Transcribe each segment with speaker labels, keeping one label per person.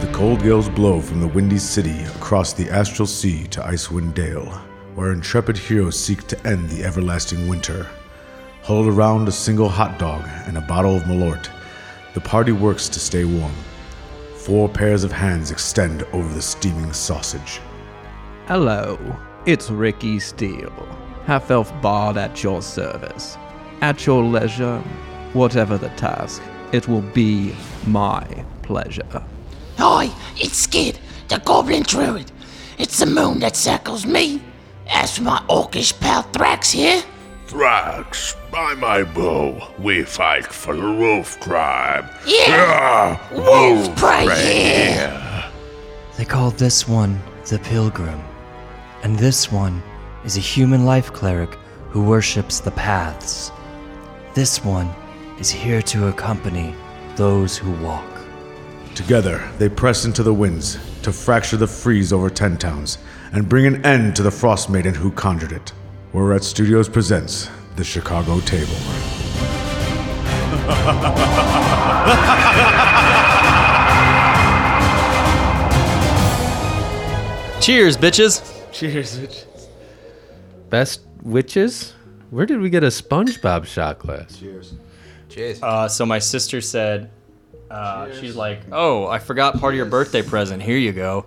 Speaker 1: The cold gales blow from the Windy City across the Astral Sea to Icewind Dale, where intrepid heroes seek to end the everlasting winter. Huddled around a single hot dog and a bottle of Malort, the party works to stay warm. Four pairs of hands extend over the steaming sausage.
Speaker 2: Hello, it's Ricky Steele, half elf bard at your service. At your leisure, whatever the task, it will be my pleasure.
Speaker 3: Hi, it's Skid, the Goblin Druid. It's the moon that circles me. As for my orcish pal Thrax here,
Speaker 4: Thrax, by my bow, we fight for the wolf tribe.
Speaker 3: Yeah.
Speaker 4: Ah,
Speaker 3: Wolf prey,
Speaker 5: They call this one the Pilgrim. And this one is a human life cleric who worships the paths. This one is here to accompany those who walk.
Speaker 1: Together, they press into the winds to fracture the freeze over Ten Towns and bring an end to the Frost Maiden who conjured it. Whereat Studios presents the Chicago Table.
Speaker 6: Cheers, bitches.
Speaker 7: Cheers. Best witches? Where did we get a SpongeBob shot glass?
Speaker 6: Uh, so my sister said, uh, she's like, "Oh, I forgot part of your birthday present. Here you go,"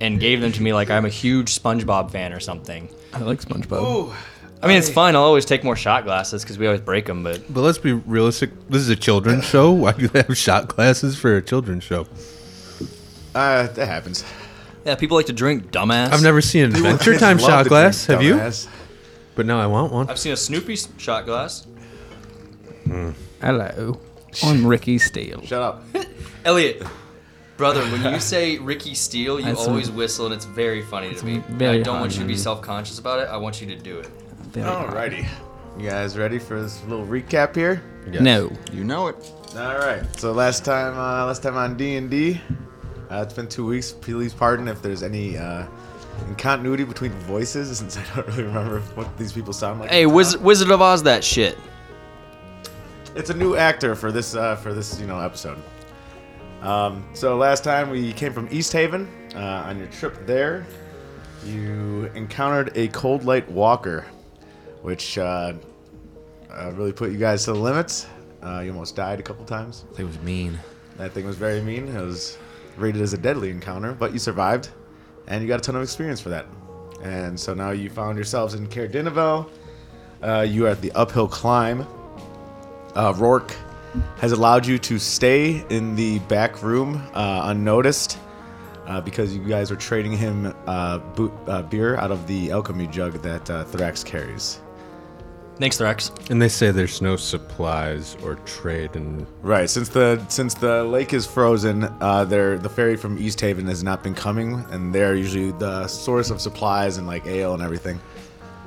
Speaker 6: and gave them to me like I'm a huge SpongeBob fan or something.
Speaker 2: I like SpongeBob.
Speaker 6: I mean, it's fine. I'll always take more shot glasses because we always break them. But
Speaker 8: But let's be realistic. This is a children's show. Why do they have shot glasses for a children's show?
Speaker 9: Uh, that happens.
Speaker 6: yeah, people like to drink, dumbass.
Speaker 8: I've never seen an Adventure
Speaker 9: Kids
Speaker 8: Time
Speaker 9: love
Speaker 8: shot
Speaker 9: to
Speaker 8: glass.
Speaker 9: drink,
Speaker 8: Have you?
Speaker 9: dumbass.
Speaker 8: But now I want one. Hmm.
Speaker 6: I've seen a Snoopy s- shot glass.
Speaker 2: Hello, I'm Ricky Steele.
Speaker 9: Shut up.
Speaker 6: Elliot, brother, when you say Ricky Steele, you
Speaker 2: That's-
Speaker 6: always whistle, and it's very funny to me. And
Speaker 2: very
Speaker 6: I don't want
Speaker 2: funny.
Speaker 6: you to be self-conscious about it. I want you to do it.
Speaker 2: Very hot.
Speaker 9: Alrighty. You guys ready for this little recap here?
Speaker 2: No,
Speaker 9: You know it. All right. So last time, uh, last time on D and D, uh, it's been two weeks. Please pardon if there's any uh, continuity between voices, since I don't really remember what these people sound like.
Speaker 6: Hey, Wiz- Wizard of Oz, that shit.
Speaker 9: it's a new actor for this uh, for this you know episode. Um, so last time we came from East Haven. Uh, on your trip there, you encountered a cold light walker, which uh, uh, really put you guys to the limits. Uh, you almost died a couple times.
Speaker 7: It was mean.
Speaker 9: That thing was very mean. It was rated as a deadly encounter, but you survived, and you got a ton of experience for that. And so now you found yourselves in Caer Dinavel. Uh, you are at the uphill climb. Uh, Rourke has allowed you to stay in the back room uh, unnoticed uh, because you guys were trading him uh, bo- uh, beer out of the alchemy jug that uh, Thrax carries.
Speaker 6: Thanks, Thrax.
Speaker 8: And they say there's no supplies or trade. And
Speaker 9: Right, since the since the lake is frozen, uh, there the ferry from East Haven has not been coming, and they're usually the source of supplies and like ale and everything.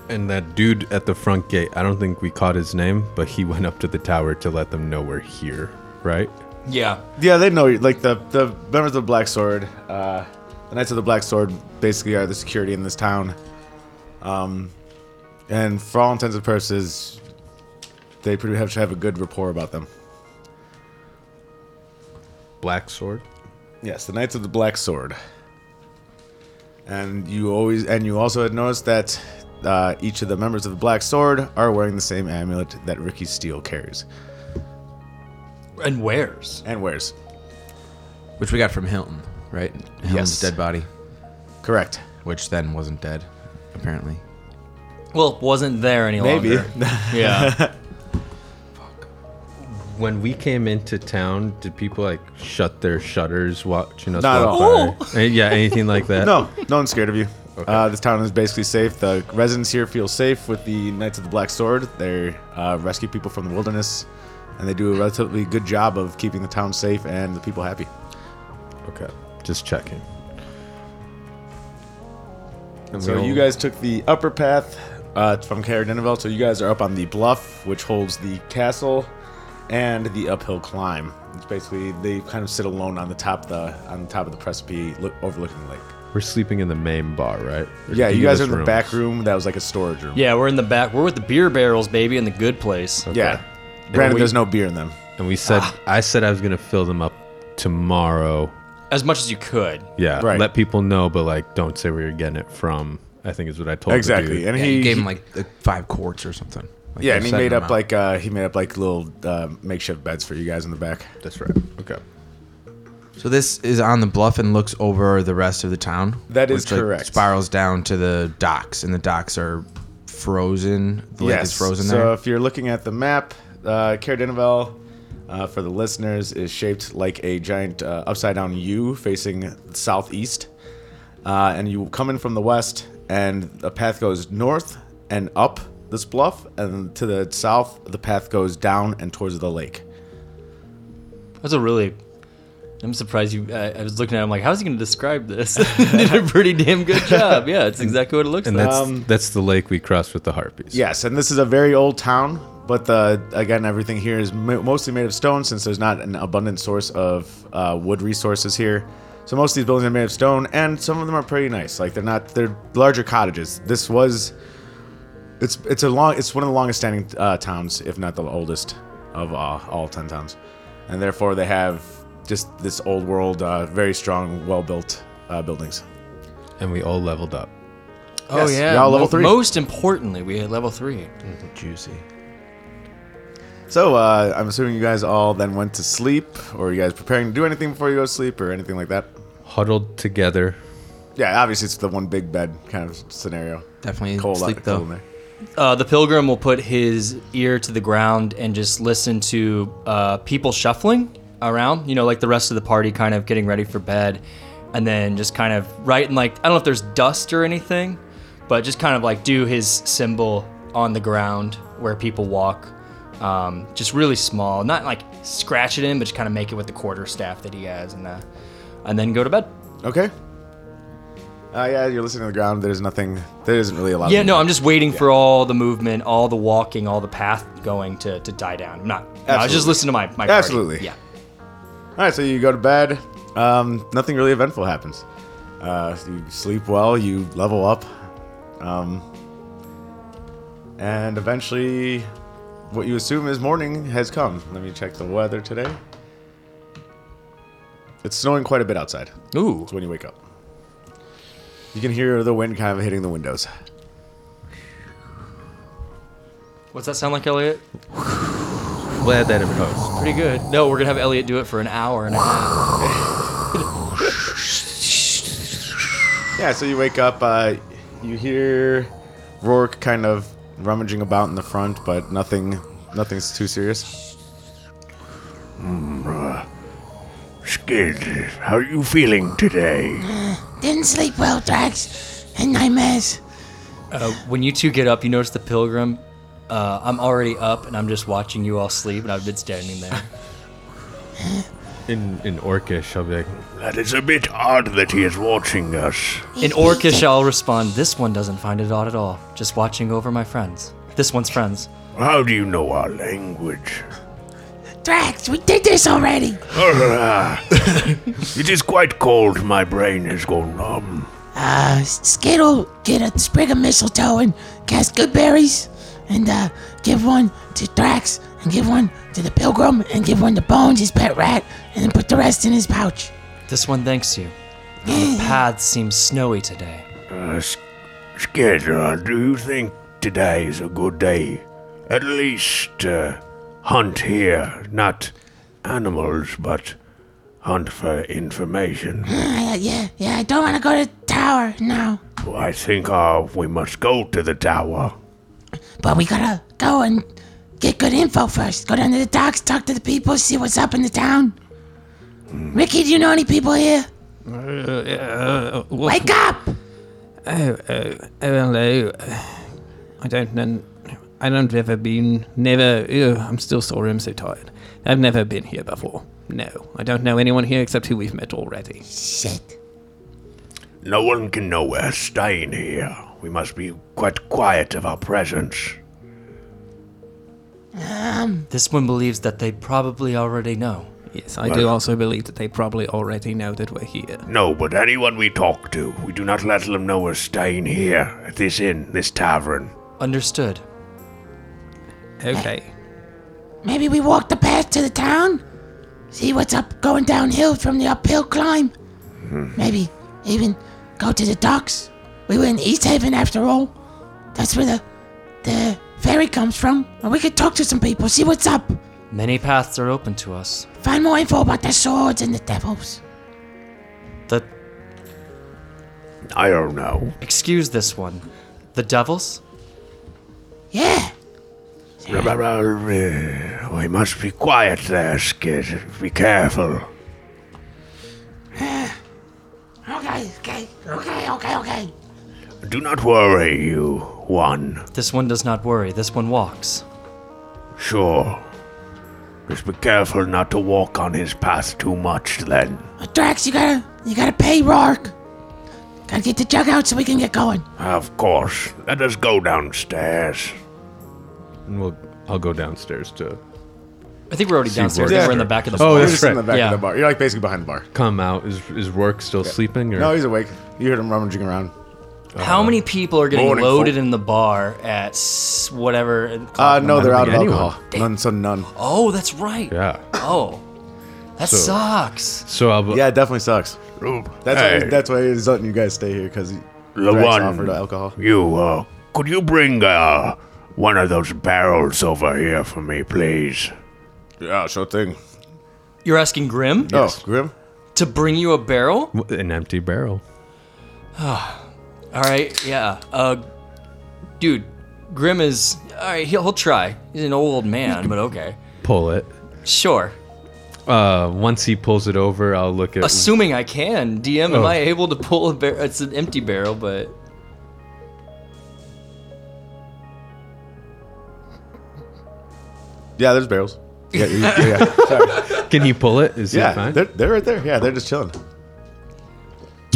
Speaker 8: and that dude at the front gate. I don't think we caught his name, but he went up to the tower to let them know we're here. Right?
Speaker 6: Yeah.
Speaker 9: Yeah, they know like the the members of the Black Sword, uh, the Knights of the Black Sword, basically are the security in this town. Um, and for all intents and purposes, they pretty much have a good rapport about them.
Speaker 8: Black sword.
Speaker 9: Yes, the Knights of the Black Sword. And you always, and you also had noticed that uh, each of the members of the Black Sword are wearing the same amulet that Ricky Steele carries
Speaker 6: And where's?
Speaker 9: and wears.
Speaker 7: Which we got from Hilton, right? Hilton's
Speaker 9: Yes.
Speaker 7: dead body,
Speaker 9: Correct.
Speaker 7: which then wasn't dead, apparently.
Speaker 6: Well, wasn't there any
Speaker 9: Maybe.
Speaker 6: longer. Yeah.
Speaker 8: When we came into town, did people like shut their shutters watching us?
Speaker 9: Not at
Speaker 8: walk
Speaker 9: all.
Speaker 8: by? Eh, Yeah, anything like that?
Speaker 9: no, no one's scared of you. Uh, this town is basically safe. The residents here feel safe with the Knights of the Black Sword. They uh, rescue people from the wilderness, and they do a relatively good job of keeping the town safe and the people happy.
Speaker 8: Okay, just checking. And
Speaker 9: So you guys took the upper path uh, from Caradinaville, so you guys are up on the bluff, which holds the castle and the uphill climb. It's basically they kind of sit alone on the top of the on the top of the precipice, look, overlooking the lake.
Speaker 8: we're sleeping in the main bar, right?
Speaker 9: Yeah, you
Speaker 8: Give
Speaker 9: guys
Speaker 8: us
Speaker 9: are in the
Speaker 8: rooms.
Speaker 9: back room. That was like a storage room.
Speaker 6: yeah, we're in the back. We're with the beer barrels, baby, in the good place.
Speaker 9: yeah.
Speaker 8: And
Speaker 9: Granted,
Speaker 8: we-
Speaker 9: there's no beer in them. Ah.
Speaker 8: and we said I said I was gonna fill them up tomorrow
Speaker 6: as much as you could.
Speaker 10: Yeah,
Speaker 9: Right.
Speaker 10: let people know, but like, don't say where you're getting it from. I think is what I told the
Speaker 9: Exactly,
Speaker 10: dude.
Speaker 9: and
Speaker 7: Yeah,
Speaker 9: he
Speaker 7: you gave him
Speaker 9: he-
Speaker 7: like, like five quarts or something. Like,
Speaker 9: yeah,
Speaker 7: a
Speaker 9: and he
Speaker 7: set
Speaker 9: made up
Speaker 7: amount.
Speaker 9: like uh, he made up like little uh, makeshift beds for you guys in the back.
Speaker 10: That's right. Okay.
Speaker 7: So this is on the bluff and looks over the rest of the town.
Speaker 9: That is
Speaker 7: which, like,
Speaker 9: correct.
Speaker 7: spirals down to the docks, and the docks are frozen. The lake is frozen
Speaker 9: so
Speaker 7: there.
Speaker 9: if you're looking at the map, uh, Caradinavel, uh, for the listeners, is shaped like a giant uh, upside down U facing southeast. Uh, and you come in from the west, and the path goes north and up this bluff, and to the south, the path goes down and towards the lake.
Speaker 6: That's a really. I'm surprised you. I, I was looking at him like, how's he going to describe this? Did a pretty damn good job. Yeah, it's exactly what it looks
Speaker 10: And
Speaker 6: like.
Speaker 10: that's
Speaker 8: Um,
Speaker 10: that's the lake we crossed with the harpies.
Speaker 9: Yes, and this is a very old town, but the again everything here is mo- mostly made of stone since there's not an abundant source of uh, wood resources here. So most of these buildings are made of stone, and some of them are pretty nice. Like they're not they're larger cottages. This was it's it's a long it's one of the longest standing uh, towns, if not the oldest of uh, all ten towns, and therefore they have just this old world, uh, very strong, well built uh, buildings.
Speaker 10: And we all leveled up.
Speaker 6: oh
Speaker 9: yes,
Speaker 6: yeah,
Speaker 9: y'all level
Speaker 6: mo-
Speaker 9: three.
Speaker 6: Most importantly, we had level three.
Speaker 7: Juicy.
Speaker 9: So uh, I'm assuming you guys all then went to sleep, or you guys preparing to do anything before you go to sleep, or anything like that.
Speaker 10: Huddled together.
Speaker 9: Yeah, obviously it's the one big bed kind of scenario.
Speaker 7: Definitely
Speaker 9: Cold
Speaker 7: sleep
Speaker 9: out,
Speaker 7: though.
Speaker 9: cold in there.
Speaker 6: Uh, the pilgrim will put his ear to the ground and just listen to uh, people shuffling around. You know, like the rest of the party, kind of getting ready for bed, and then just kind of right and like I don't know if there's dust or anything, but just kind of like do his symbol on the ground where people walk. Um, just really small, not like scratch it in, but just kind of make it with the quarter staff that he has, and uh, and then go to bed.
Speaker 9: Okay. Uh, yeah, you're listening to the ground. There's nothing. There isn't really a lot.
Speaker 6: Yeah,
Speaker 9: of
Speaker 6: no, I'm just waiting for all the movement, all the walking, all the path going to, to die down. I'm not. no, I was just
Speaker 9: Absolutely.
Speaker 6: listening to my my party.
Speaker 9: Absolutely.
Speaker 6: Yeah.
Speaker 9: All right, so you go to bed. Um, nothing really eventful happens. Uh, you sleep well. You level up. Um, and eventually, what you assume is morning has come. Let me check the weather today. It's snowing quite a bit outside.
Speaker 6: Ooh.
Speaker 9: It's when you wake up. You can hear the wind kind of hitting the windows.
Speaker 6: What's that sound like, Elliot?
Speaker 8: Glad that it hosts.
Speaker 6: Pretty good. No, we're gonna have Elliot do it for an hour and a half.
Speaker 9: Yeah, so you wake up, uh, you hear Rourke kind of rummaging about in the front, but nothing, nothing's too serious.
Speaker 4: Skid, how you feeling today?
Speaker 3: Didn't sleep well, Drax. And nightmares.
Speaker 6: Uh, when you two get up, you notice the pilgrim. Uh, I'm already up, and I'm just watching you all sleep, and I've been standing there.
Speaker 10: In in Orcish, I'll be like,
Speaker 4: That is a bit odd that he is watching us.
Speaker 6: In Orcish, I'll respond. This one doesn't find it odd at all. Just watching over my friends. This one's friends.
Speaker 4: How do you know our language?
Speaker 3: Drax, we did this already.
Speaker 4: Ah, it is quite cold. My brain has gone numb.
Speaker 3: Uh, Skittle, get a sprig of mistletoe and cast good berries. And, uh, give one to Drax, and give one to the pilgrim, and give one to Bones, his pet rat, and then put the rest in his pouch.
Speaker 6: This one thanks you. The path seems snowy today.
Speaker 4: Uh, S- Skid, uh, do you think today is a good day? At least uh, hunt here, not animals, but hunt for information.
Speaker 3: Uh, yeah, yeah, I don't want to go to the tower now.
Speaker 4: I think uh, we must go to the tower.
Speaker 3: But we gotta go and get good info first. Go down to the docks, talk to the people, see what's up in the town. Ricky, do you know any people here?
Speaker 11: Uh,
Speaker 3: Wake up!
Speaker 11: uh, Hello. uh, I don't know. I don't ever been. Never. Ew, I'm still sore. I'm so tired. I've never been here before. No, I don't know anyone here except who we've met already.
Speaker 3: Shit.
Speaker 4: No one can know we're staying here. We must be quite quiet of our presence.
Speaker 3: Um,
Speaker 6: This one believes that they probably already know.
Speaker 11: Yes, I do also believe that they probably already know that we're here.
Speaker 4: No, but anyone we talk to, we do not let them know we're staying here at this inn, this tavern.
Speaker 6: Understood.
Speaker 11: Okay.
Speaker 3: Maybe we walk the path to the town? see what's up going downhill from the uphill climb. Maybe even go to the docks. We were in East Haven after all. That's where the the ferry comes from. And we could talk to some people, see what's up.
Speaker 6: Many paths are open to us.
Speaker 3: Find more info about the swords and the devils.
Speaker 6: The
Speaker 4: I don't know.
Speaker 6: excuse this one. The devils?
Speaker 3: Yeah.
Speaker 4: We must be quiet there, Skid. Be careful.
Speaker 3: Okay, okay, okay, okay, okay.
Speaker 4: Do not worry, you one.
Speaker 6: This one does not worry. This one walks.
Speaker 4: Sure. Just be careful not to walk on his path too much then.
Speaker 3: Drax, you gotta you gotta pay Rourke. Gotta get the jug out so we can get going.
Speaker 4: Of course. Let us go downstairs.
Speaker 8: And we'll, I'll go downstairs to
Speaker 6: I think we're already downstairs.
Speaker 8: Rourke.
Speaker 6: We're in the back of the
Speaker 8: Oh,
Speaker 6: bar.
Speaker 8: that's
Speaker 9: You're just in the
Speaker 8: right.
Speaker 9: back
Speaker 6: Yeah.
Speaker 9: of the bar. You're like basically behind the bar.
Speaker 8: come out. Is is Rourke still sleeping? Or
Speaker 9: No, he's awake. You heard him rummaging around.
Speaker 6: How many people are getting
Speaker 4: Uh, Morning,
Speaker 6: loaded
Speaker 4: folk.
Speaker 6: in the bar at s- whatever?
Speaker 9: Uh,
Speaker 6: o'clock?
Speaker 9: no, they're out of
Speaker 8: think anyone.
Speaker 9: alcohol. None, so none.
Speaker 6: Oh, that's right.
Speaker 8: yeah.
Speaker 6: Oh, that sucks.
Speaker 8: So I'll
Speaker 9: Yeah, it definitely sucks. That's
Speaker 4: hey,
Speaker 9: why, that's why he's letting you guys stay here because
Speaker 4: the
Speaker 9: Drax
Speaker 4: one
Speaker 9: offered alcohol.
Speaker 4: You uh, could you bring uh one of those barrels over here for me, please?
Speaker 9: Yeah, sure thing.
Speaker 6: You're asking Grim
Speaker 9: Oh, Grim.
Speaker 6: to bring you a barrel?
Speaker 8: an empty barrel.
Speaker 6: All right, yeah. Uh, dude, Grim is all right. He'll, he'll try. He's an old man, but okay.
Speaker 8: Pull it.
Speaker 6: Sure.
Speaker 8: Uh, once he pulls it over, I'll look at.
Speaker 6: Assuming I can, DM, am
Speaker 8: Oh.
Speaker 6: I able to pull a barrel? It's an empty barrel, but
Speaker 9: Yeah, there's barrels. Yeah, you- yeah, sorry.
Speaker 8: Can you pull it? Is he
Speaker 9: yeah
Speaker 8: fine?
Speaker 9: they're, they're right there. Yeah, they're just chilling.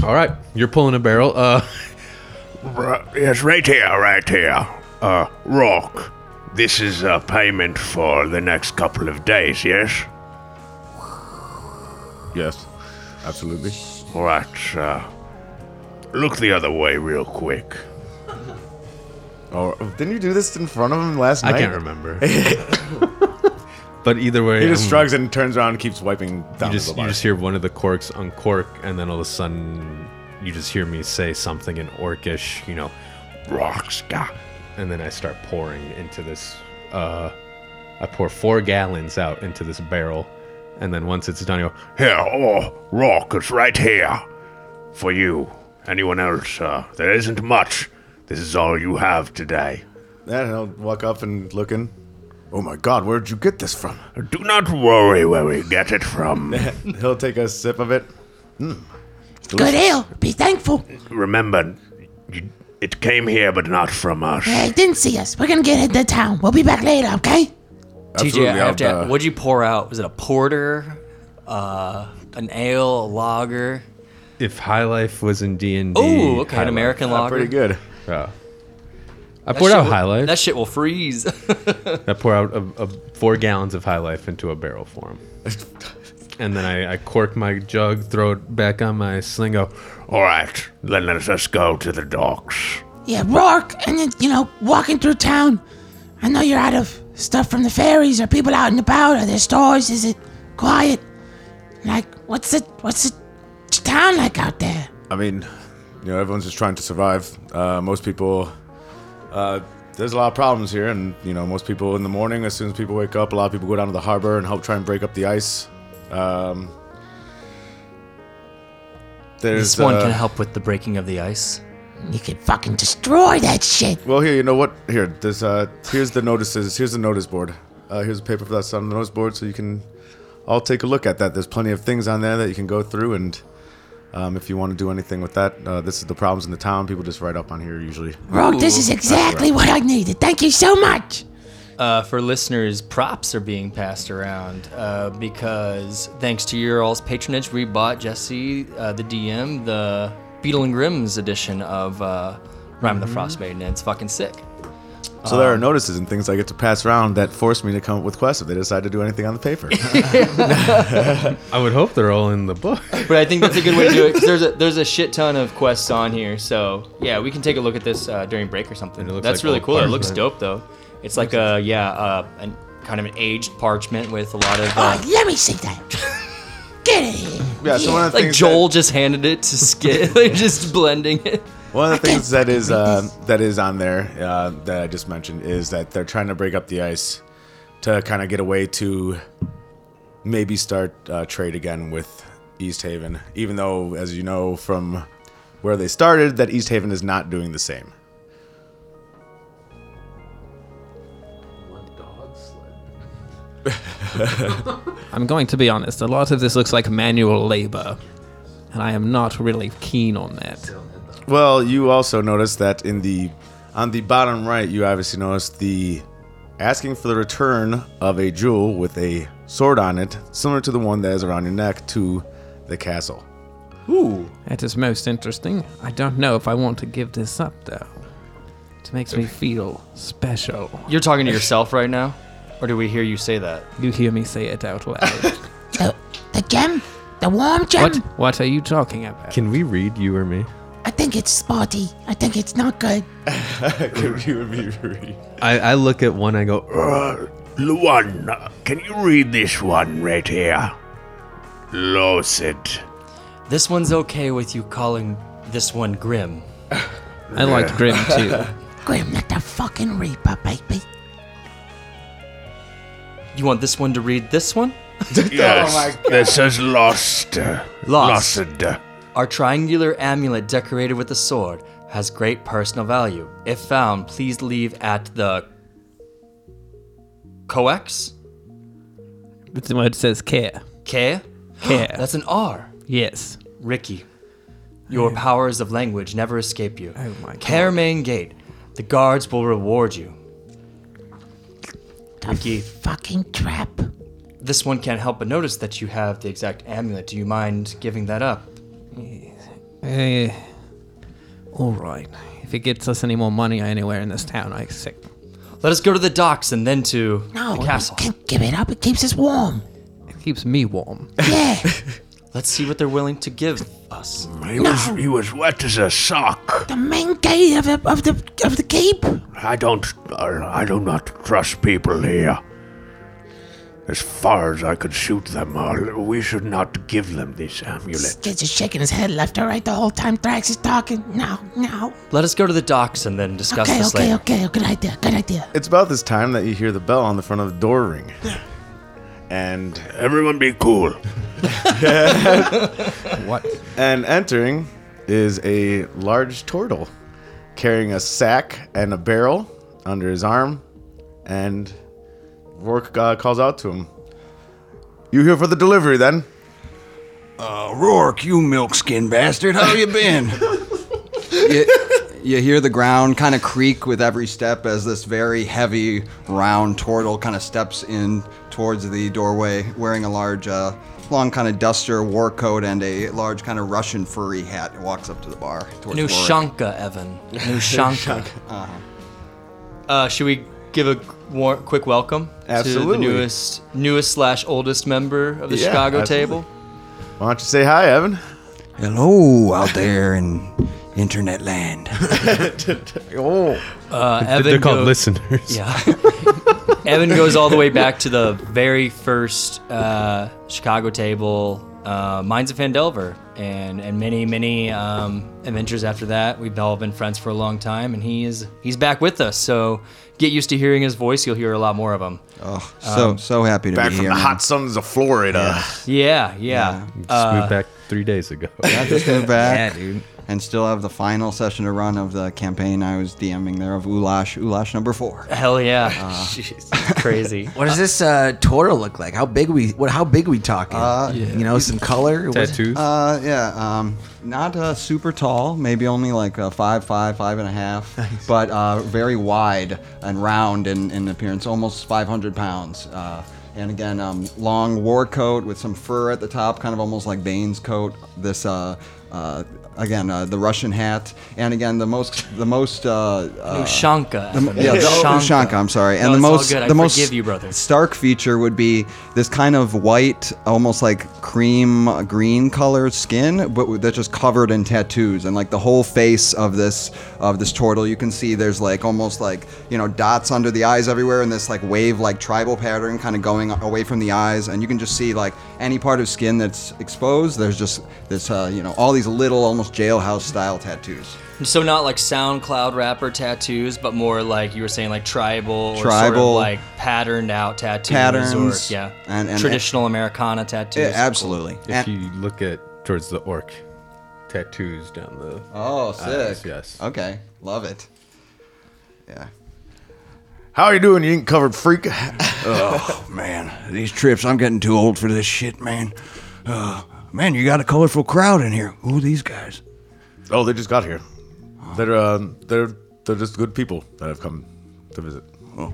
Speaker 8: All right, you're pulling a barrel. Uh,
Speaker 4: R- yes, right here, right here. Uh, Rock. This is a payment for the next couple of days. Yes.
Speaker 9: Yes, absolutely.
Speaker 4: All right. Uh, look the other way real quick.
Speaker 9: Or Oh, didn't you do this in front of him last night?
Speaker 8: I can't remember. but either way,
Speaker 9: He just
Speaker 8: um,
Speaker 9: shrugs and turns around and keeps wiping
Speaker 8: you
Speaker 9: down
Speaker 8: just
Speaker 9: the bar.
Speaker 8: you just hear one of the corks uncork, and then all of a sudden you just hear me say something in Orcish, you know,
Speaker 4: Rockska.
Speaker 8: and then I start pouring into this. Uh, I pour four gallons out into this barrel, and then once it's done, you go,
Speaker 4: Here, oh, Rock, it's right here. For you. Anyone else, uh, there isn't much. This is all you have today.
Speaker 9: Yeah, and he'll walk up and look in. Oh my God, where'd you get this from?
Speaker 4: Do not worry where we get it from.
Speaker 9: He'll take a sip of it. Hmm.
Speaker 3: Good ale. Be thankful.
Speaker 4: Remember, you- it came here, but not from us.
Speaker 3: They didn't see us. We're gonna get into town. We'll be back later, okay?
Speaker 6: TJ, I
Speaker 9: Absolutely,
Speaker 6: have to.
Speaker 9: I'll, uh,
Speaker 6: what'd you pour out? Was it a porter, uh, an ale, a lager?
Speaker 8: if High Life was in D and D,
Speaker 6: Oh, okay, an American lager.
Speaker 9: Pretty good.
Speaker 8: I
Speaker 6: That
Speaker 8: poured
Speaker 6: shit
Speaker 8: out
Speaker 6: will-
Speaker 8: High Life.
Speaker 6: That shit will freeze.
Speaker 8: I pour out a, a four gallons of High Life into a barrel for him. and then I, I cork my jug, throw it back on my slingo.
Speaker 4: All right, then let us go to the docks.
Speaker 3: Yeah, Rourke, and then you know, walking through town. I know you're out of stuff from the ferries. Are people out and about? Are there stores? Is it quiet? Like, what's it? What's it? Town like out there?
Speaker 9: I mean, you know, everyone's just trying to survive. Uh, most people, uh, there's a lot of problems here, and you know, most people in the morning, as soon as people wake up, a lot of people go down to the harbor and help try and break up the ice. Um, there's
Speaker 6: this one
Speaker 9: uh,
Speaker 6: can help with the breaking of the ice.
Speaker 3: You could fucking destroy that shit.
Speaker 9: Well, here, you know what? Here, this, uh, here's the notices. Here's the notice board. Uh, here's a paper for that on the notice board, so you can all take a look at that. There's plenty of things on there that you can go through, and um, if you want to do anything with that, uh, this is the problems in the town. People just write up on here usually.
Speaker 3: Rourke, this is exactly what I needed. Thank you so much.
Speaker 6: uh, for listeners, props are being passed around uh, because thanks to your all's patronage, we bought Jesse, uh, the DM, the Beetle and Grimm's edition of uh, Rhyme of the Frost Maiden, and it's fucking sick. Um,
Speaker 9: So there are notices and things I get to pass around that force me to come up with quests if they decide to do anything on the paper.
Speaker 8: I would hope they're all in the book.
Speaker 6: But I think that's a good way to do it because there's a, there's a shit ton of quests on here. So yeah, we can take a look at this uh, during break or something.
Speaker 8: And it looks
Speaker 6: That's
Speaker 8: like
Speaker 6: really
Speaker 8: old
Speaker 6: cool. It
Speaker 8: parts,
Speaker 6: looks
Speaker 8: right?
Speaker 6: dope though. It's like a yeah, uh, an kind of an aged parchment with a lot of. Uh,
Speaker 3: Let me see that. Get it here.
Speaker 9: Uh-huh. Yeah, so one of the
Speaker 6: like
Speaker 9: things
Speaker 6: Joel just handed it to Skid, like just blending it.
Speaker 9: One of the things that is uh, that is on there uh, that I just mentioned is that they're trying to break up the ice to kind of get away to maybe start uh, trade again with East Haven. Even though, as you know from where they started, that East Haven is not doing the same.
Speaker 11: I'm going to be honest, a lot of this looks like manual labor, and I am not really keen on that.
Speaker 9: Well, you also noticed that in the on the bottom right, you obviously noticed the asking for the return of a jewel with a sword on it, similar to the one that is around your neck, to the castle.
Speaker 11: That is most interesting. I don't know if I want to give this up, though. It makes me feel special.
Speaker 6: You're talking to yourself right now, or do we hear you say that?
Speaker 11: You hear me say it out loud.
Speaker 3: The, the gem? The warm gem?
Speaker 11: what? What are you talking about?
Speaker 10: Can we read you or me?
Speaker 3: I think it's spotty. I think it's not good.
Speaker 10: I, I look at one. I go.
Speaker 4: Uh, Luan, can you read this one right here? Locid.
Speaker 12: This one's okay with you calling this one Grim.
Speaker 11: I like Grim too.
Speaker 3: Grim, not the fucking Reaper, baby.
Speaker 12: You want this one to read this one?
Speaker 4: Yes, this is lost. uh,
Speaker 12: Lost.
Speaker 4: Locid.
Speaker 12: Our triangular amulet decorated with a sword has great personal value. If found, please leave at the coex
Speaker 11: It's the word says care.
Speaker 12: care.
Speaker 11: Care.
Speaker 12: That's an R.
Speaker 11: yes.
Speaker 12: Ricky, your powers of language never escape you. Oh
Speaker 11: my God.
Speaker 12: Care main gate. The guards will reward you.
Speaker 3: The
Speaker 12: Ricky.
Speaker 3: fucking trap.
Speaker 12: This one can't help but notice that you have the exact amulet. Do you mind giving that up?
Speaker 11: Eh. all right. If it gets us any more money anywhere in this town, I accept.
Speaker 12: Let us go to the docks and then to
Speaker 3: No,
Speaker 12: the
Speaker 3: we
Speaker 12: castle.
Speaker 3: can't give it up. It keeps us warm.
Speaker 11: It keeps me warm.
Speaker 3: Yeah.
Speaker 12: Let's see what they're willing to give us.
Speaker 4: He was he was wet as a sock.
Speaker 3: the main gate of the, of the of the keep.
Speaker 4: I don't uh, I do not trust people here. As far as I could shoot them, uh, we should not give them this amulet.
Speaker 3: Kid's just shaking his head left to right the whole time Drax is talking. No, no.
Speaker 12: Let us go to the docks and then discuss
Speaker 3: Okay,
Speaker 12: this
Speaker 3: okay,
Speaker 12: later.
Speaker 3: okay. Good idea. Good idea.
Speaker 9: It's about this time that you hear the bell on the front of the door ring. And uh,
Speaker 4: Everyone be cool.
Speaker 9: and entering is a large turtle carrying a sack and a barrel under his arm. And Rourke uh, calls out to him. You here for the delivery then?
Speaker 4: Uh,
Speaker 13: Rourke, you milk skin bastard, how you been? you, you hear the ground kind of creak with every step as this very heavy, round turtle kind of steps in towards the doorway, wearing a large, uh, long kind of duster war coat and a large kind of Russian furry hat. It walks up to the bar. Towards
Speaker 12: New
Speaker 13: Rourke.
Speaker 12: Shanka, Evan. New Shanka.
Speaker 6: Uh-huh. Uh, should we give a war- quick welcome
Speaker 9: Absolutely.
Speaker 6: to the newest, newest slash oldest member of the
Speaker 9: Yeah,
Speaker 6: Chicago
Speaker 9: absolutely.
Speaker 6: table?
Speaker 9: Why don't you say hi, Evan?
Speaker 13: Hello out there in internet land.
Speaker 9: Oh.
Speaker 6: Uh, Evan
Speaker 10: They're called
Speaker 6: go-
Speaker 10: listeners.
Speaker 6: Yeah. Evan goes all the way back to the very first uh, Chicago table, uh, Mines of Fandelver, and and many many um, adventures after that. We've all been friends for a long time, and he is he's back with us. So get used to hearing his voice. You'll hear a lot more of him. Um,
Speaker 13: Oh, so so happy to
Speaker 9: Back
Speaker 13: be
Speaker 9: from
Speaker 13: here.
Speaker 9: the
Speaker 13: man.
Speaker 9: hot suns of Florida.
Speaker 6: Yeah, yeah. Uh,
Speaker 10: Just moved back three days ago.
Speaker 13: I just moved back and still have the final session to run of the campaign I was DMing there of Ulash, Ulash number four.
Speaker 6: Hell yeah.
Speaker 13: Uh,
Speaker 6: Crazy.
Speaker 14: What does this uh, turtle look like? How big we? What? How big we talking? You know, some color. What-
Speaker 10: Tattoos.
Speaker 13: Uh, yeah, um, not uh, super tall, maybe only like uh, five, five, five and a half, but uh, very wide and round in, in appearance, almost 500 pounds. Uh, and again, um, long war coat with some fur at the top, kind of almost like Bane's coat. This uh, uh, again uh, the Russian hat, and again the most the most uh, uh,
Speaker 6: Ushanka.
Speaker 13: the- yeah, the
Speaker 6: Ushanka.
Speaker 13: Ushanka. I'm sorry, and
Speaker 6: No,
Speaker 13: the
Speaker 6: it's all
Speaker 13: most
Speaker 6: good. I
Speaker 13: the most
Speaker 6: forgive you, brother.
Speaker 13: stark feature would be this kind of white, almost like cream uh, green colored skin, but with- that's just covered in tattoos, and like the whole face of this of this turtle, you can see there's like almost like you know dots under the eyes everywhere, and this like wave like tribal pattern kind of going away from the eyes, and you can just see like any part of skin that's exposed. There's just this uh, you know all these little almost jailhouse style tattoos.
Speaker 6: So not like SoundCloud rapper tattoos, but more like you were saying, like tribal, or sort of
Speaker 13: Tribal.
Speaker 6: like patterned out tattoos,
Speaker 13: Patterns,
Speaker 6: or yeah,
Speaker 13: and- and-
Speaker 6: traditional Americana tattoos.
Speaker 13: Yeah, absolutely.
Speaker 8: If you look at towards the orc, tattoos down the.
Speaker 13: Oh, sick.
Speaker 8: eyes, yes.
Speaker 13: Okay, love it. Yeah.
Speaker 9: How are you doing, you ink covered freak?
Speaker 13: oh
Speaker 9: man,
Speaker 13: these
Speaker 9: trips. I'm getting
Speaker 13: too
Speaker 9: old
Speaker 13: for
Speaker 9: this
Speaker 13: shit,
Speaker 9: man.
Speaker 13: Uh, man, you got a colorful crowd in here. Who are these guys?
Speaker 9: Oh, they just got here. They're um, they're they're just good people that have come to visit.
Speaker 13: Oh,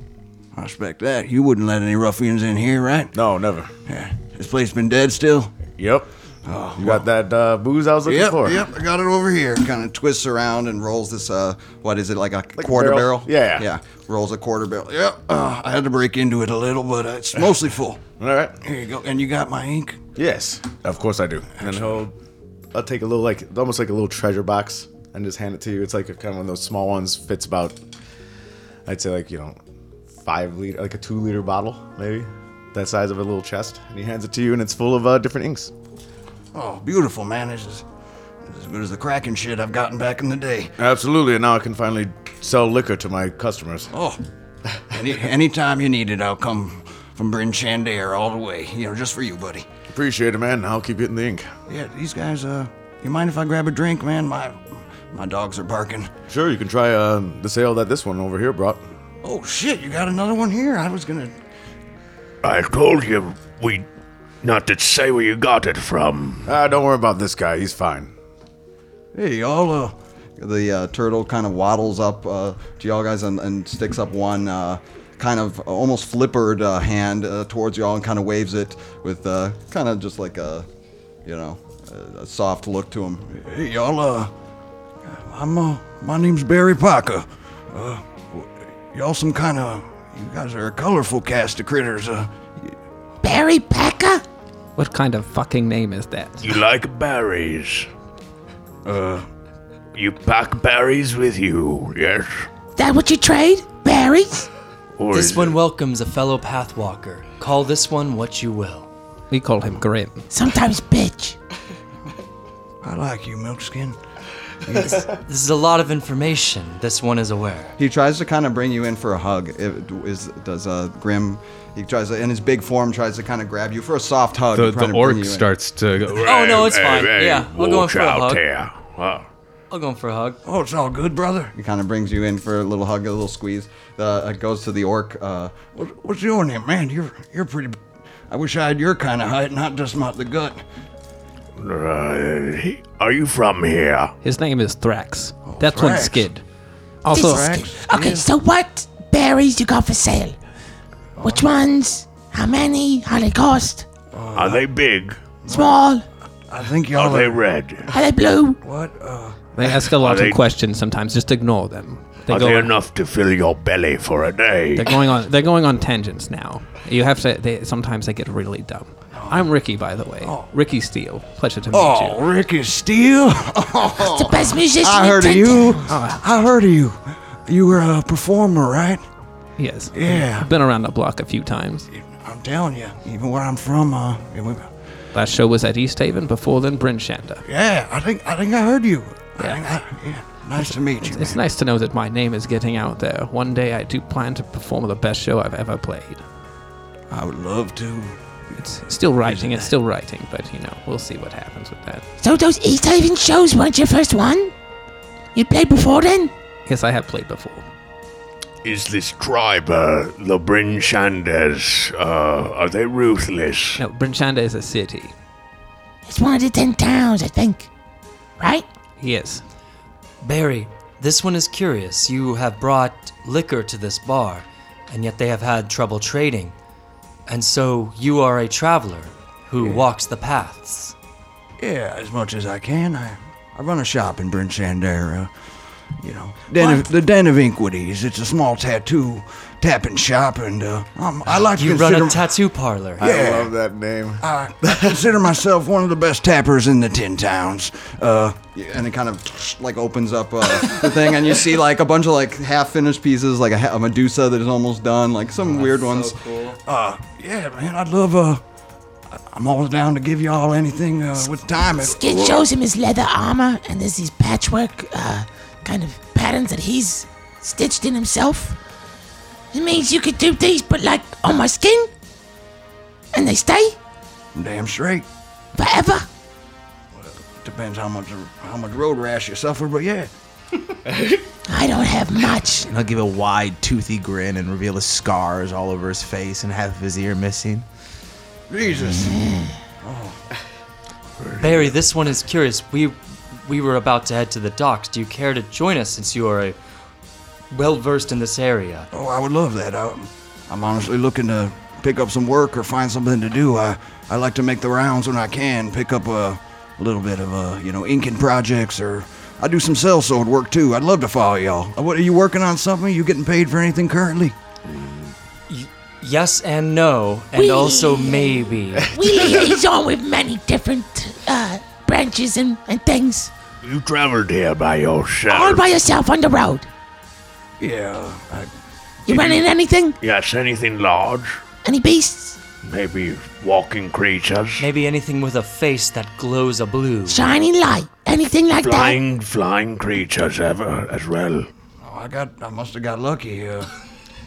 Speaker 13: I respect that. You wouldn't let any ruffians in here, right?
Speaker 9: No, never.
Speaker 13: Yeah. This place been dead still?
Speaker 9: Yep.
Speaker 13: Oh,
Speaker 9: you got that uh, booze I was looking
Speaker 13: yep,
Speaker 9: for.
Speaker 13: Yep, I got it over here. Kind of twists around and rolls this, uh, what is it, like a quarter
Speaker 9: barrel?
Speaker 13: barrel?
Speaker 9: Yeah.
Speaker 13: Yeah, rolls a quarter barrel. Yep, uh, I had to break into it a little, but uh, it's mostly full.
Speaker 9: All right.
Speaker 13: Here you go. And you got my ink?
Speaker 9: Yes, of course I do. And he'll, I'll take a little like almost like a little treasure box and just hand it to you. It's like a, kind of one of those small ones. Fits about, I'd say like you know, five liter, like a two liter bottle maybe, that size of a little chest. And he hands it to you, and it's full of uh, different inks.
Speaker 13: Oh, beautiful, man. This is this is as good as the cracking shit I've gotten back in the day.
Speaker 9: Absolutely. And now I can finally sell liquor to my customers.
Speaker 13: Oh, any anytime you need it, I'll come from Bryn Chandler all the way. You know, just for you, buddy.
Speaker 9: Appreciate it, man. I'll keep getting the ink.
Speaker 13: Yeah, these guys. Uh, you mind if I grab a drink, man? My my dogs are barking.
Speaker 9: Sure, you can try uh, the sale that this one over here brought.
Speaker 13: Oh shit, you got another one here? I was gonna.
Speaker 4: I told you we not to say where you got it from.
Speaker 9: Ah, don't worry about this guy. He's fine.
Speaker 13: Hey, y'all. Uh... The uh, turtle kind of waddles up uh, to y'all guys and, and sticks up one uh, kind of almost flippered uh, hand uh, towards y'all and kind of waves it with uh, kind of just like a, you know, a, a soft look to him. Hey, y'all. Uh, I'm. Uh, my name's Barry Parker. Uh, y'all some kind of. You guys are a colorful cast of critters. Uh,
Speaker 3: Barry Packer?
Speaker 2: What kind of fucking name is that?
Speaker 4: You like berries. Uh, you pack berries with you, yes?
Speaker 3: That what you trade? Berries?
Speaker 4: Or
Speaker 6: This
Speaker 4: is
Speaker 6: one welcomes a fellow pathwalker. Call this one what you will.
Speaker 2: We call him Grim.
Speaker 3: Sometimes bitch.
Speaker 13: I like you, Milkskin.
Speaker 6: this, this is a lot of information. This one is aware.
Speaker 13: He tries to kind of bring you in for a hug. It is does uh, Grim. He tries to, in his big form, tries to kind of grab you for a soft hug.
Speaker 8: The,
Speaker 13: to try
Speaker 8: the
Speaker 13: to bring
Speaker 8: orc
Speaker 13: you in.
Speaker 8: starts to go.
Speaker 6: Oh, no, it's fine.
Speaker 4: hey,
Speaker 6: yeah, I'll go in
Speaker 4: watch
Speaker 6: for a
Speaker 4: out
Speaker 6: hug.
Speaker 4: there. Wow.
Speaker 6: I'll go in for a hug.
Speaker 13: Oh, it's all good, brother. He kind of brings you in for a little hug, a little squeeze. Uh, it goes to the orc. Uh, what, what's your name, man? You're you're pretty. I wish I had your kind of height, not just not the gut.
Speaker 4: Uh, are you from here? Oh,
Speaker 2: His name is Thrax. That's one
Speaker 4: Thrax.
Speaker 2: Skid. Also,
Speaker 3: Okay, so what berries you got for sale? Which ones? How many? How they cost?
Speaker 4: are they big?
Speaker 3: Small?
Speaker 13: I think
Speaker 4: Are they red?
Speaker 3: Are they blue?
Speaker 13: What? Uh,
Speaker 2: they ask a
Speaker 4: Are
Speaker 2: lot
Speaker 4: they-
Speaker 2: of questions sometimes. Just ignore them. They
Speaker 4: are
Speaker 2: go
Speaker 4: they
Speaker 2: on-
Speaker 4: enough to fill your belly for a day?
Speaker 2: They're going on. They're going on tangents now. You have to. They, sometimes they get really dumb. I'm Ricky, by the way.
Speaker 11: Oh.
Speaker 2: Ricky Steele. Pleasure to meet
Speaker 13: Oh, Ricky Steele. Oh,
Speaker 3: the best musician
Speaker 13: I
Speaker 3: in
Speaker 13: heard of
Speaker 3: town.
Speaker 13: you.
Speaker 2: Oh,
Speaker 13: I heard of you. You were a performer, right?
Speaker 2: you. Yes.
Speaker 13: Yeah.
Speaker 2: Been around the block a few times.
Speaker 13: I'm telling you, even where I'm from, uh, it was-
Speaker 2: Last show was at East Haven. Before then, Bryn Shander.
Speaker 13: yeah, I think I think I heard you. I think I, yeah, nice to meet you.
Speaker 2: It's nice to know that my name is getting out there. One day, I do plan to perform the best show I've ever played.
Speaker 13: I would love to.
Speaker 2: It's still writing. It's still writing, but you know, we'll see what happens with that.
Speaker 3: So those East Haven shows weren't your first one? You played before then?
Speaker 2: Yes, I have played before.
Speaker 4: Is this tribe, uh, the Bryn Shanders, uh, are they ruthless?
Speaker 2: No, Brinchanda is a city.
Speaker 3: It's one of the ten towns, I think. Right?
Speaker 2: Yes.
Speaker 6: Barry, this one is curious. You have brought liquor to this bar, and yet they have had trouble trading. And so you are a traveler who walks the paths.
Speaker 13: Yeah, as much as I can. I
Speaker 15: I run a shop in Bryn Shandera. You know, Den of, the Den of Iniquities. It's a small tattoo tapping shop, and uh, um, I like to
Speaker 6: you
Speaker 15: consider
Speaker 6: run a tattoo parlor.
Speaker 15: Yeah. Uh,
Speaker 9: that name.
Speaker 15: I consider myself one of the best tappers in the Tin Towns. Uh, and it kind of like opens up uh, the thing, and you see like a bunch of like half finished pieces, like a, ha- a Medusa that is almost done, like some weird ones. Uh, yeah, man, I'd love uh, I'm always down to give y'all anything uh, with time. if-
Speaker 3: Skid shows him his leather armor, and there's these patchwork uh, kind of patterns that he's stitched in himself. It means you could do these, but like on my skin, and they stay
Speaker 15: Damn straight.
Speaker 3: forever.
Speaker 15: Depends how much how much road rash you suffer, but yeah.
Speaker 3: I don't have much.
Speaker 7: And he'll give a wide, toothy grin and reveal the scars all over his face and half of his ear missing.
Speaker 15: Jesus. Oh.
Speaker 6: Barry, this one is curious. We we were about to head to the docks. Do you care to join us since you are a well versed in this area?
Speaker 15: Oh, I would love that. I, I'm honestly looking to pick up some work or find something to do. I, I like to make the rounds when I can, pick up a, a little bit of, uh, you know, inking projects or I do some cell sword work too. I'd love to follow y'all. Uh, What, are you working on something? You getting paid for anything currently?
Speaker 6: Yes and no, and
Speaker 3: We-
Speaker 6: also maybe.
Speaker 3: We liaison with many different uh, branches and, and things.
Speaker 4: You traveled here by yourself.
Speaker 3: All by yourself on the road.
Speaker 15: Yeah.
Speaker 3: You run into anything?
Speaker 4: Yes, anything large?
Speaker 3: Any beasts?
Speaker 4: Maybe walking creatures?
Speaker 6: Maybe anything with a face that glows a blue.
Speaker 3: Shining light? Anything like that?
Speaker 4: flying, flying creatures ever as well.
Speaker 15: Oh, I got, I must have got lucky. Uh,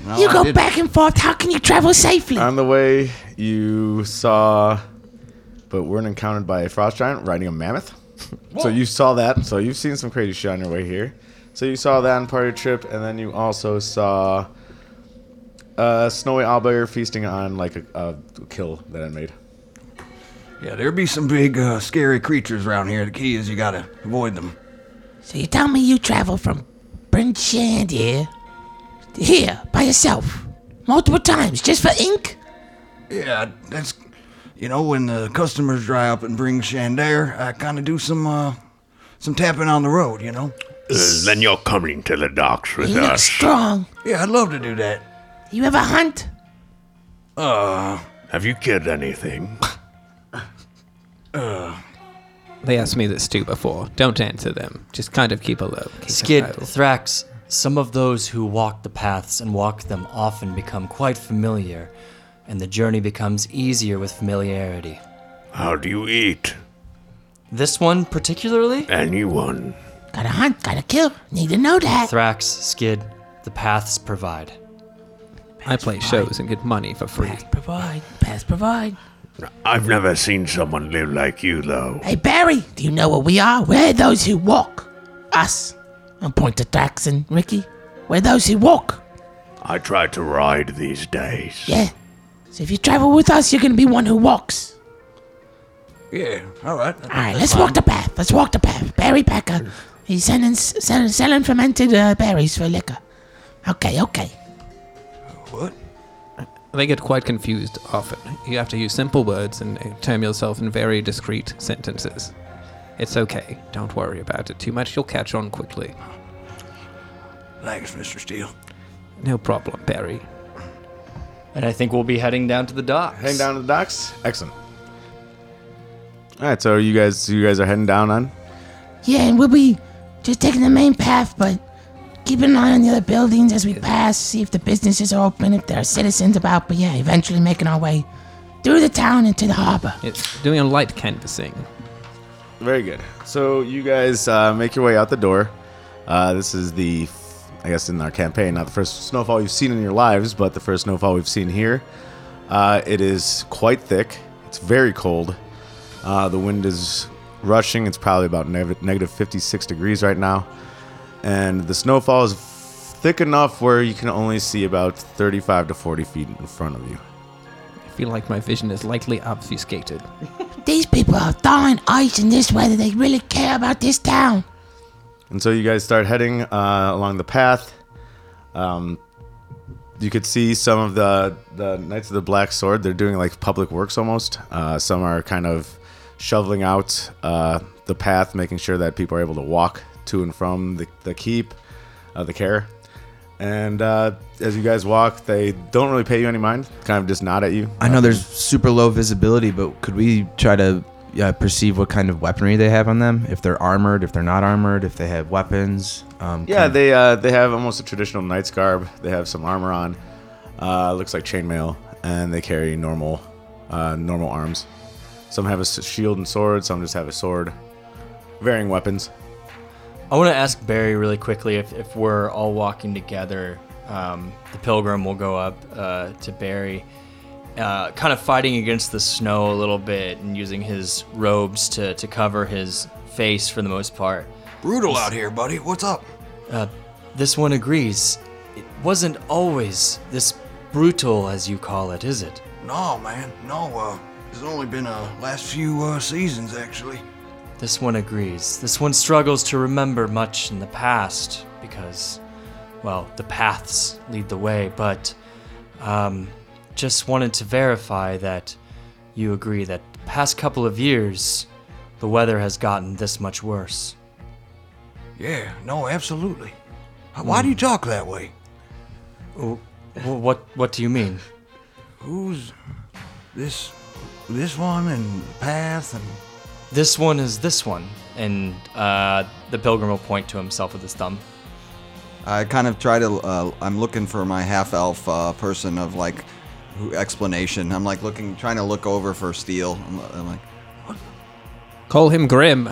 Speaker 15: no,
Speaker 3: You
Speaker 15: I
Speaker 3: go
Speaker 15: didn't.
Speaker 3: back and forth. How can you travel safely?
Speaker 9: On the way, you saw, but weren't encountered by a frost giant riding a mammoth. so you saw that. So you've seen some crazy shit on your way here. So you saw that on part of your trip, and then you also saw a snowy owlbear feasting on like a, a kill that I made.
Speaker 15: Yeah, there be some big, uh, scary creatures around here. The key is you gotta avoid them.
Speaker 3: So you tell me you travel from Bryn Shandir to here by yourself multiple times just for ink?
Speaker 15: Yeah, that's you know when the customers dry up and bring Shandair, I kind of do some uh some tapping on the road, you know.
Speaker 4: Uh, then you're coming to the docks with
Speaker 15: You're not
Speaker 4: us.
Speaker 3: Strong.
Speaker 15: Yeah, I'd love to do that.
Speaker 3: You ever hunt?
Speaker 15: Uh,
Speaker 4: Have you killed anything?
Speaker 15: Uh,
Speaker 2: They asked me this too before. Don't answer them. Just kind of keep a low. keep a
Speaker 6: Skid,
Speaker 2: low.
Speaker 6: Thrax, some of those who walk the paths and walk them often become quite familiar, and the journey becomes easier with familiarity.
Speaker 4: How do you eat?
Speaker 6: This one particularly?
Speaker 4: Anyone.
Speaker 3: Gotta hunt, gotta kill. Need to know that.
Speaker 6: Thrax, Skid, the paths provide.
Speaker 2: I play shows and get money for free.
Speaker 3: Provide. Pass provide.
Speaker 4: I've never seen someone live like you, though.
Speaker 3: Hey, Barry, do you know what we are? We're those who walk. Us. I'll point to Dax and Ricky. We're those who walk.
Speaker 4: I try to ride these days.
Speaker 3: Yeah. So if you travel with us, you're gonna be one who walks.
Speaker 15: yeah, all right.
Speaker 3: All right, let's walk the path. Let's walk the path. Barry Packer. He's selling, selling, selling fermented uh, berries for liquor. Okay, okay.
Speaker 2: They get quite confused often. You have to use simple words and uh, term yourself in very discreet sentences. It's okay. Don't worry about it too much. You'll catch on quickly.
Speaker 15: Thanks, Mr. Steele.
Speaker 2: No problem, Barry.
Speaker 6: And I think we'll be heading down to the docks.
Speaker 9: Heading down to the docks. Excellent. All right, so you guys, you guys are heading down on.
Speaker 3: Yeah, and we'll be just taking the main path, but keep an eye on the other buildings as we pass, see if the businesses are open, if there are citizens about. But yeah, eventually making our way through the town into the harbor.
Speaker 2: It's doing a light canvassing.
Speaker 9: Very good. So you guys uh, make your way out the door. Uh, this is the, f- I guess, in our campaign, not the first snowfall you've seen in your lives, but the first snowfall we've seen here. Uh, it is quite thick. It's very cold. Uh, the wind is rushing. It's probably about neg- negative 56 degrees right now. And the snowfall is thick enough where you can only see about 35 to 40 feet in front of you.
Speaker 2: I feel like my vision is lightly obfuscated.
Speaker 3: These people are thawing ice in this weather. They really care about this town.
Speaker 9: And so you guys start heading uh, along the path. Um, you could see some of the the Knights of the Black Sword. They're doing like public works almost. Uh, some are kind of shoveling out uh, the path, making sure that people are able to walk to and from the, the keep, uh, the care. And uh, as you guys walk, they don't really pay you any mind, kind of just nod at you.
Speaker 7: I know there's super low visibility, but could we try to uh, perceive what kind of weaponry they have on them? If they're armored, if they're not armored, if they have weapons? Um,
Speaker 9: Yeah, they uh, they have almost a traditional knight's garb. They have some armor on. Uh, looks like chainmail, and they carry normal uh, normal arms. Some have a s- shield and sword. Some just have a sword. Varying weapons.
Speaker 6: I want to ask Barry really quickly if, if we're all walking together. Um, the pilgrim will go up uh, to Barry, uh, kind of fighting against the snow a little bit and using his robes to, to cover his face for the most part.
Speaker 13: Brutal out here, buddy. What's up?
Speaker 6: Uh, this one agrees. It wasn't always this brutal, as you call it, is it?
Speaker 13: No, man. No, uh, it's only been uh last few uh, seasons actually.
Speaker 6: This one agrees. This one struggles to remember much in the past because, well, the paths lead the way, but um, just wanted to verify that you agree that the past couple of years, the weather has gotten this much worse.
Speaker 13: Yeah. No, absolutely. Uh, Why do
Speaker 3: Hmm.
Speaker 13: you talk that way?
Speaker 6: W- w- What, what do you mean?
Speaker 13: Who's this? This one and the path and
Speaker 6: This one is this one. And uh, the pilgrim will point to himself with his thumb.
Speaker 13: I kind of try to. Uh, I'm looking for my half elf uh, person of like who, explanation. I'm like looking, trying to look over for Steel. I'm, I'm like,
Speaker 2: Call him Grim.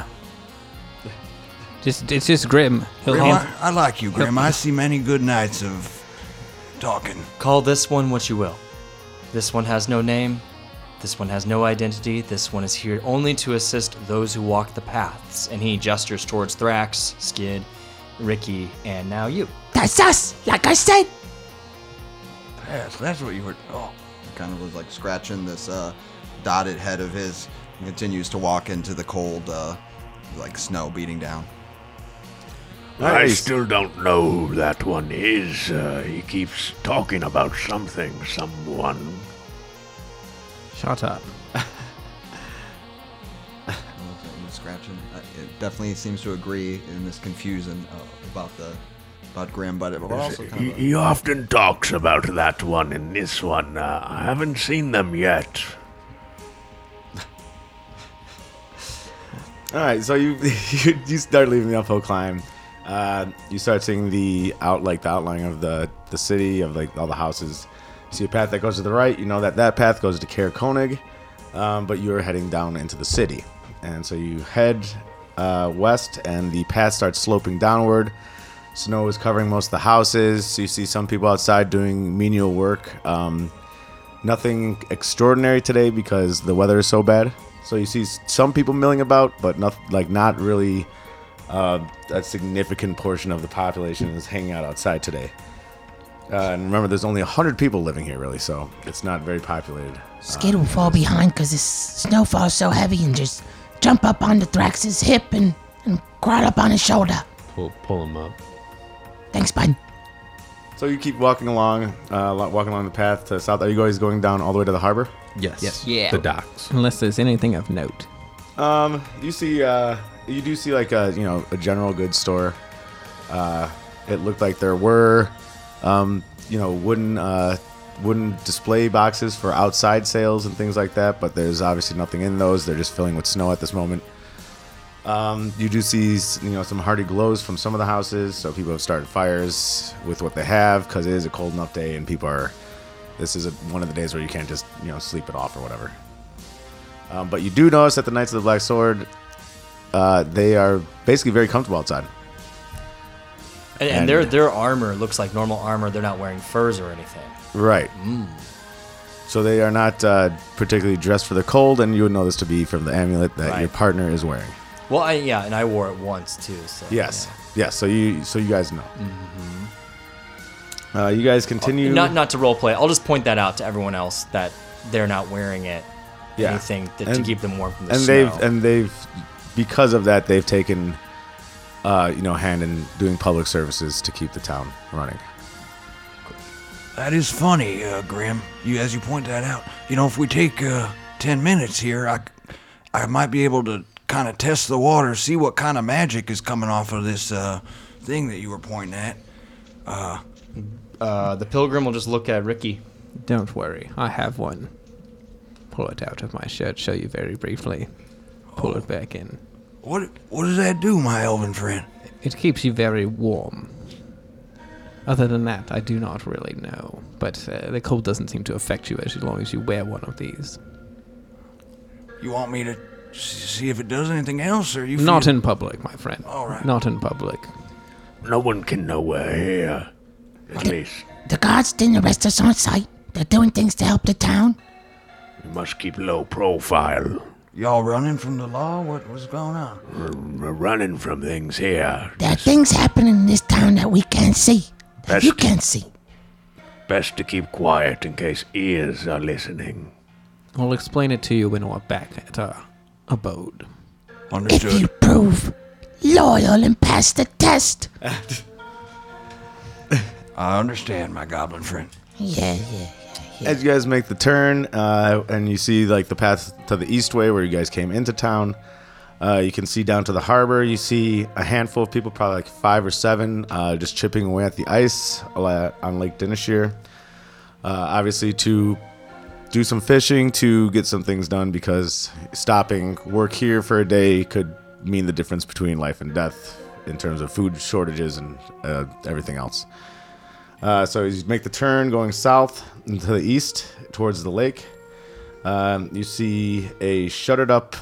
Speaker 2: Just, it's just Grim. He'll
Speaker 13: Grim,
Speaker 2: hand-
Speaker 13: I, I like you, Grim. I see many good nights of talking.
Speaker 6: Call this one what you will. This one has no name. This one has no identity. This one is here only to assist those who walk the paths. And he gestures towards Thrax, Skid, Ricky, and now you.
Speaker 3: That's us, like I said.
Speaker 13: Yes, that's what you were. Oh, I kind of was like scratching this uh, dotted head of his. And continues to walk into the cold, uh, like snow beating down.
Speaker 4: I still don't know who that one is. Uh, he keeps talking about something, someone.
Speaker 2: Shut up.
Speaker 13: I'm scratching. Uh, It definitely seems to agree in this confusion uh, about the about Graham, but it but also kind
Speaker 4: He,
Speaker 13: of
Speaker 4: he often talks about that one and this one. Uh, I haven't seen them yet.
Speaker 9: All right, so you you, you start leaving the uphill climb. Uh, you start seeing the out like the outline of the the city of like all the houses. You see a path that goes to the right. You know that that path goes to Kaer Koenig, um, but you're heading down into the city, and so you head uh, west, and the path starts sloping downward. Snow is covering most of the houses. So you see some people outside doing menial work. Um, nothing extraordinary today because the weather is so bad. So you see s- some people milling about, but not like not really uh, a significant portion of the population is hanging out outside today. Uh, and remember, there's only hundred people living here, really, so it's not very populated.
Speaker 3: Skid will fall behind because the snow falls so heavy and just jump up onto Thrax's hip and, and crawl up on his shoulder.
Speaker 10: Pull, pull him up.
Speaker 3: Thanks, bud.
Speaker 9: So you keep walking along, uh, lo- walking along the path to south. Are you guys going down all the way to the harbor?
Speaker 8: Yes. Yes.
Speaker 2: Yeah.
Speaker 8: The docks.
Speaker 2: Unless there's anything of note.
Speaker 9: Um, you see, uh, you do see like a you know a general goods store. Uh, it looked like there were, um, you know, wooden uh, wooden display boxes for outside sales and things like that. But there's obviously nothing in those. They're just filling with snow at this moment. Um, you do see s- you know some hearty glows from some of the houses. So people have started fires with what they have because it is a cold enough day and people are. This is a, one of the days where you can't just you know sleep it off or whatever. Um, but you do notice that the Knights of the Black Sword, uh, they are basically very comfortable outside.
Speaker 6: And, and their, their armor looks like normal armor. They're not wearing furs or anything.
Speaker 9: Right.
Speaker 6: Mm.
Speaker 9: So they are not uh, particularly dressed for the cold, and you would know this to be from the amulet that your
Speaker 6: Right.
Speaker 9: partner is wearing.
Speaker 6: Well, I, yeah, and I wore it once too. So
Speaker 9: Yes. Yes. So you so you guys know. Uh, you guys continue.
Speaker 6: Not not to roleplay. I'll just point that out to everyone else that they're not wearing it.
Speaker 9: Yeah.
Speaker 6: Anything that, to
Speaker 9: And-
Speaker 6: keep them warm from the
Speaker 9: and
Speaker 6: snow.
Speaker 9: they've and they've because of that they've taken uh, you know hand in doing public services to keep the town running.
Speaker 13: That is funny, uh, Grim. You as you point that out. You know, if we take uh, ten minutes here, I, c- I might be able to kind of test the water, see what kind of magic is coming off of this uh, thing that you were pointing at. Uh,
Speaker 6: Uh, the pilgrim will just look at
Speaker 15: E.
Speaker 6: Ricky.
Speaker 2: Don't worry, I have one. Pull it out of my shirt, show you very briefly. Pull it back in.
Speaker 13: What What does that do, my elven friend?
Speaker 2: It keeps you very warm. Other than that, I do not really know. But uh, the cold doesn't seem to affect you as long as you wear one of these.
Speaker 13: you want me to s- see if it does anything else, or you
Speaker 2: Not
Speaker 13: feel-
Speaker 2: in public, my friend.
Speaker 13: All right.
Speaker 2: Not in public.
Speaker 4: No one can know we're here. At least
Speaker 3: The guards didn't arrest us on sight. They're doing things to help the town.
Speaker 4: we must keep low profile.
Speaker 13: Y'all running from the law? What was going on?
Speaker 4: We're, we're running from things here.
Speaker 3: There are things happening in this town that we can't see. That
Speaker 4: That's-
Speaker 3: you can't see.
Speaker 4: Best to keep quiet in case ears are listening.
Speaker 2: I'll explain it to you when we're back at our abode.
Speaker 13: Understood.
Speaker 3: If you prove loyal and pass the test.
Speaker 13: I understand, my goblin friend.
Speaker 3: Yeah, yeah.
Speaker 9: As you guys make the turn uh, and you see like the path to the east way where you guys came into town, uh, you can see down to the harbor. You see a handful of people, probably like five or seven, uh, just chipping away at the ice ala- on Lake Dinishir. Uh, obviously, to do some fishing, to get some things done, because stopping work here for a day could mean the difference between life and death in terms of food shortages and uh, everything else. Uh, so you make the turn going south and to the east towards the lake. Um, you see a shuttered up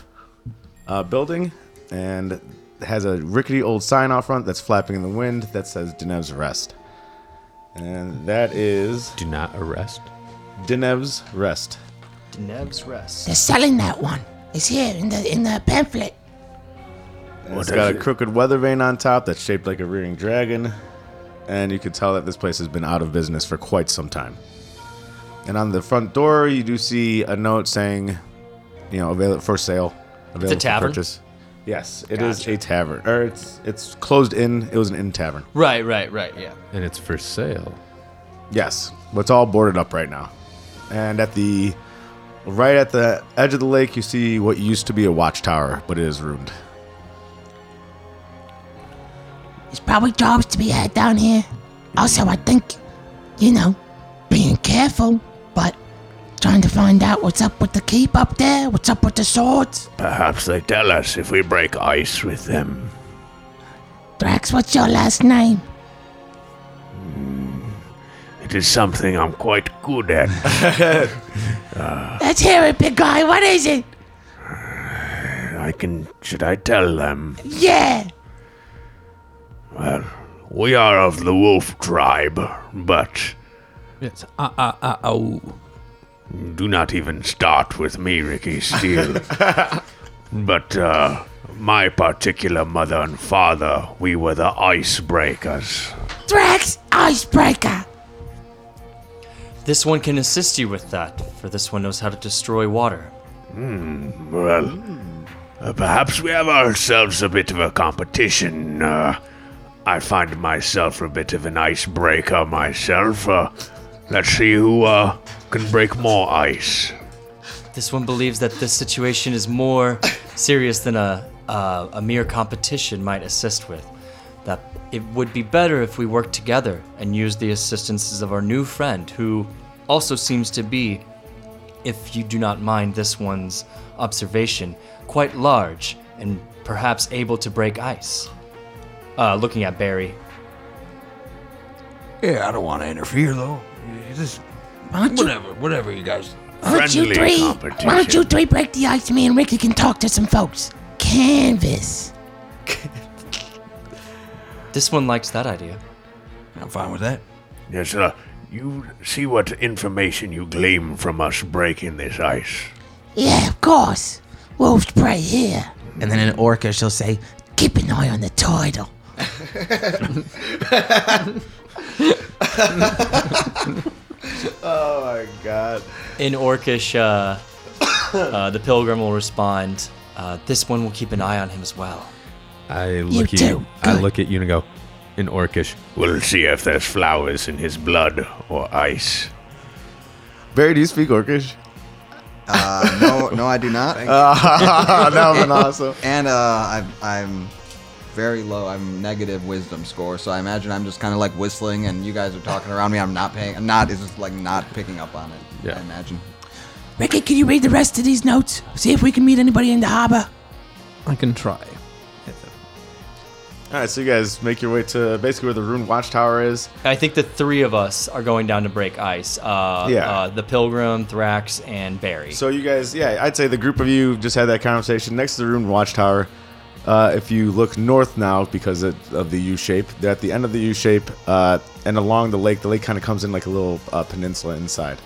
Speaker 9: uh, building and it has a rickety old sign out front that's flapping in the wind that says Denev's Rest. And that is. Do not arrest. Denev's Rest.
Speaker 6: Denev's rest.
Speaker 3: They're selling that one. It's here in the in the pamphlet.
Speaker 9: And
Speaker 4: What
Speaker 9: it's
Speaker 4: is
Speaker 9: got a
Speaker 4: it?
Speaker 9: crooked weather vane on top that's shaped like a rearing dragon. And you can tell that this place has been out of business for quite some time. And on the front door, you do see a note saying, you know, avail- for sale, available
Speaker 6: tavern?
Speaker 9: for purchase. Yes, it is a tavern. Or it's it's closed in. It was an inn tavern.
Speaker 6: Right, right, right. Yeah.
Speaker 9: And it's for sale. Yes, but it's all boarded up right now. And at the right at the edge of the lake, you see what used to be a watchtower, but it is ruined.
Speaker 3: There's probably jobs to be had down here. Also, I think, you know, being careful, but trying to find out what's up with the keep up there, what's up with the swords.
Speaker 4: Perhaps they tell us if we break ice with them.
Speaker 3: Drax, what's your last name?
Speaker 4: It is something I'm quite good at. Uh,
Speaker 3: Let's hear it, big guy. What is it?
Speaker 4: I can. Should I tell them?
Speaker 3: Yeah.
Speaker 4: Well, we are of the wolf tribe, but
Speaker 2: Yes. Uh, uh, uh, oh.
Speaker 4: do not even start with me, Ricky Steele. but uh, my particular mother and father, we were the icebreakers.
Speaker 3: Drax Icebreaker.
Speaker 6: This one can assist you with that, for this one knows how to destroy water.
Speaker 4: Hmm, well, uh, perhaps we have ourselves a bit of a competition. Uh, I find myself a bit of an icebreaker myself. Uh, let's see who uh, can break more ice.
Speaker 6: This one believes that this situation is more serious than a, uh, a mere competition might assist with. That it would be better if we worked together and used the assistances of our new friend, who also seems to be, if you do not mind this one's observation, quite large and perhaps able to break ice. Uh, looking at Barry.
Speaker 13: Yeah, I don't want to interfere though. You just whatever, whatever you guys.
Speaker 3: Why don't you three? Why don't you three break the ice? Me and Ricky can talk to some folks. Canvas.
Speaker 6: This one likes that idea.
Speaker 13: I'm fine with that.
Speaker 4: Yes, sir. You see what information you glean from us breaking this ice.
Speaker 3: Yeah, of course. Wolves prey here.
Speaker 14: And then an orca, she'll say,
Speaker 3: Keep an eye on the title.
Speaker 9: oh my god.
Speaker 6: In Orcish, uh, uh, the pilgrim will respond. Uh, this one will keep an eye on him as well.
Speaker 10: I look at
Speaker 6: too.
Speaker 10: you. I look at you and go, in Orcish.
Speaker 4: We'll see if there's flowers in his blood or ice.
Speaker 9: Barry, do you speak Orcish?
Speaker 13: Uh, no, no, I do not.
Speaker 9: Thank you. Ah, that would've been awesome.
Speaker 13: And uh, I'm, I'm very low. I'm negative wisdom score, so I imagine I'm just kind of like whistling, and you guys are talking around me. I'm not paying. I'm not. It's just like not picking up on it. Yeah. I imagine.
Speaker 3: Ricky, can you read the rest of these notes? See if we can meet anybody in the harbor.
Speaker 2: I can try.
Speaker 9: All right, so you guys make your way to basically where the ruined watchtower is.
Speaker 6: I think the three of us are going down to break ice. Uh,
Speaker 9: Yeah.
Speaker 6: uh, the Pilgrim, Thrax, and Barry.
Speaker 9: So you guys, yeah, I'd say the group of you just had that conversation next to the ruined watchtower. Uh, if you look north now, because of, of the U shape, they're at the end of the U shape, uh, and along the lake. The lake kind of comes in like a little uh, peninsula inside,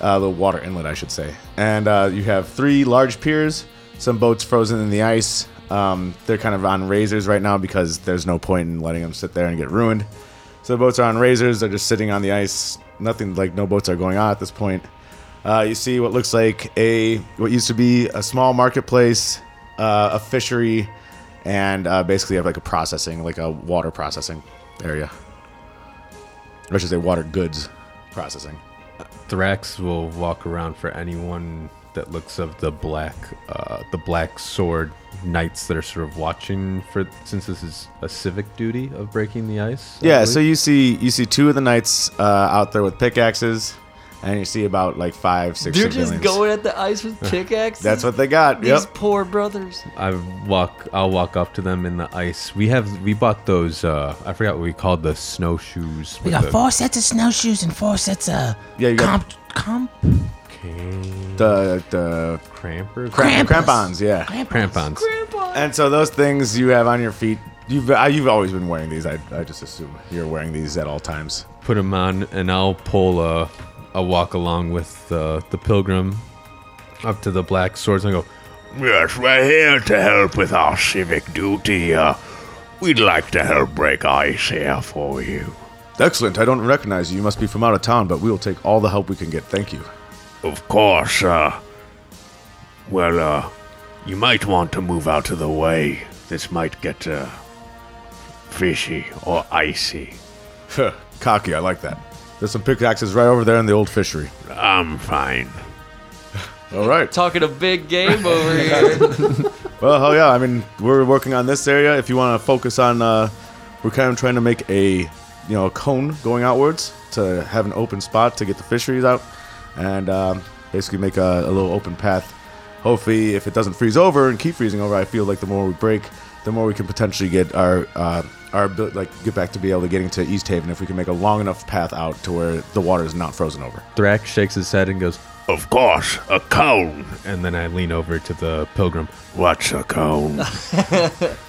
Speaker 9: uh, the water inlet, I should say. And uh, you have three large piers, some boats frozen in the ice. Um, they're kind of on razors right now because there's no point in letting them sit there and get ruined. So the boats are on razors. They're just sitting on the ice. Nothing like no boats are going on at this point. Uh, you see what looks like a what used to be a small marketplace, uh, a fishery, and uh, basically have like a processing, like a water processing area. Or I should say water goods processing.
Speaker 10: Thrax will walk around for anyone that looks of the black, uh, the black sword knights that are sort of watching for since this is a civic duty of breaking the ice. I
Speaker 9: Yeah,
Speaker 10: believe.
Speaker 9: so you see you see two of the knights uh, out there with pickaxes, and you see about like five, six
Speaker 6: They're just
Speaker 9: civilians.
Speaker 6: going at the ice with pickaxes.
Speaker 9: That's what they got.
Speaker 6: These
Speaker 9: Yep.
Speaker 6: poor brothers.
Speaker 10: I walk. I'll walk up to them in the ice. We have. We bought those. Uh, I forgot what we called the snowshoes.
Speaker 3: We
Speaker 10: with
Speaker 3: got
Speaker 10: the-
Speaker 3: four sets of snowshoes and four sets of
Speaker 9: Yeah, you got
Speaker 3: comp.
Speaker 9: the the
Speaker 10: crampers,
Speaker 9: cramp,
Speaker 3: Crampons.
Speaker 9: crampons, yeah,
Speaker 10: Crampons.
Speaker 9: And so those things you have on your feet, you've uh, you've always been wearing these. I, I just assume you're wearing these at all times.
Speaker 10: put them on, and I'll pull a, a walk along with uh, the pilgrim up to the black swords and I go.
Speaker 4: Yes, we're here to help with our civic duty. Uh, we'd like to help break ice here for you.
Speaker 9: Excellent. I don't recognize you. You must be from out of town, but we will take all the help we can get. Thank you.
Speaker 4: Of course, uh, well, uh, you might want to move out of the way. This might get, uh, fishy or icy.
Speaker 9: Cocky, I like that. There's some pickaxes right over there in the old fishery.
Speaker 4: I'm fine.
Speaker 9: All right.
Speaker 6: Talking a big game over here.
Speaker 9: Well, hell yeah. I mean, we're working on this area. If you want to focus on, uh, we're kind of trying to make a, you know, a cone going outwards to have an open spot to get the fisheries out, and um, basically make a, a little open path. Hopefully, if it doesn't freeze over and keep freezing over, I feel like the more we break, the more we can potentially get our uh, our abil- like get back to be able to getting to East Haven if we can make a long enough path out to where the water is not frozen over.
Speaker 10: Thrax shakes his head and goes,
Speaker 4: Of course, a cone.
Speaker 10: And then I lean over to the pilgrim.
Speaker 4: What's a cone?
Speaker 6: Uh,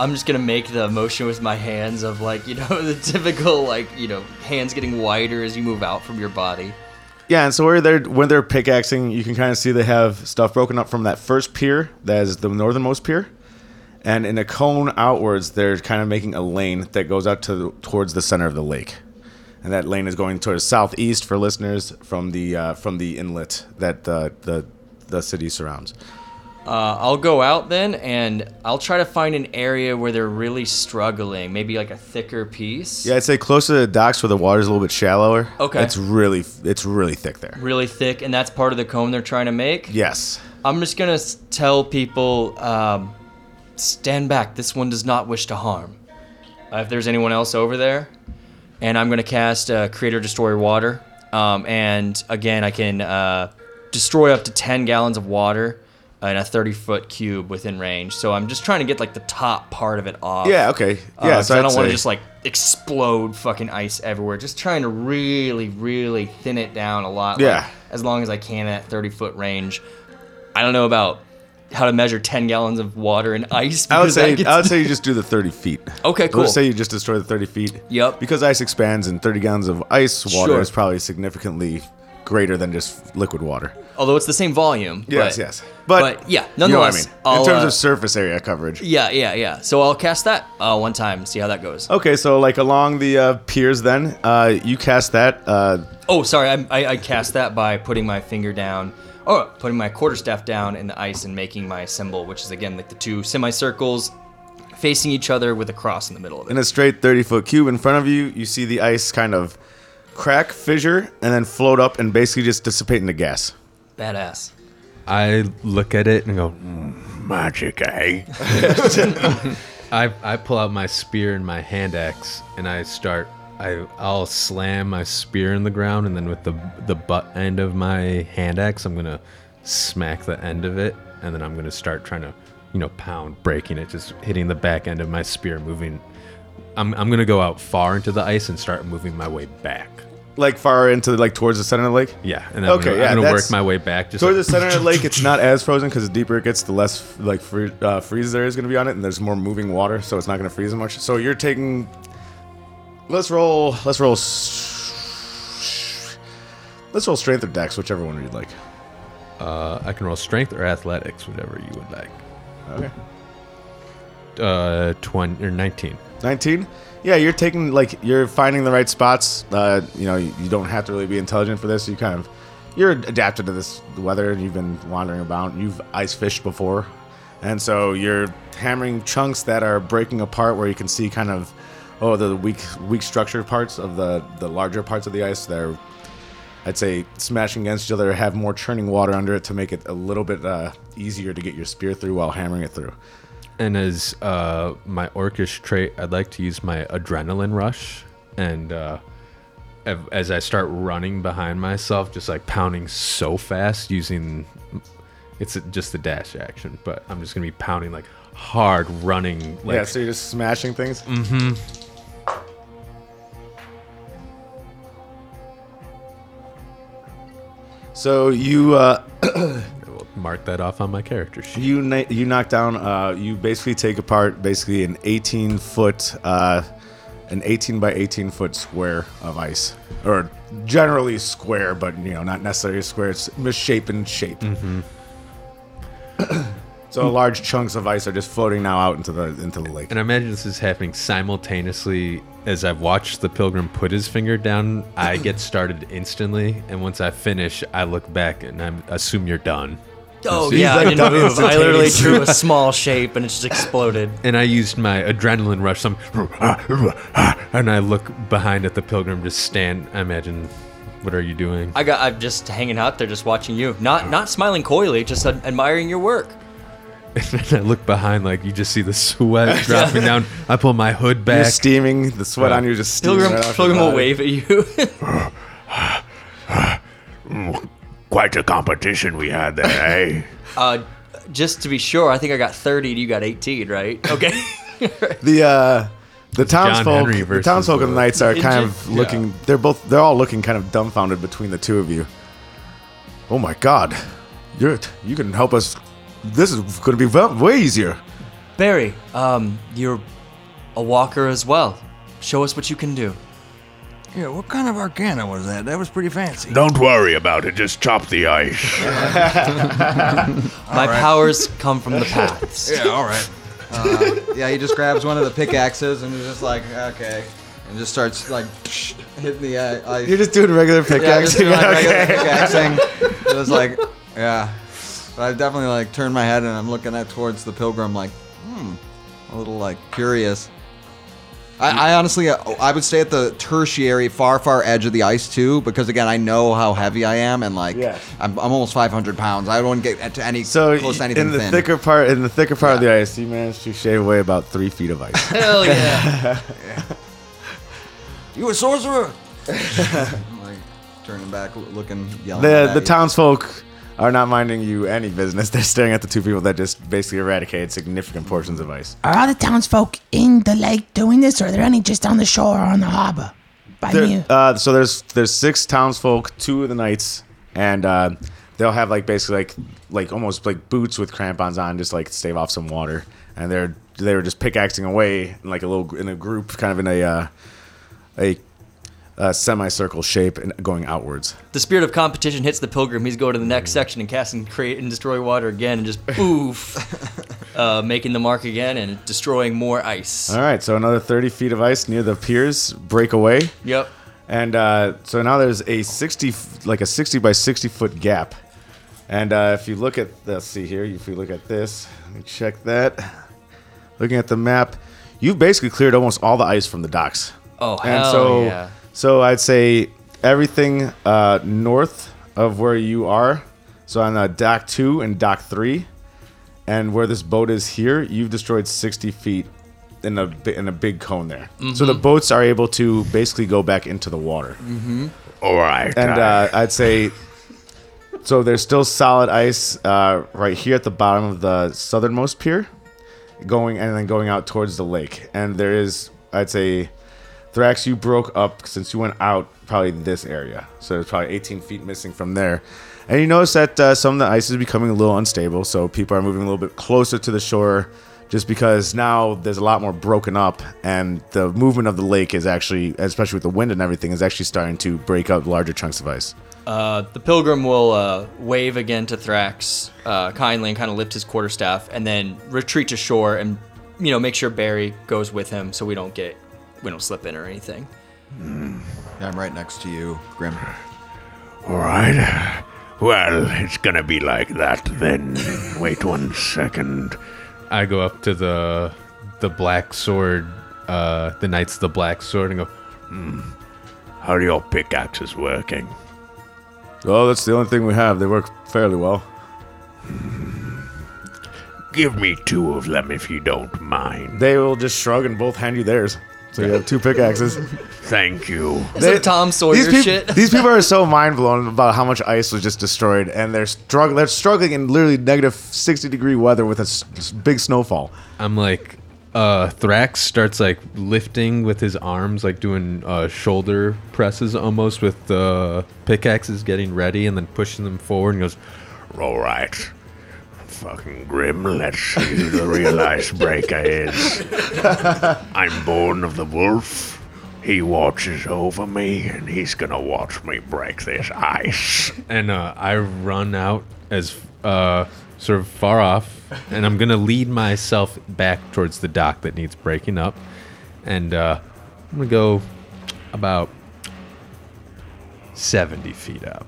Speaker 6: I'm just gonna make the motion with my hands of like you know the typical like you know hands getting wider as you move out from your body.
Speaker 9: Yeah, and so where they're when they're pickaxing, you can kind of see they have stuff broken up from that first pier, that is the northernmost pier, and in a cone outwards, they're kind of making a lane that goes out to the, towards the center of the lake, and that lane is going towards southeast for listeners from the uh, from the inlet that the the the city surrounds.
Speaker 6: Uh, I'll go out then and I'll try to find an area where they're really struggling, maybe like a thicker piece,
Speaker 9: Yeah, I'd say close to the docks where the water's a little bit shallower.
Speaker 6: Okay.
Speaker 9: it's really it's really thick there.
Speaker 6: really thick, and that's part of the cone they're trying to make.
Speaker 9: Yes.
Speaker 6: I'm just gonna s- tell people, um, stand back. This one does not wish to harm. Uh, if there's anyone else over there, and I'm gonna cast uh, Creator Destroy Water, um, and again I can uh, destroy up to 10 gallons of water in a 30 foot cube within range. So I'm just trying to get like the top part of it off.
Speaker 9: Yeah, okay.
Speaker 6: Uh,
Speaker 9: Yeah,
Speaker 6: 'cause
Speaker 9: so
Speaker 6: I
Speaker 9: I'd
Speaker 6: don't want to
Speaker 9: say-
Speaker 6: just like explode fucking ice everywhere. Just trying to really, really thin it down a lot. like,
Speaker 9: Yeah.
Speaker 6: as long as I can at 30 foot range. I don't know about how to measure 10 gallons of water and ice.
Speaker 9: I would
Speaker 6: because that
Speaker 9: say
Speaker 6: gets-
Speaker 9: I would say you just do the thirty feet.
Speaker 6: Okay,
Speaker 9: I
Speaker 6: cool.
Speaker 9: would say you just destroy the thirty feet.
Speaker 6: Yep.
Speaker 9: Because ice expands, and thirty gallons of ice water
Speaker 6: Sure.
Speaker 9: is probably significantly greater than just liquid water.
Speaker 6: Although it's the same volume.
Speaker 9: Yes,
Speaker 6: but-
Speaker 9: yes. But,
Speaker 6: yeah,
Speaker 9: you know what
Speaker 6: nonetheless.
Speaker 9: I mean. In
Speaker 6: I'll,
Speaker 9: terms
Speaker 6: uh,
Speaker 9: of surface area coverage.
Speaker 6: yeah, yeah, yeah. So I'll cast that uh, one time, see how that goes.
Speaker 9: Okay, so like along the uh, piers, then uh, you cast that. Uh,
Speaker 6: Oh, sorry, I, I, I cast that by putting my finger down, or putting my quarterstaff down in the ice and making my symbol, which is again like the two semicircles facing each other with a cross in the middle of it.
Speaker 9: in a straight 30 foot cube in front of you, you see the ice kind of crack, fissure, and then float up and basically just dissipate into gas.
Speaker 6: Badass.
Speaker 8: I look at it and go, "Mm, magic, eh? I, I pull out my spear and my hand axe and I start. I, I'll slam my spear in the ground and then with the the butt end of my hand axe, I'm gonna smack the end of it and then I'm gonna start trying to, you know, pound, breaking it, just hitting the back end of my spear, moving. I'm, I'm gonna go out far into the ice and start moving my way back.
Speaker 9: Like far into like towards the center of the lake.
Speaker 8: Yeah, and I'm gonna- I'm gonna work
Speaker 9: that's-
Speaker 8: my way back, just
Speaker 9: towards
Speaker 8: like-
Speaker 9: the center of the lake, it's not as frozen because the deeper it gets, the less like free, uh, freeze there is going to be on it, and there's more moving water, so it's not going to freeze as much. So you're taking. Let's roll. Let's roll. s- Let's roll strength or dex, whichever one you'd like.
Speaker 8: Uh, I can roll strength or athletics, whatever you would like.
Speaker 9: Okay.
Speaker 8: Uh, twenty or nineteen.
Speaker 9: 19 yeah you're taking like you're finding the right spots uh, you know you, you don't have to really be intelligent for this you kind of you're adapted to this weather and you've been wandering about and you've ice fished before and so you're hammering chunks that are breaking apart where you can see kind of oh the weak weak structure parts of the the larger parts of the ice they're I'd say smashing against each other, have more churning water under it to make it a little bit uh, easier to get your spear through while hammering it through.
Speaker 8: And as uh, my orcish trait, I'd like to use my adrenaline rush, and uh, ev- as I start running behind myself, just like pounding so fast, using it's just the dash action, but I'm just gonna be pounding like hard running. Like,
Speaker 9: yeah, so you're just smashing things.
Speaker 8: Mm-hmm.
Speaker 9: So you uh,
Speaker 8: mark that off on my character sheet.
Speaker 9: You na- you knock down. Uh, you basically take apart basically an 18 foot, uh, an 18 by 18 foot square of ice, or generally square, but you know not necessarily square. It's misshapen shape.
Speaker 8: Mm-hmm.
Speaker 9: so large chunks of ice are just floating now out into the into the lake.
Speaker 8: And I imagine this is happening simultaneously as I've watched the pilgrim put his finger down. I get started instantly, and once I finish, I look back and I assume you're done.
Speaker 6: Oh
Speaker 8: So-
Speaker 6: yeah, I didn't move. I literally drew a small shape and it just exploded.
Speaker 8: And I used my adrenaline rush. Some, and I look behind at the pilgrim, just stand. I imagine, what are you doing?
Speaker 6: I got. I'm just hanging out there, just watching you. Not not smiling coyly, just ad- admiring your work.
Speaker 8: And I look behind, like you just see the sweat dropping down. I pull my hood back. Uh,
Speaker 9: You're steaming. The sweat on you is just steaming
Speaker 6: Pilgrim,
Speaker 9: right off your
Speaker 6: Pilgrim will
Speaker 9: body.
Speaker 6: wave at you.
Speaker 4: Quite a competition we had there, eh?
Speaker 6: uh, just to be sure, I think I got 30. You got 18, right? Okay.
Speaker 9: the uh, the townsfolk,
Speaker 6: Henry
Speaker 9: the
Speaker 6: versus
Speaker 9: townsfolk and the
Speaker 6: the-
Speaker 9: knights are kind of
Speaker 6: Yeah.
Speaker 9: looking. They're both. They're all looking kind of dumbfounded between the two of you. Oh my god, you're you can help us. This is going to be ve- way easier.
Speaker 6: Barry, um, you're a walker as well. Show us what you can do.
Speaker 13: Yeah, what kind of arcana was that? That was pretty fancy.
Speaker 4: Don't worry about it. Just chop the ice.
Speaker 6: My powers come from the paths.
Speaker 13: yeah, all right.
Speaker 16: Uh,
Speaker 13: yeah, he just grabs one of the pickaxes and is just like, okay, and just starts like hitting the uh, ice.
Speaker 9: You're just doing regular pickaxing.
Speaker 13: Yeah, I'm just doing, like,
Speaker 9: Okay.
Speaker 13: regular pickaxing. It was like, yeah. But I definitely like turned my head and I'm looking at towards the pilgrim like, hmm, a little like curious. I, I honestly, uh, I would stay at the tertiary, far, far edge of the ice too, because again, I know how heavy I am, and like,
Speaker 9: Yeah.
Speaker 13: I'm, I'm almost 500 pounds. I don't get to any
Speaker 9: So
Speaker 13: close to anything
Speaker 9: in the
Speaker 13: thin.
Speaker 9: thicker part, in the thicker part of the ice, you managed to shave away about three feet of ice.
Speaker 13: Hell yeah. you a sorcerer? like, turning back, l- looking, yelling.
Speaker 9: the
Speaker 13: at you.
Speaker 9: the townsfolk are not minding you any business. They're staring at the two people that just basically eradicated significant portions of ice.
Speaker 3: Are all the townsfolk in the lake doing this, or are there any just on the shore or on the harbor? By
Speaker 9: There-
Speaker 3: me,
Speaker 9: uh, so there's there's six townsfolk, two of the knights, and uh, they'll have like basically like like almost like boots with crampons on, just like to stave off some water. And they're they were just pickaxing away in like a little in a group, kind of in a uh, a, a semicircle shape and going outwards.
Speaker 6: The spirit of competition hits the pilgrim. He's going to the next section and casting create and destroy water again, and just poof, uh, making the mark again and destroying more ice.
Speaker 9: All right, so another 30 feet of ice near the piers break away.
Speaker 6: Yep.
Speaker 9: And uh, so now there's a 60, f- like a 60 by 60 foot gap. And uh, if you look at, let's see here, if you look at this, let me check that. Looking at the map, you've basically cleared almost all the ice from the docks.
Speaker 6: Oh,
Speaker 9: and
Speaker 6: hell
Speaker 9: so,
Speaker 6: yeah.
Speaker 9: So I'd say everything uh, north of where you are. So on uh, dock two and dock three, and where this boat is here, you've destroyed 60 feet in a bi- in a big cone there. So the
Speaker 17: Mhm.
Speaker 9: boats are able to basically go back into the water.
Speaker 17: Mm-hmm.
Speaker 9: All right. And uh, I'd say, so there's still solid ice uh, right here at the bottom of the southernmost pier, going and then going out towards the lake. And there is, I'd say, Thrax, you broke up since you went out probably this area. So there's probably 18 feet missing from there. And you notice that uh, some of the ice is becoming a little unstable, so people are moving a little bit closer to the shore just because now there's a lot more broken up and the movement of the lake is actually especially with the wind and everything is actually starting to break up larger chunks of ice
Speaker 6: Uh, the pilgrim will uh, wave again to Thrax uh, kindly and kind of lift his quarterstaff, and then retreat to shore and you know make sure Barry goes with him so we don't get we don't slip in or anything.
Speaker 15: I'm right next to you, Grim.
Speaker 4: All right. Well, it's gonna be like that then. Wait one second.
Speaker 8: I go up to the the black sword, uh, the knights of the black sword, and go,
Speaker 4: hmm, how are your pickaxes working?
Speaker 9: well that's the only thing we have they work fairly well
Speaker 4: Give me two of them if you don't mind.
Speaker 9: they will just shrug and both hand you theirs so you have two pickaxes
Speaker 4: Thank you.
Speaker 9: They- these peop-
Speaker 4: shit.
Speaker 9: these people are so mind blown about how much ice was just destroyed, and they're struggling. They're struggling in literally negative sixty degree weather with a s- s- big snowfall.
Speaker 8: I'm like, uh, Thrax starts like lifting with his arms, like doing uh, shoulder presses almost with the pickaxes getting ready and then pushing them forward and goes,
Speaker 4: All right. Fucking grim, let's see who the real icebreaker is. I'm born of the wolf. He watches over me, and he's gonna watch me break this ice.
Speaker 8: and uh, I run out as uh, sort of far off, and I'm gonna lead myself back towards the dock that needs breaking up, and uh, I'm gonna go about seventy feet out.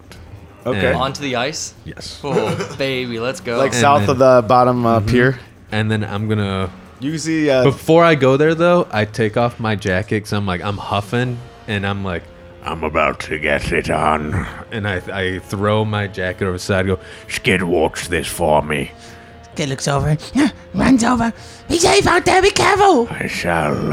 Speaker 8: And-
Speaker 6: Onto the ice.
Speaker 8: Yes.
Speaker 6: Oh, baby, let's go.
Speaker 9: Like south of the bottom uh,
Speaker 8: Mhm.
Speaker 9: pier.
Speaker 8: and then I'm gonna.
Speaker 9: You see. Uh,
Speaker 8: Before I go there, though, I take off my jacket because I'm like I'm huffing, and I'm like
Speaker 4: I'm about to get it on,
Speaker 8: and I I throw my jacket over the side, go
Speaker 4: Skid, watch this for me.
Speaker 3: Kid looks over, runs over. Be safe out there, be careful.
Speaker 4: I shall.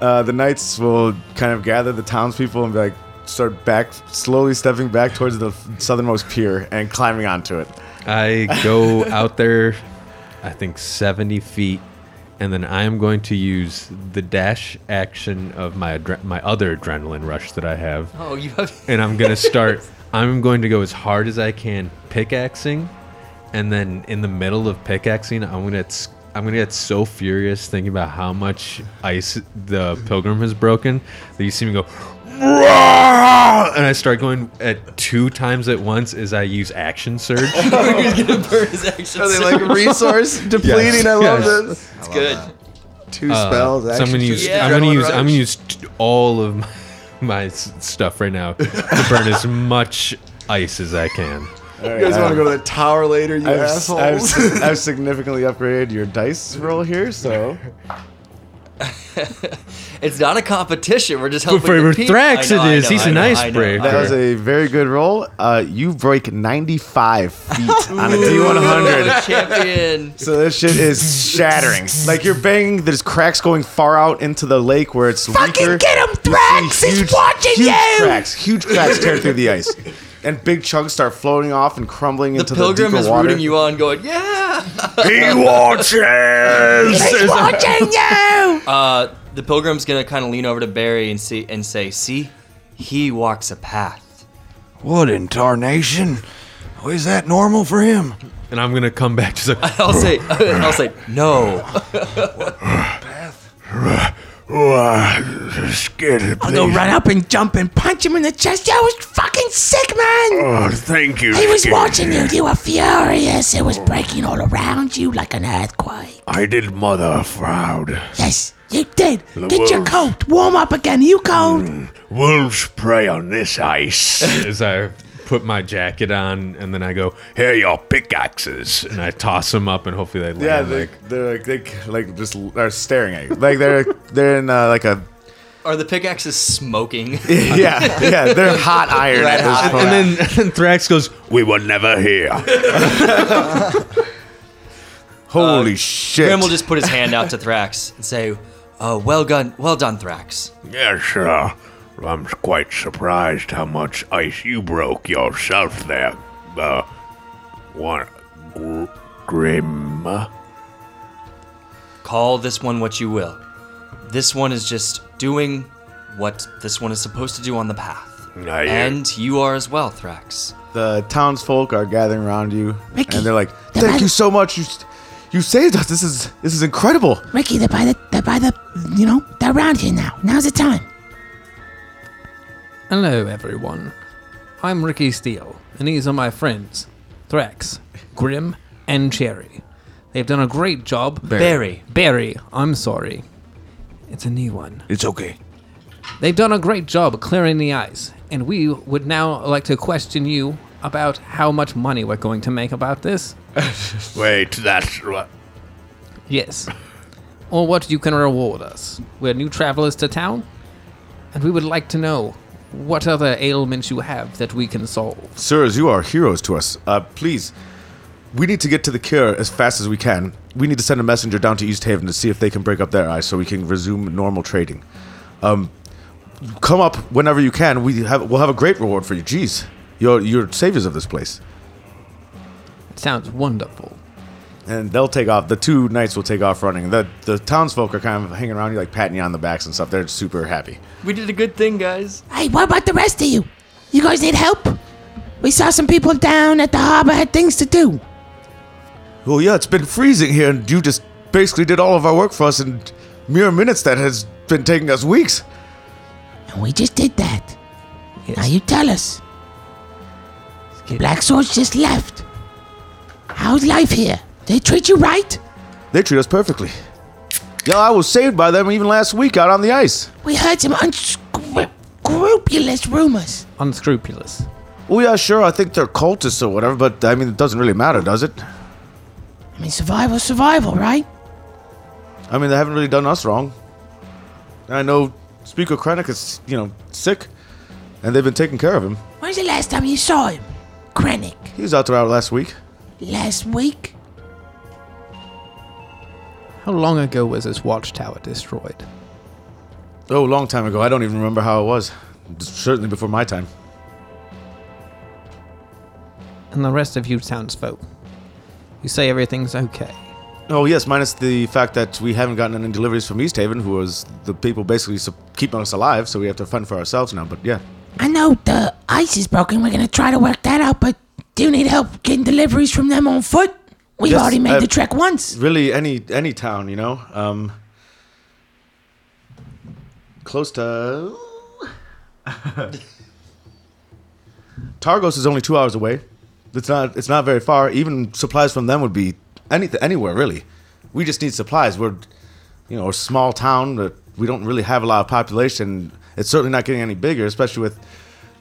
Speaker 4: Uh,
Speaker 9: the knights will kind of gather the townspeople and be like start back slowly stepping back towards the southernmost pier and climbing onto it.
Speaker 8: I go out there, I think 70 feet, and then I am going to use the dash action of my adre- my other adrenaline rush that I have.
Speaker 6: Oh, you have-
Speaker 8: And I'm going to start. I'm going to go as hard as I can pickaxing, and then in the middle of pickaxing, I'm gonna. s- I'm gonna get so furious thinking about how much ice the pilgrim has broken that you see me go, "Rah!" and I start going at two times at once as I use action surge.
Speaker 13: Are they like resource depleting? I love this.
Speaker 6: It's good.
Speaker 13: Two
Speaker 8: Uh,
Speaker 13: spells.
Speaker 8: so I'm
Speaker 13: action
Speaker 8: gonna use.
Speaker 13: surge.
Speaker 8: I'm gonna use. I'm gonna use t- all of my, my s- stuff right now to burn as much ice as I can.
Speaker 9: You guys wanna go to the
Speaker 13: tower later,
Speaker 9: I've, I've, si- I've significantly upgraded your dice roll here, so
Speaker 6: It's not a competition. We're just helping.
Speaker 8: for
Speaker 6: the people.
Speaker 8: Thrax,
Speaker 6: I
Speaker 8: it
Speaker 6: know, I
Speaker 8: is.
Speaker 6: know,
Speaker 8: He's
Speaker 6: I
Speaker 8: an
Speaker 6: know, I know,
Speaker 8: icebreaker.
Speaker 6: I know.
Speaker 9: That was a very good roll. Uh, you break 95 feet on a
Speaker 6: Ooh,
Speaker 9: D100.
Speaker 6: champion.
Speaker 9: So this shit is shattering. Like you're banging, there's cracks going far out into the lake where it's
Speaker 3: Fucking
Speaker 9: weaker.
Speaker 3: get him, Thrax! He's watching
Speaker 9: huge
Speaker 3: you!
Speaker 9: Cracks, huge cracks tear through the ice, and big chunks start floating off and crumbling into the
Speaker 6: Pilgrim
Speaker 9: deeper
Speaker 6: is
Speaker 9: water.
Speaker 6: rooting you on, going, "Yeah."
Speaker 4: He watches.
Speaker 3: He's watching you.
Speaker 6: Uh, the pilgrim's gonna kind of lean over to Barry and see and say, "See, he walks a path."
Speaker 15: What in tarnation? Oh, is that normal for him?
Speaker 8: And I'm gonna come back to the.
Speaker 6: I'll say, I'll say, no.
Speaker 4: Skid,
Speaker 3: I'll go
Speaker 4: please.
Speaker 3: run up and jump and punch him in the chest. That was fucking sick, man.
Speaker 4: Oh, thank you.
Speaker 3: He was
Speaker 4: Skid.
Speaker 3: watching you. You were furious. It was breaking all around you like an earthquake.
Speaker 4: I did mother proud.
Speaker 3: Yes, you did.
Speaker 4: The
Speaker 3: Get your
Speaker 4: wolf.
Speaker 3: coat. Warm up again. You cold?
Speaker 4: Wolves prey on this ice.
Speaker 8: as I put my jacket on, and then I go, "Here are your pickaxes," and I toss them up, and hopefully they land.
Speaker 9: Yeah, they,
Speaker 8: like,
Speaker 9: they're like they c- like just l- are staring at you. Like they're they're in uh, like a
Speaker 6: Are the pickaxes smoking?
Speaker 9: yeah, yeah, they're hot iron
Speaker 6: Red
Speaker 9: at this
Speaker 6: hot.
Speaker 9: point.
Speaker 6: And then-
Speaker 9: and Thrax goes, "We were never here." Holy shit!
Speaker 6: Grim Uh, will just put his hand out to Thrax and say, "Oh, well done, well done, Thrax."
Speaker 4: Yes, sir. I'm quite surprised how much ice you broke yourself there. Uh, one, gr- Grim.
Speaker 6: Call this one what you will. This one is just doing what this one is supposed to do on the path.
Speaker 9: hear.
Speaker 6: and you are as well, Thrax.
Speaker 9: The townsfolk are gathering around you,
Speaker 6: Ricky,
Speaker 9: and they're like,
Speaker 6: the
Speaker 9: "Thank
Speaker 6: bad-
Speaker 9: you so much. You, s- you saved us. This is this is incredible."
Speaker 3: Ricky, they're by the, they're by the, you know, they're around here now. Now's the time.
Speaker 2: Hello, everyone. I'm Ricky Steele, and these are my friends, Thrax, Grim, and Cherry. They've done a great job.
Speaker 6: Barry.
Speaker 2: Barry, I'm sorry. It's a new one.
Speaker 14: It's okay.
Speaker 2: They've done a great job clearing the ice, and we would now like to question you about how much money we're going to make about this.
Speaker 4: Wait, that's what.
Speaker 2: Yes. Or what you can reward us. We're new travelers to town, and we would like to know what other ailments you have that we can solve.
Speaker 9: Sirs, you are heroes to us. Uh, please, we need to get to the cure as fast as we can. We need to send a messenger down to East Haven to see if they can break up their eyes so we can resume normal trading. Um, come up whenever you can. We have we'll have a great reward for you. Jeez, you're you're saviors of this place.
Speaker 2: It sounds wonderful.
Speaker 9: And they'll take off. The two knights will take off running. The the townsfolk are kind of hanging around you, like patting you on the backs and stuff. They're super happy.
Speaker 6: We did a good thing, guys.
Speaker 3: Hey, what about the rest of you? You guys need help? We saw some people down at the harbor had things to do.
Speaker 9: Well, yeah, it's been freezing here, and you just basically did all of our work for us in mere minutes. That has been taking us weeks.
Speaker 3: And we just did that. Now you tell us. Black Swords just left. How's life here? They treat you right?
Speaker 9: They treat us perfectly. Yo, I was saved by them even last week out on the ice.
Speaker 3: We heard some unscrupulous rumors.
Speaker 2: Unscrupulous.
Speaker 9: Well, yeah, sure, I think they're cultists or whatever, but I mean, it doesn't really matter, does it?
Speaker 3: I mean, survival, survival, right?
Speaker 9: I mean, they haven't really done us wrong. I know Speaker Krennic is, you know, sick, and they've been taking care of him.
Speaker 3: When's the last time you saw him? Krennic.
Speaker 9: He was out there out last week.
Speaker 3: Last week?
Speaker 2: How long ago was this watchtower destroyed?
Speaker 9: Oh, a long time ago. I don't even remember how it was. Certainly before my time.
Speaker 2: And the rest of you townsfolk. You say everything's okay.
Speaker 9: Oh yes, minus the fact that we haven't gotten any deliveries from East Haven, who was the people basically su- keeping us alive. So we have to fend for ourselves now. But yeah,
Speaker 3: I know the ice is broken. We're gonna try to work that out, but do you need help getting deliveries from them on foot? We've
Speaker 9: Yes,
Speaker 3: already made
Speaker 9: uh,
Speaker 3: the trek once.
Speaker 9: really any any town, you know, um, close to Targos is only two hours away. It's not it's not very far. Even supplies from them would be anything anywhere really. We just need supplies. We're you know a small town that we don't really have a lot of population. It's certainly not getting any bigger, especially with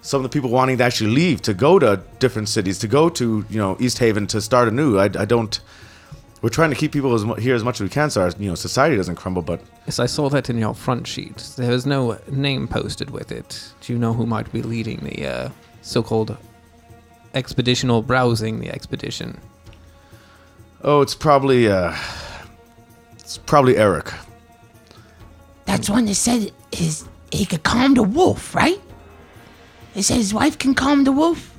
Speaker 9: some of the people wanting to actually leave to go to different cities, to go to you know East Haven to start anew. I, I don't. We're trying to keep people as, mu- here as much as we can, so our you know society doesn't crumble. But
Speaker 2: Yes, I saw that in your front sheet. There is no name posted with it. Do you know who might be leading the uh, so called expedition or browsing the expedition?
Speaker 9: oh, it's probably uh, it's probably Eric.
Speaker 3: That's one that said his he could calm the wolf, right? They said his wife can calm the wolf.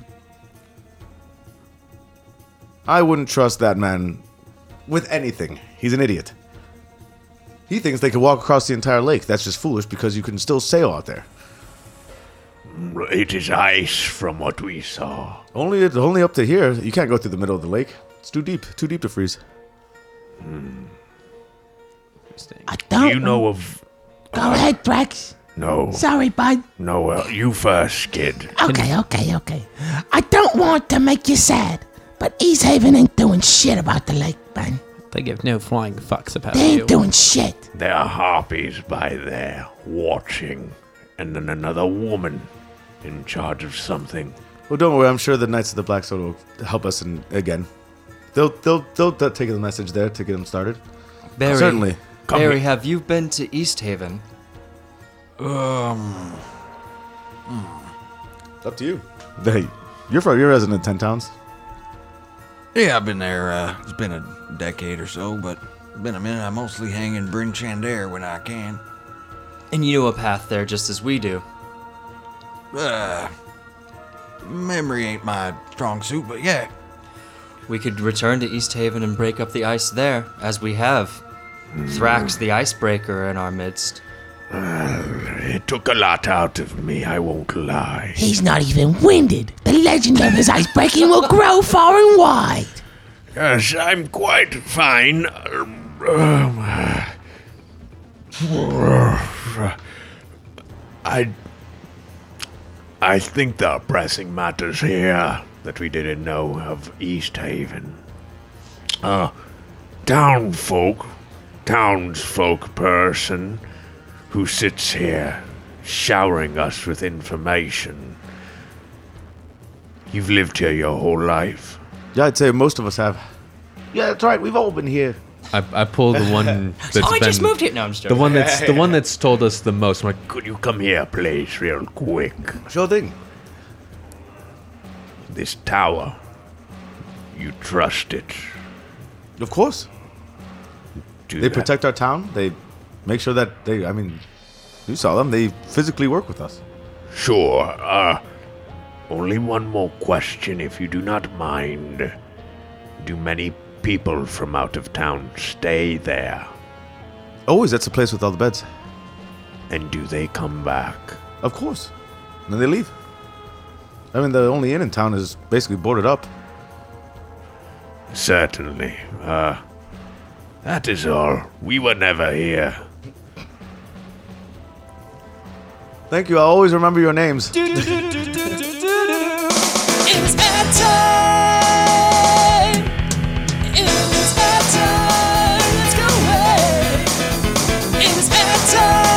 Speaker 9: I wouldn't trust that man with anything. He's an idiot. He thinks they could walk across the entire lake. That's just foolish because you can still sail out there.
Speaker 4: It is ice from what we saw.
Speaker 9: Only it's only up to here. You can't go through the middle of the lake. It's too deep. Too deep to freeze.
Speaker 4: Do you know of.
Speaker 3: Go ahead, Drax.
Speaker 4: No.
Speaker 3: Sorry, bud.
Speaker 4: No, well, you first, kid.
Speaker 3: Okay, okay, okay. I don't want to make you sad, but East Haven ain't doing shit about the lake, man.
Speaker 2: They give no flying fucks about
Speaker 3: They
Speaker 2: you.
Speaker 3: ain't doing shit.
Speaker 4: There are harpies by there, watching, and then another woman in charge of something.
Speaker 9: Well, don't worry. I'm sure the Knights of the Black Sword will help us in, again. They'll they'll they'll t- take the message there to get them started.
Speaker 6: Barry,
Speaker 9: Certainly.
Speaker 6: Barry, have you been to East Haven?
Speaker 13: Um.
Speaker 9: It's up to you. Hey, you're from you're a resident of ten towns.
Speaker 13: Yeah, I've been there. Uh, it's been a decade or so, but it's been a minute. I mostly hang in Bryn Chandair when I can.
Speaker 6: And you know a path there just as we do.
Speaker 13: Uh, memory ain't my strong suit, but yeah.
Speaker 6: We could return to East Haven and break up the ice there, as we have.
Speaker 4: Hmm.
Speaker 6: Thrax the icebreaker in our midst.
Speaker 4: It took a lot out of me, I won't lie.
Speaker 3: He's not even winded. The legend of his ice breaking will grow far and wide.
Speaker 4: Yes, I'm quite fine. Um, um, I. I think there are pressing matters here that we didn't know of East Haven. Uh, town folk, townsfolk person who sits here showering us with information. You've lived here your whole life.
Speaker 9: Yeah, I'd say most of us have. Yeah, that's right. We've all been here.
Speaker 10: I, I pull the one that's
Speaker 6: Oh, I just
Speaker 10: been-
Speaker 6: moved here. No, I'm just
Speaker 10: the
Speaker 6: joking.
Speaker 10: one that's the one that's told us the most. I'm like,
Speaker 4: could you come here, please, real quick?
Speaker 9: Sure thing.
Speaker 4: This tower, you trust it.
Speaker 9: Of course.
Speaker 4: Do
Speaker 9: they
Speaker 4: that.
Speaker 9: protect our town. They make sure that they. I mean, you saw them. They physically work with us.
Speaker 4: Sure. Uh, only one more question, if you do not mind. Do many people from out of town stay there?
Speaker 9: Always, that's the place with all the beds.
Speaker 4: And do they come back?
Speaker 9: Of course. And then they leave. I mean, the only inn in town is basically boarded up.
Speaker 4: Certainly. Uh, that is all. We were never here.
Speaker 9: Thank you. I always remember your names.
Speaker 18: It's ad time. It's ad time. Let's go away. It's ad time.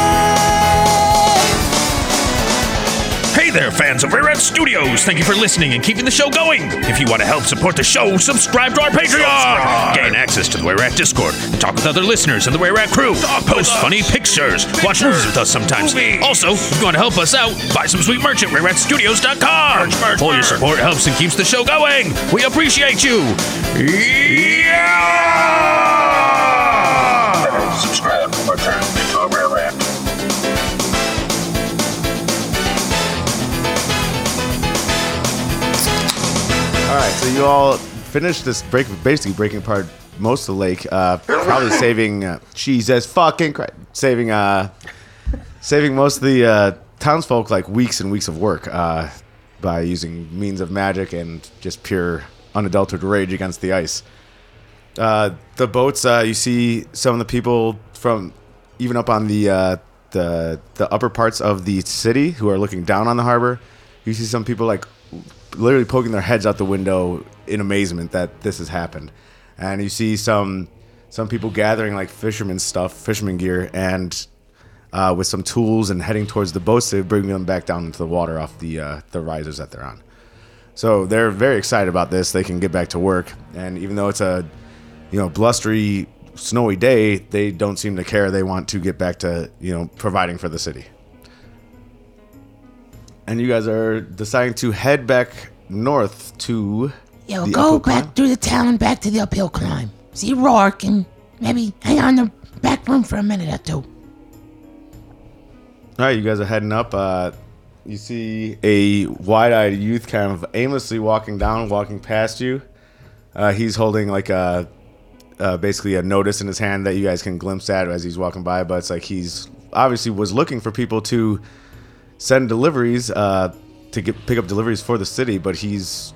Speaker 19: Hey there, fans of Rare Earth Studios! Thank you for listening and keeping the show going! If you want to help support the show, subscribe to our Patreon! Gain access to the Rare Rat Discord, talk with other listeners and the Rare Rat crew, post funny pictures, watch movies with us sometimes. Also, if you want to help us out, buy some sweet merch at rareratstudios.com! All your support helps and keeps the show going! We appreciate you! Yeah! Subscribe or turn into a Rare Rat.
Speaker 9: All right, so you all finished this break, basically breaking apart most of the lake. Uh, probably saving uh, Jesus fucking Christ, saving uh, saving most of the uh, townsfolk like weeks and weeks of work uh, by using means of magic and just pure unadulterated rage against the ice. Uh, the boats, uh, you see some of the people from even up on the uh, the the upper parts of the city who are looking down on the harbor. You see some people like literally poking their heads out the window in amazement that this has happened, and you see some some people gathering like fishermen stuff, fisherman gear, and uh, with some tools and heading towards the boats to bring them back down into the water off the uh, the risers that they're on. So they're very excited about this. They can get back to work, and even though it's a you know blustery, snowy day, they don't seem to care. They want to get back to you know providing for the city. And you guys are deciding to head back north to
Speaker 3: Yo,
Speaker 9: the
Speaker 3: go
Speaker 9: upper-
Speaker 3: back through the town, back to the uphill climb. See Rourke and maybe hang on the back room for a minute or two.
Speaker 9: All right, you guys are heading up. Uh, you see a wide-eyed youth kind of aimlessly walking down, walking past you. Uh, he's holding like a uh, basically a notice in his hand that you guys can glimpse at as he's walking by. But it's like he's obviously was looking for people to send deliveries uh, to get pick up deliveries for the city, but he's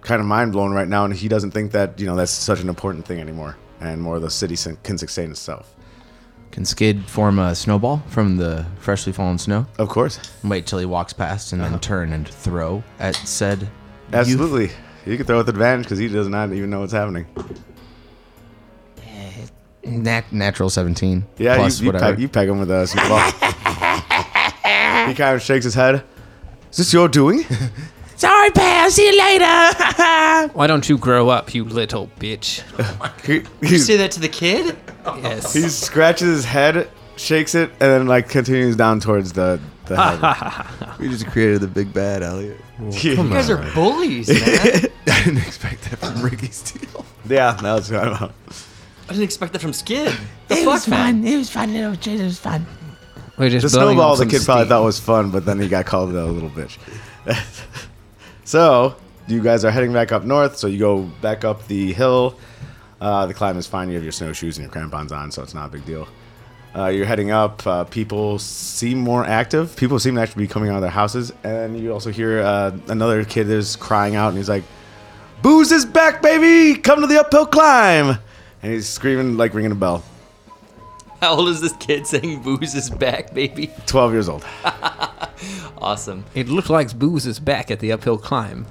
Speaker 9: kind of mind blown right now, and he doesn't think that you know that's such an important thing anymore, and more the city can sustain itself.
Speaker 7: Can Skid form a snowball from the freshly fallen snow?
Speaker 9: Of course. Uh-huh.
Speaker 7: Wait till he walks past and then turn and throw at said.
Speaker 9: Absolutely. You can throw with advantage because he does not even know what's happening.
Speaker 7: Nat- natural 17.
Speaker 9: Yeah,
Speaker 7: plus
Speaker 9: you, you,
Speaker 7: whatever.
Speaker 9: peg, you peg him with a snowball. he kind of shakes his head. Is this your doing?
Speaker 3: Sorry, pal. See you later.
Speaker 2: Why don't you grow up, you little bitch?
Speaker 9: He-
Speaker 6: Did you say that to the kid?
Speaker 2: Yes.
Speaker 9: He scratches his head shakes it, and then like continues down towards the the.
Speaker 7: harbor.
Speaker 9: we just created the big bad, Elliot.
Speaker 6: you guys are bullies, man.
Speaker 9: I didn't expect that from Ricky Steele. Yeah, that was kind of.
Speaker 6: I didn't expect that from Skid. The
Speaker 3: It
Speaker 6: fuck,
Speaker 3: was
Speaker 6: man?
Speaker 3: fun. It was fun. It was, it was fun.
Speaker 2: We're
Speaker 9: the
Speaker 2: just blowing
Speaker 9: snowball
Speaker 2: up
Speaker 9: the
Speaker 2: some
Speaker 9: kid probably
Speaker 2: steam.
Speaker 9: thought was fun, but then he got called a little bitch. so you guys are heading back up north. So you go back up the hill. Uh, the climb is fine. You have your snowshoes and your crampons on, so it's not a big deal. Uh, you're heading up. Uh, people seem more active. People seem to actually be coming out of their houses, and you also hear uh, another kid is crying out, and he's like, "Booze is back, baby! Come to the uphill climb!" And he's screaming like ringing a bell.
Speaker 6: How old is this kid saying booze is back, baby?
Speaker 9: Twelve years old.
Speaker 6: Awesome.
Speaker 2: It looks like Booze is back at the uphill climb.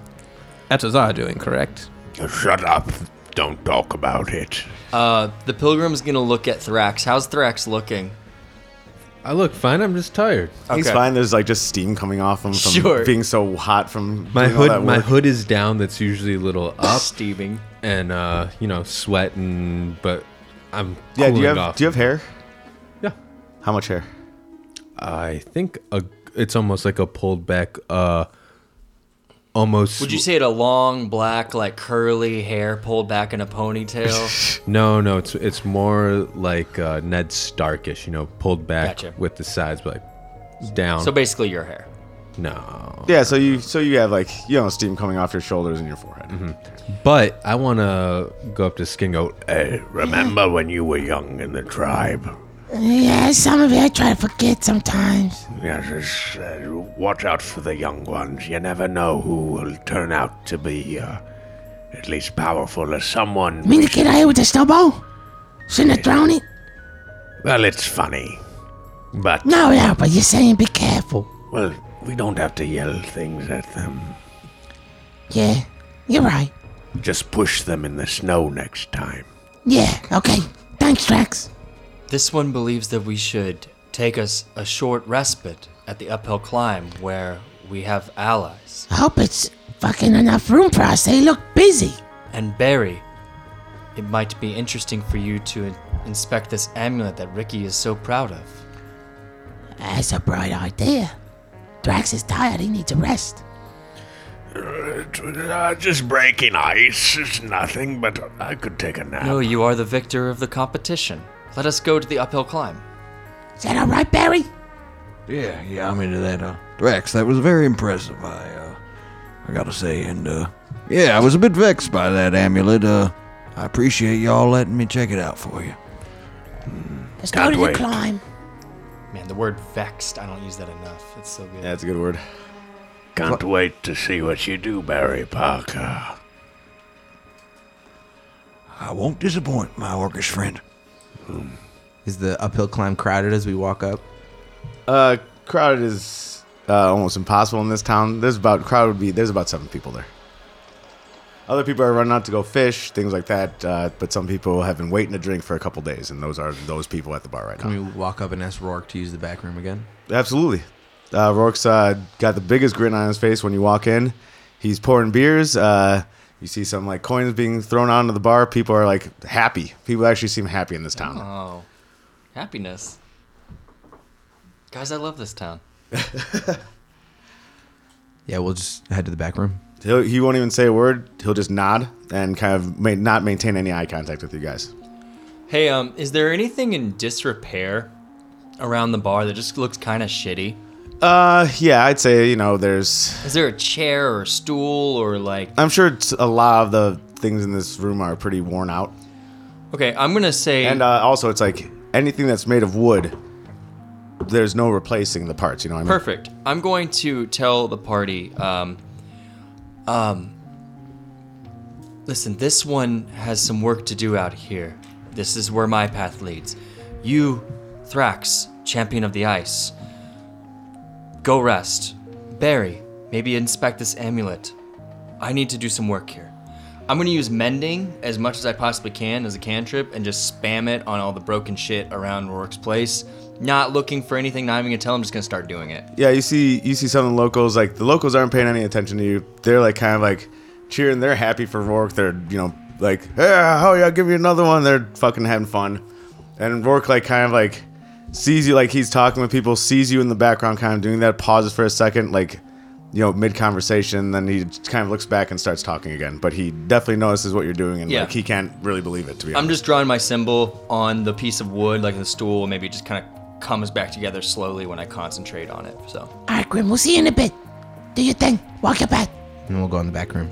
Speaker 2: That's as I doing, correct?
Speaker 4: Shut up. Don't talk about it.
Speaker 6: Uh, the pilgrim's gonna look at Thrax. How's Thrax looking?
Speaker 9: I look fine. I'm just tired. He's
Speaker 6: Okay.
Speaker 9: fine. There's like just steam coming off him from
Speaker 6: Sure.
Speaker 9: being so hot from
Speaker 10: My
Speaker 9: doing all that
Speaker 10: hood, my
Speaker 9: work.
Speaker 10: hood is down. That's usually a little up,
Speaker 6: steaming,
Speaker 10: and uh, you know, sweating. But I'm
Speaker 9: Yeah. Do
Speaker 10: cooling
Speaker 9: you have
Speaker 10: off.
Speaker 9: Do you have hair?
Speaker 10: Yeah.
Speaker 9: How much hair?
Speaker 10: I think a, it's almost like a pulled back. Uh, almost.
Speaker 6: Would you say it a long black, like curly hair pulled back in a ponytail?
Speaker 10: No, no. It's it's more like uh, Ned Starkish. You know, pulled back
Speaker 6: Gotcha.
Speaker 10: with the sides, but like down.
Speaker 6: so basically, your hair.
Speaker 10: no.
Speaker 9: Yeah. So you so you have like you know steam coming off your shoulders and your forehead.
Speaker 8: Mm-hmm.
Speaker 10: But I want to go up to Skin and go,
Speaker 4: Hey, remember when you were young in the tribe?
Speaker 3: Yeah, some of it I try to forget sometimes.
Speaker 4: Yes, it's, uh, watch out for the young ones. You never know who will turn out to be uh, at least powerful as someone.
Speaker 3: You mean the kid I hit with the snowball? Shouldn't have thrown it?
Speaker 4: Well, it's funny. But.
Speaker 3: No, no, but you're saying be careful.
Speaker 4: Well, we don't have to yell things at them.
Speaker 3: Yeah, you're right.
Speaker 4: Just push them in the snow next time.
Speaker 3: Yeah, okay. Thanks, Trax.
Speaker 6: This one believes that we should take us a short respite at the uphill climb where we have allies.
Speaker 3: I hope it's fucking enough room for us. They look busy.
Speaker 6: And Barry, it might be interesting for you to in- inspect this amulet that Ricky is so proud of.
Speaker 3: That's a bright idea. Drax is tired. He needs a rest.
Speaker 4: Uh, t- uh, just breaking ice is nothing, but I could take a nap.
Speaker 6: No, you are the victor of the competition. Let us go to the uphill climb.
Speaker 3: Is that all right, Barry?
Speaker 13: Yeah, yeah, I'm into that. Uh, Rex, that was very impressive. I, uh, I gotta say, and uh, yeah, I was a bit vexed by that amulet. Uh, I appreciate y'all letting me check it out for you.
Speaker 3: Let's
Speaker 13: go Can't to
Speaker 6: to
Speaker 13: the wait.
Speaker 3: climb.
Speaker 6: Man, the word vexed, I don't use that enough. It's so good.
Speaker 9: That's a good word.
Speaker 4: Can't wait to see what you do, Barry Parker.
Speaker 13: I won't disappoint my orcish friend.
Speaker 7: Hmm. Is the uphill climb crowded as we walk up?
Speaker 9: Uh, crowded is uh, almost impossible in this town. There's about crowd would be there's about seven people there. Other people are running out to go fish, things like that. Uh, but some people have been waiting to drink for a couple days, and those are those people at the bar right now.
Speaker 7: Can we walk up and ask Rourke to use the back room again?
Speaker 9: Absolutely. Uh, Rourke's uh, got the biggest grin on his face when you walk in. He's pouring beers. Uh, you see some like coins being thrown onto the bar. People are like happy. People actually seem happy in this town.
Speaker 6: Oh, happiness. Guys, I love this town.
Speaker 7: Yeah, we'll just head to the back room.
Speaker 9: He'll, he won't even say a word. He'll just nod and kind of ma- not maintain any eye contact with you guys.
Speaker 6: Hey, um, is there anything in disrepair around the bar that just looks kind of shitty?
Speaker 9: Uh, yeah, I'd say you know there's.
Speaker 6: Is there a chair or a stool or like?
Speaker 9: I'm sure it's a lot of the things in this room are pretty worn out.
Speaker 6: Okay, I'm gonna say.
Speaker 9: And uh, also, it's like anything that's made of wood. There's no replacing the parts. You know what I mean?
Speaker 6: Perfect. I'm going to tell the party. Um, um, listen, this one has some work to do out here. This is where my path leads. You, Thrax, champion of the ice. Go rest. Barry, maybe inspect this amulet. I need to do some work here. I'm gonna use mending as much as I possibly can as a cantrip and just spam it on all the broken shit around Rourke's place. Not looking for anything, not even gonna tell. I'm just gonna start doing it.
Speaker 9: Yeah, you see, you see some of the locals like the locals aren't paying any attention to you. They're like kind of like cheering. They're happy for Rourke. They're you know like, yeah, oh yeah, give me another one. They're fucking having fun, and Rourke like kind of like sees you like he's talking with people, sees you in the background, kind of doing that, pauses for a second, like you know, mid conversation, then he kind of looks back and starts talking again. But he definitely notices what you're doing, and
Speaker 6: Yeah.
Speaker 9: like he can't really believe it. To be honest,
Speaker 6: I'm just drawing my symbol on the piece of wood, like the stool, and maybe it just kind of comes back together slowly when I concentrate on it. So
Speaker 3: All right, Grim, we'll see you in a bit. Do your thing. Walk your path.
Speaker 13: And we'll go in the back room.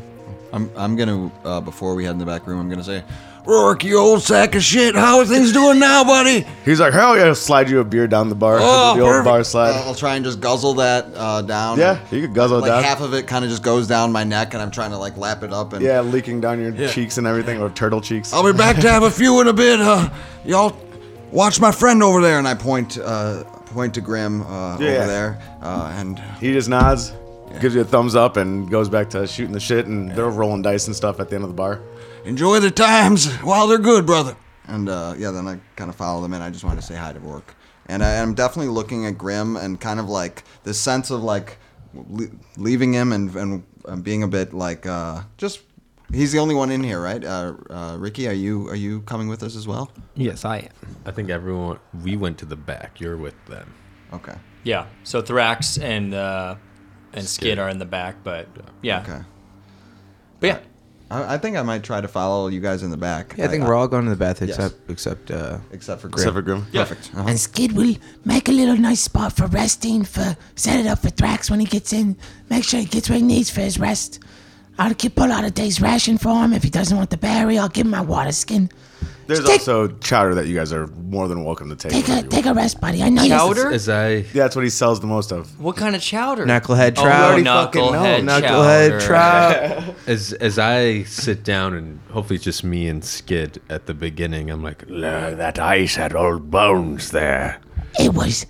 Speaker 13: I'm, I'm gonna uh, before we head in the back room, I'm gonna say, Rourke, you old sack of shit, how are things doing now, buddy?
Speaker 9: He's like, hell yeah, slide you a beer down the bar,
Speaker 13: Oh,
Speaker 9: the old
Speaker 13: perfect.
Speaker 9: bar slide.
Speaker 13: I'll try and just guzzle that uh, down.
Speaker 9: Yeah, you could guzzle it
Speaker 13: like
Speaker 9: down.
Speaker 13: half of it kind of just goes down my neck, and I'm trying to like lap it up. And
Speaker 9: yeah, leaking down your
Speaker 13: Yeah.
Speaker 9: cheeks and everything, or turtle cheeks.
Speaker 13: I'll be back to have a few in a bit. Uh, y'all, watch my friend over there, and I point uh, point to Grim uh, over there. Uh, and
Speaker 9: he just nods, gives you a thumbs up, and goes back to shooting the shit. And they're rolling dice and stuff at the end of the bar.
Speaker 13: Enjoy the times while they're good, brother. And uh, yeah, then I kind of follow them in. I just wanted to say hi to Rourke. And I, I'm definitely looking at Grim and kind of like this sense of like le- leaving him and, and um, being a bit like uh, just he's the only one in here, right? Uh, uh, Ricky, are you are you coming with us as well?
Speaker 2: Yes, I am.
Speaker 8: I think everyone we went to the back. You're with them.
Speaker 13: Okay.
Speaker 6: yeah, so Thrax and uh, and Skid are in the back, but yeah,
Speaker 13: Okay.
Speaker 6: but yeah,
Speaker 13: I, I think I might try to follow you guys in the back.
Speaker 7: Yeah, I think we're all going to the bath
Speaker 13: Yes.
Speaker 7: except except uh
Speaker 13: except for
Speaker 7: Grim.
Speaker 13: Except for Grim. Yeah.
Speaker 7: Perfect.
Speaker 13: Uh-huh.
Speaker 3: And Skid will make a little nice spot for resting. For set it up for Thrax when he gets in. Make sure he gets what he needs for his rest. I'll keep pull out a day's ration for him. If he doesn't want the berry, I'll give him my water skin.
Speaker 9: There's also chowder that you guys are more than welcome to take.
Speaker 3: Take a
Speaker 9: whenever you
Speaker 3: take a
Speaker 9: want.
Speaker 3: rest, buddy. I know you.
Speaker 9: As I, yeah, that's what he sells the most of.
Speaker 6: What kind of chowder?
Speaker 7: Knucklehead
Speaker 6: Oh,
Speaker 7: trout.
Speaker 6: we already fucking know.
Speaker 7: Knucklehead
Speaker 6: Knucklehead
Speaker 7: trout.
Speaker 8: as as I sit down and hopefully it's just me and Skid at the beginning, I'm like, "Nah, that ice had old bones there.
Speaker 3: It was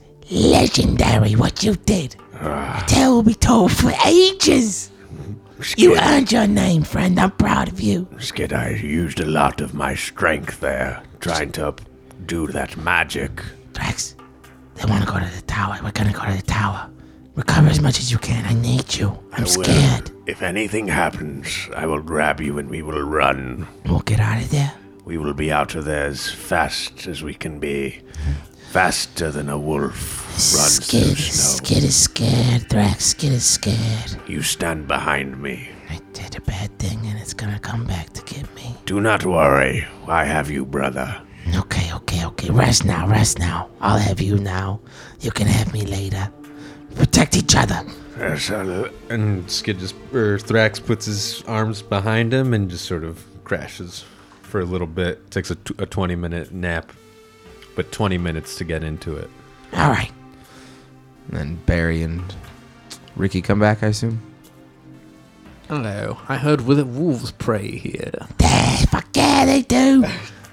Speaker 3: legendary what you did.
Speaker 4: Ah,
Speaker 3: A tale will be told for ages. You
Speaker 4: Skid.
Speaker 3: earned your name, friend. I'm proud of you.
Speaker 4: Skid, I used a lot of my strength there, trying to do that magic.
Speaker 3: Drax, they want to go to the tower. We're gonna go to the tower. Recover as much as you can. I need you. I'm
Speaker 4: I will.
Speaker 3: scared.
Speaker 4: If anything happens, I will grab you and we will run.
Speaker 3: We'll get out of there.
Speaker 4: We will be out of there as fast as we can be. Faster than a wolf runs through
Speaker 3: Skid,
Speaker 4: snow.
Speaker 3: Skid is scared. Drax, Skid is scared.
Speaker 4: You stand behind me.
Speaker 3: Did a bad thing and it's gonna come back to get me.
Speaker 4: Do not worry. I have you, brother.
Speaker 3: Okay, okay, okay. Rest now, rest now. I'll have you now. You can have me later. Protect each other.
Speaker 8: And Skid just or Thrax puts his arms behind him and just sort of crashes for a little bit. Takes a, t- a 20 minute nap, but 20 minutes to get into it.
Speaker 3: All right.
Speaker 7: And then Barry and Ricky come back, I assume.
Speaker 2: Hello. I heard where the wolves prey here.
Speaker 3: Yeah, they do.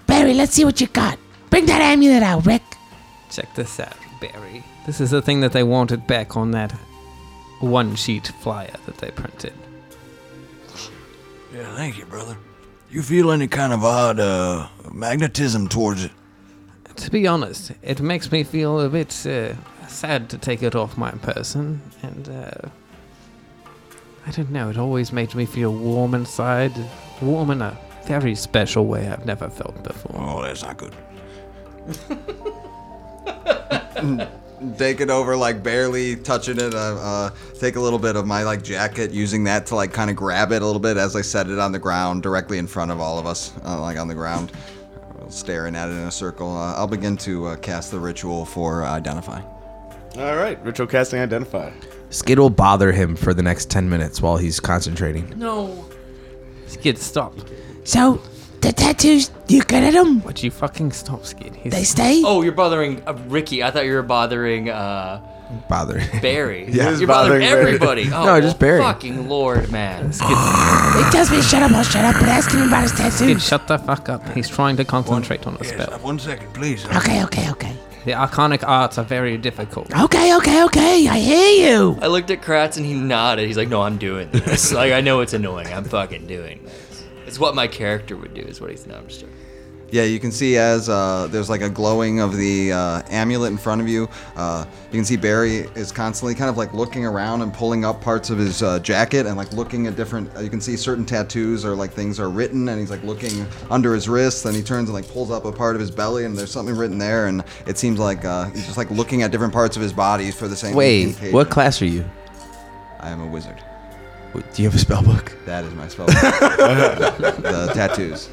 Speaker 3: Barry, let's see what you got. Bring that amulet out, Rick.
Speaker 2: Check this out, Barry. This is the thing that they wanted back on that one sheet flyer that they printed.
Speaker 13: Yeah, thank you, brother. You feel any kind of odd uh, magnetism towards it?
Speaker 2: To be honest, it makes me feel a bit uh, sad to take it off my person, and uh, I don't know, it always made me feel warm inside. Warm in a very special way I've never felt before.
Speaker 13: Oh, that's not good. take it over, like barely touching it. Uh, uh, take a little bit of my like jacket, using that to like kind of grab it a little bit as I set it on the ground, directly in front of all of us, uh, like on the ground, staring at it in a circle. Uh, I'll begin to uh, cast the ritual for uh, identify.
Speaker 9: All right, ritual casting identify.
Speaker 7: Skid will bother him for the next ten minutes while he's concentrating.
Speaker 2: No. Skid, stop.
Speaker 3: So, the tattoos, you good at them?
Speaker 2: Would you fucking stop, Skid? He's-
Speaker 3: They stay?
Speaker 6: Oh, you're bothering uh, Ricky. I thought you were bothering uh,
Speaker 7: Bother.
Speaker 6: Barry.
Speaker 7: Yeah.
Speaker 6: you're bothering,
Speaker 7: Bothering Barry.
Speaker 6: everybody. Oh,
Speaker 7: No, just
Speaker 6: well,
Speaker 7: Barry.
Speaker 6: Fucking lord, man.
Speaker 3: He tells me to shut up, I'll shut up, but ask him about his
Speaker 2: Skid,
Speaker 3: tattoos.
Speaker 2: shut the fuck up. He's trying to concentrate on a spell.
Speaker 13: One second, please.
Speaker 3: Okay, okay, okay.
Speaker 2: The arcanic
Speaker 6: Ah,
Speaker 2: arts are very difficult.
Speaker 3: Okay, okay, okay. I hear you.
Speaker 6: I looked at Kratz and he nodded. He's like, "No, I'm doing this. like, I know it's annoying. I'm fucking doing this. It's what my character would do. Is what he's. No, I'm just joking.
Speaker 13: Yeah, you can see as uh, there's like a glowing of the uh, amulet in front of you. Uh, you can see Barry is constantly kind of like looking around and pulling up parts of his uh, jacket and like looking at different. Uh, you can see certain tattoos or like things are written, and he's like looking under his wrist. Then he turns and like pulls up a part of his belly, and there's something written there. And it seems like uh, he's just like looking at different parts of his body for the same.
Speaker 7: Wait,
Speaker 13: indication.
Speaker 7: what class are you?
Speaker 13: I am a wizard.
Speaker 7: Do you have a spell book?
Speaker 13: That is my spell. book. the tattoos.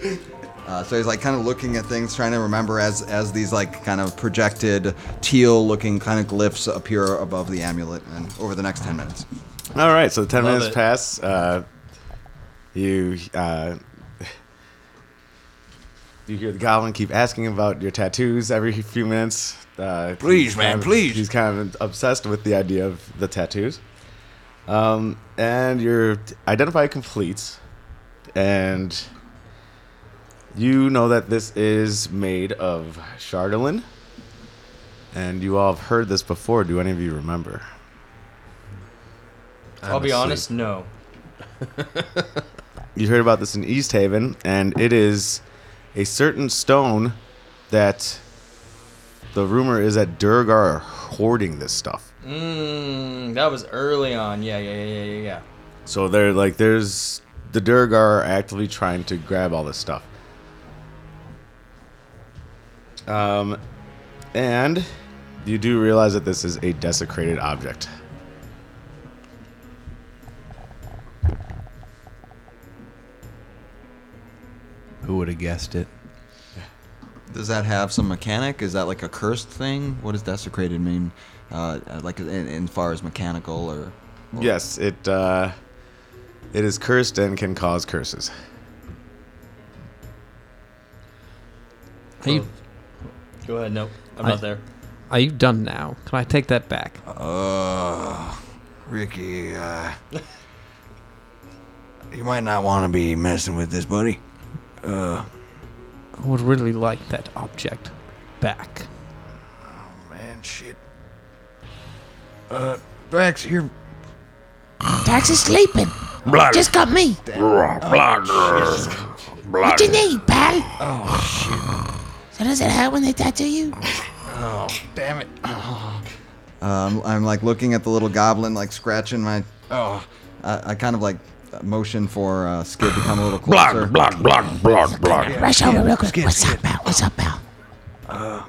Speaker 13: Uh, so he's like kind of looking at things, trying to remember as as these like kind of projected teal-looking kind of glyphs appear above the amulet, and over the next ten minutes.
Speaker 9: All right, so the 10
Speaker 13: Love
Speaker 9: minutes
Speaker 13: it.
Speaker 9: pass. Uh, you uh, you hear the goblin keep asking about your tattoos every few minutes. Uh,
Speaker 13: Please,
Speaker 9: he's
Speaker 13: man,
Speaker 9: kind of-
Speaker 13: please.
Speaker 9: He's kind of obsessed with the idea of the tattoos. Um, and your identify completes, and you know that this is made of chardolin. And you all have heard this before. Do any of you remember?
Speaker 6: I'll be honest, no.
Speaker 9: you heard about this in East Haven, and it is a certain stone that the rumor is that Durg are hoarding this stuff.
Speaker 6: Mm, that was early on. Yeah, yeah, yeah, yeah, yeah.
Speaker 9: So they're like, there's the Durg are actively trying to grab all this stuff. Um, and you do realize that this is a desecrated object.
Speaker 7: Who would have guessed it?
Speaker 13: Does that have some mechanic? Is that like a cursed thing? What does desecrated mean? Uh, like in, in far as mechanical or? or-
Speaker 9: Yes, it uh, it is cursed and can cause curses.
Speaker 2: Are you,
Speaker 6: Go ahead. No, I'm
Speaker 2: Oh, I-
Speaker 6: not there.
Speaker 2: Are you done now? Can I take that back?
Speaker 13: Uh, Ricky, uh,
Speaker 2: you
Speaker 13: might not want to be messing with this, buddy.
Speaker 2: Uh, I would really like that object back.
Speaker 13: Man, shit.
Speaker 3: Uh, Drax, you're. Drax is sleeping. Just got me. What you need, pal? Oh, shit. So does it hurt when they tattoo you?
Speaker 13: Oh, damn it. Um, I'm like looking at the little goblin, like scratching my. Oh, I, I kind of like motion for uh, Skid to come a little
Speaker 18: Block,
Speaker 13: closer.
Speaker 18: block, block, block, block.
Speaker 3: Rush over real quick. What's up, pal? What's up, pal?
Speaker 15: Uh,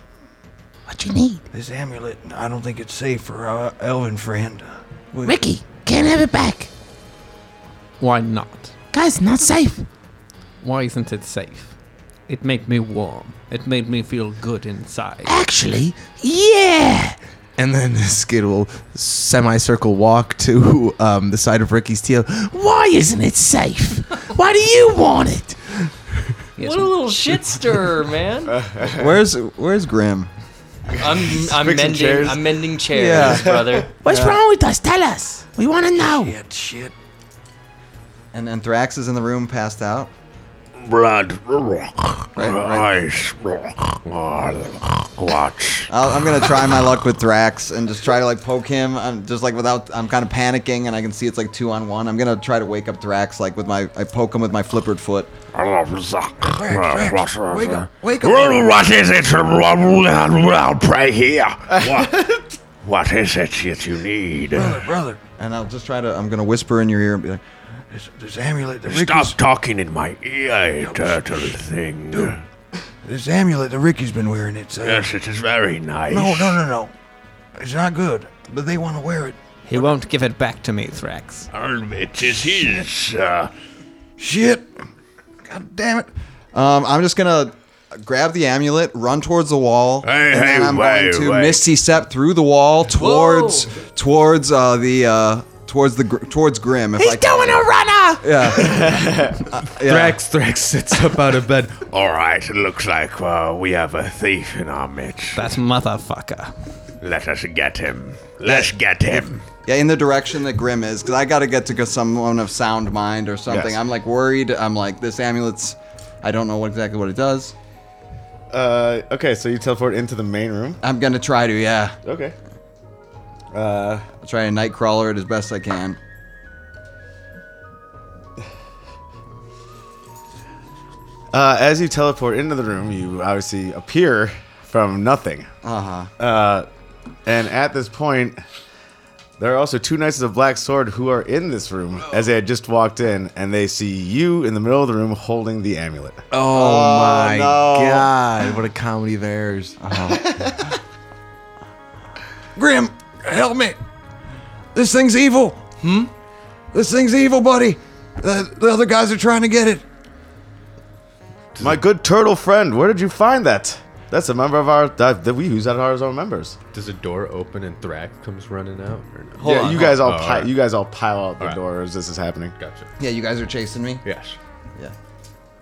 Speaker 3: what you need?
Speaker 15: This amulet, I don't think it's safe for our elven friend. Would-
Speaker 3: Ricky, can't have it back.
Speaker 2: Why not?
Speaker 3: Guys, not safe.
Speaker 2: Why isn't it safe? It made me warm. It made me feel good inside.
Speaker 3: Actually, yeah.
Speaker 7: And then Skid will semicircle walk to um, the side of Ricky's tail.
Speaker 3: Why isn't it safe? Why do you want it?
Speaker 6: what a little shitster, man.
Speaker 15: Uh,
Speaker 13: Where's Where's Grim?
Speaker 6: I'm I'm
Speaker 13: Fixing
Speaker 6: mending
Speaker 13: chairs.
Speaker 6: I'm mending chairs, brother.
Speaker 3: What's wrong with us? Tell us. We want to know.
Speaker 15: Shit, shit.
Speaker 13: And then Thrax is in the room, passed out.
Speaker 4: Blood.
Speaker 13: Ice.
Speaker 4: Watch.
Speaker 13: I'll, I'm gonna try my luck with Thrax and just try to like poke him. I'm just like without. I'm kind of panicking, and I can see it's like two on one. I'm gonna try to wake up Thrax like with my. I poke him with my flippered foot.
Speaker 4: Uh, Wake
Speaker 13: up!
Speaker 4: Wake up. What is it? I'll pray here. What, what is it that you need?
Speaker 13: brother. And I'll just try to. I'm gonna whisper in your ear and be like,
Speaker 15: This, this amulet that Ricky,
Speaker 4: Stop talking in my ear, you turtle thing.
Speaker 15: this amulet that Ricky's been wearing. It's uh,
Speaker 4: Yes, it is very nice.
Speaker 15: no, no, no, no. It's not good. But they want to wear it.
Speaker 2: He won't give it back to me, Thrax.
Speaker 4: Um, It is his. Uh,
Speaker 13: Shit! God damn it! Um, I'm just gonna grab the amulet, run towards the wall,
Speaker 4: Hey,
Speaker 13: and then
Speaker 4: hey,
Speaker 13: I'm
Speaker 4: wait,
Speaker 13: going to
Speaker 4: wait.
Speaker 13: misty step through the wall towards towards uh, the uh, towards the gr- towards Grim. If I
Speaker 3: He's
Speaker 13: can.
Speaker 3: doing a runner.
Speaker 13: Yeah.
Speaker 4: Thrax, Thrax sits up out of bed. Uh, All right, it looks like uh, we have a thief in our midst.
Speaker 2: That motherfucker.
Speaker 4: Let us get him. Let's get him.
Speaker 13: Yeah, in the direction that Grim is, because I got to get to go- someone of sound mind or something.
Speaker 9: Yes.
Speaker 13: I'm like worried. I'm like this amulet's. I don't know what exactly what it does.
Speaker 9: Uh, okay, so you teleport into the main room.
Speaker 13: I'm gonna try to, yeah.
Speaker 9: Okay.
Speaker 13: Uh, I'll try a nightcrawler it as best I can.
Speaker 9: Uh, as you teleport into the room, you obviously appear from nothing.
Speaker 13: Uh-huh.
Speaker 9: Uh, and at this point, there are also two knights of the Black Sword who are in this room as they had just walked in, and they see you in the middle of the room holding the amulet.
Speaker 14: Oh, my god! Ah, What a comedy of errors.
Speaker 13: Uh-huh.
Speaker 15: Grim, help me. This thing's evil. Hmm? This thing's evil, buddy. The, the other guys are trying to get it.
Speaker 9: My good turtle friend, where did you find that? That's a member of our that, that we use out of our own members.
Speaker 8: Does the door open and Thrax comes running out? Or no?
Speaker 9: yeah, you guys all,
Speaker 8: Oh,
Speaker 9: pi-
Speaker 8: alright.
Speaker 9: you guys all pile out the
Speaker 8: Alright.
Speaker 9: door as this is happening.
Speaker 8: Gotcha.
Speaker 13: Yeah, you guys are chasing me?
Speaker 8: Yes.
Speaker 13: Yeah.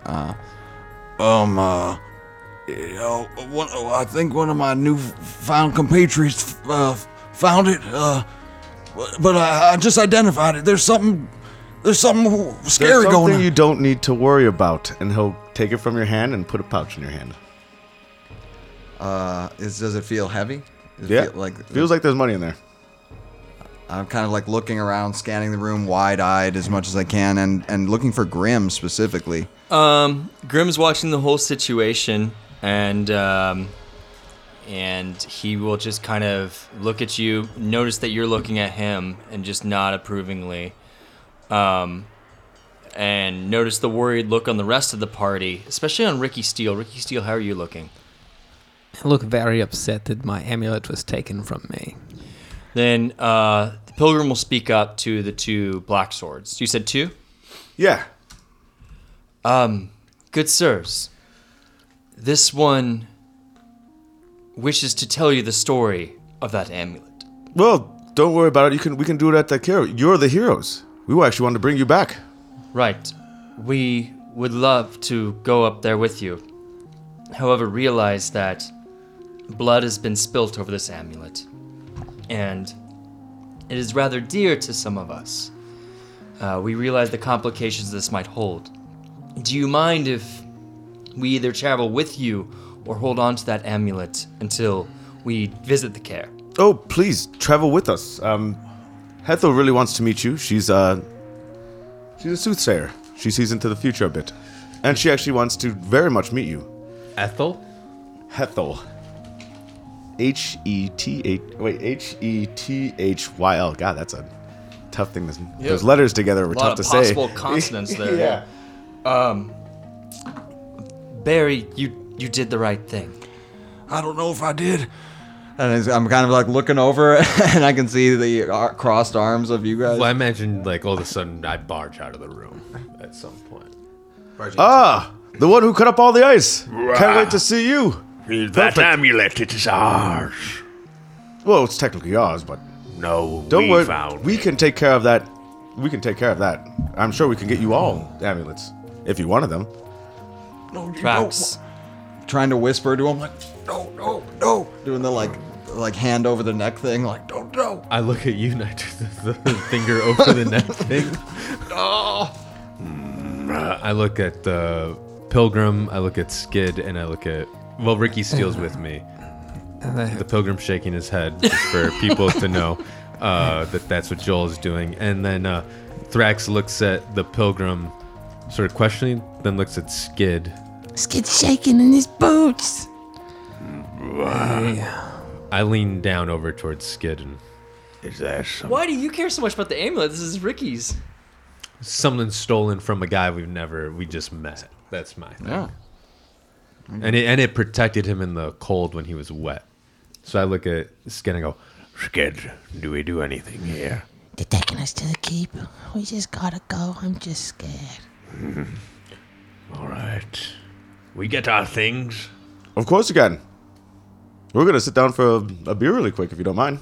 Speaker 15: Uh, um, uh, you know, one, oh, I think one of my new found compatriots uh, found it, uh, but- but I, I just identified it. There's something, there's something
Speaker 9: There's
Speaker 15: scary
Speaker 9: something
Speaker 15: going on.
Speaker 9: you don't need to worry about, and he'll take it from your hand and put a pouch in your hand.
Speaker 13: Uh, is, does it feel heavy? Does it
Speaker 9: yeah,
Speaker 13: feel like-
Speaker 9: feels like there's money in there.
Speaker 13: I'm kind of like looking around, scanning the room wide-eyed as much as I can, and and looking for Grim specifically.
Speaker 6: Um, Grim's watching the whole situation, and um, and he will just kind of look at you, notice that you're looking at him, and just nod approvingly, um, and notice the worried look on the rest of the party, especially on Ricky Steele. Ricky Steele, how are you looking?
Speaker 2: I look very upset that my amulet was taken from me.
Speaker 6: Then uh, the pilgrim will speak up to the two black swords. You said two?
Speaker 9: Yeah.
Speaker 6: Um, good sirs, this one wishes to tell you the story of that amulet.
Speaker 9: Well, don't worry about it. You can we can do it at the care. You're the heroes. We actually wanted to bring you back.
Speaker 6: Right. We would love to go up there with you. However, realize that blood has been spilt over this amulet, and it is rather dear to some of us. Uh, we realize the complications this might hold. Do you mind if we either travel with you or hold on to that amulet until we visit the care?
Speaker 9: Oh, please travel with us. Um, Hethel really wants to meet you. She's uh, she's a soothsayer. She sees into the future a bit, and she actually wants to very much meet you.
Speaker 8: Ethel.
Speaker 9: Hethel. H E T H wait H E T H Y L. God, that's a tough thing. Those,
Speaker 6: Yeah.
Speaker 9: those letters together were
Speaker 6: A lot
Speaker 9: tough
Speaker 6: of
Speaker 9: to say.
Speaker 6: possible consonants there.
Speaker 9: yeah.
Speaker 6: Um, Barry, you you did the right thing.
Speaker 15: I don't know if I did.
Speaker 13: And it's- I'm kind of like looking over, and I can see the ar- crossed arms of you guys.
Speaker 8: Well, I imagine like all of a sudden I barge out of the room at some point.
Speaker 9: Ah, the one who cut up all the ice. Can't wait to see you.
Speaker 4: That amulet, it is ours.
Speaker 9: Well, it's technically ours, but
Speaker 4: no,
Speaker 9: don't
Speaker 4: we
Speaker 9: worry.
Speaker 4: found
Speaker 9: we can take care of that. We can take care of that. I'm sure we can get you all amulets if you wanted them.
Speaker 15: No, you
Speaker 6: Traps.
Speaker 13: Trying to whisper to him, like
Speaker 15: No, no, no.
Speaker 13: doing the like like hand over the neck thing, like don't no.
Speaker 8: I look at you and I do the, the finger over the neck thing. Uh, I look at uh, Pilgrim, I look at Skid, and I look at. Well, Ricky Steele's with me. The Pilgrim shaking his head just for people to know uh, that that's what Joel is doing. And then uh, Thrax looks at the Pilgrim, sort of questioning, then looks at Skid.
Speaker 3: Skid's shaking in his boots.
Speaker 8: I lean down over towards Skid and. Is that
Speaker 6: Why do you care so much about the amulet? This is Ricky's.
Speaker 8: something stolen from a guy we've never we just met. That's my thing.
Speaker 6: Yeah.
Speaker 8: And it and it protected him in the cold when he was wet. So I look at Skin and go, Skid, do we do anything here?
Speaker 3: They're taking us to the keep. We just gotta go. I'm just scared.
Speaker 4: All right. We get our things.
Speaker 9: Of course you can. We're gonna sit down for a, a beer really quick if you don't mind.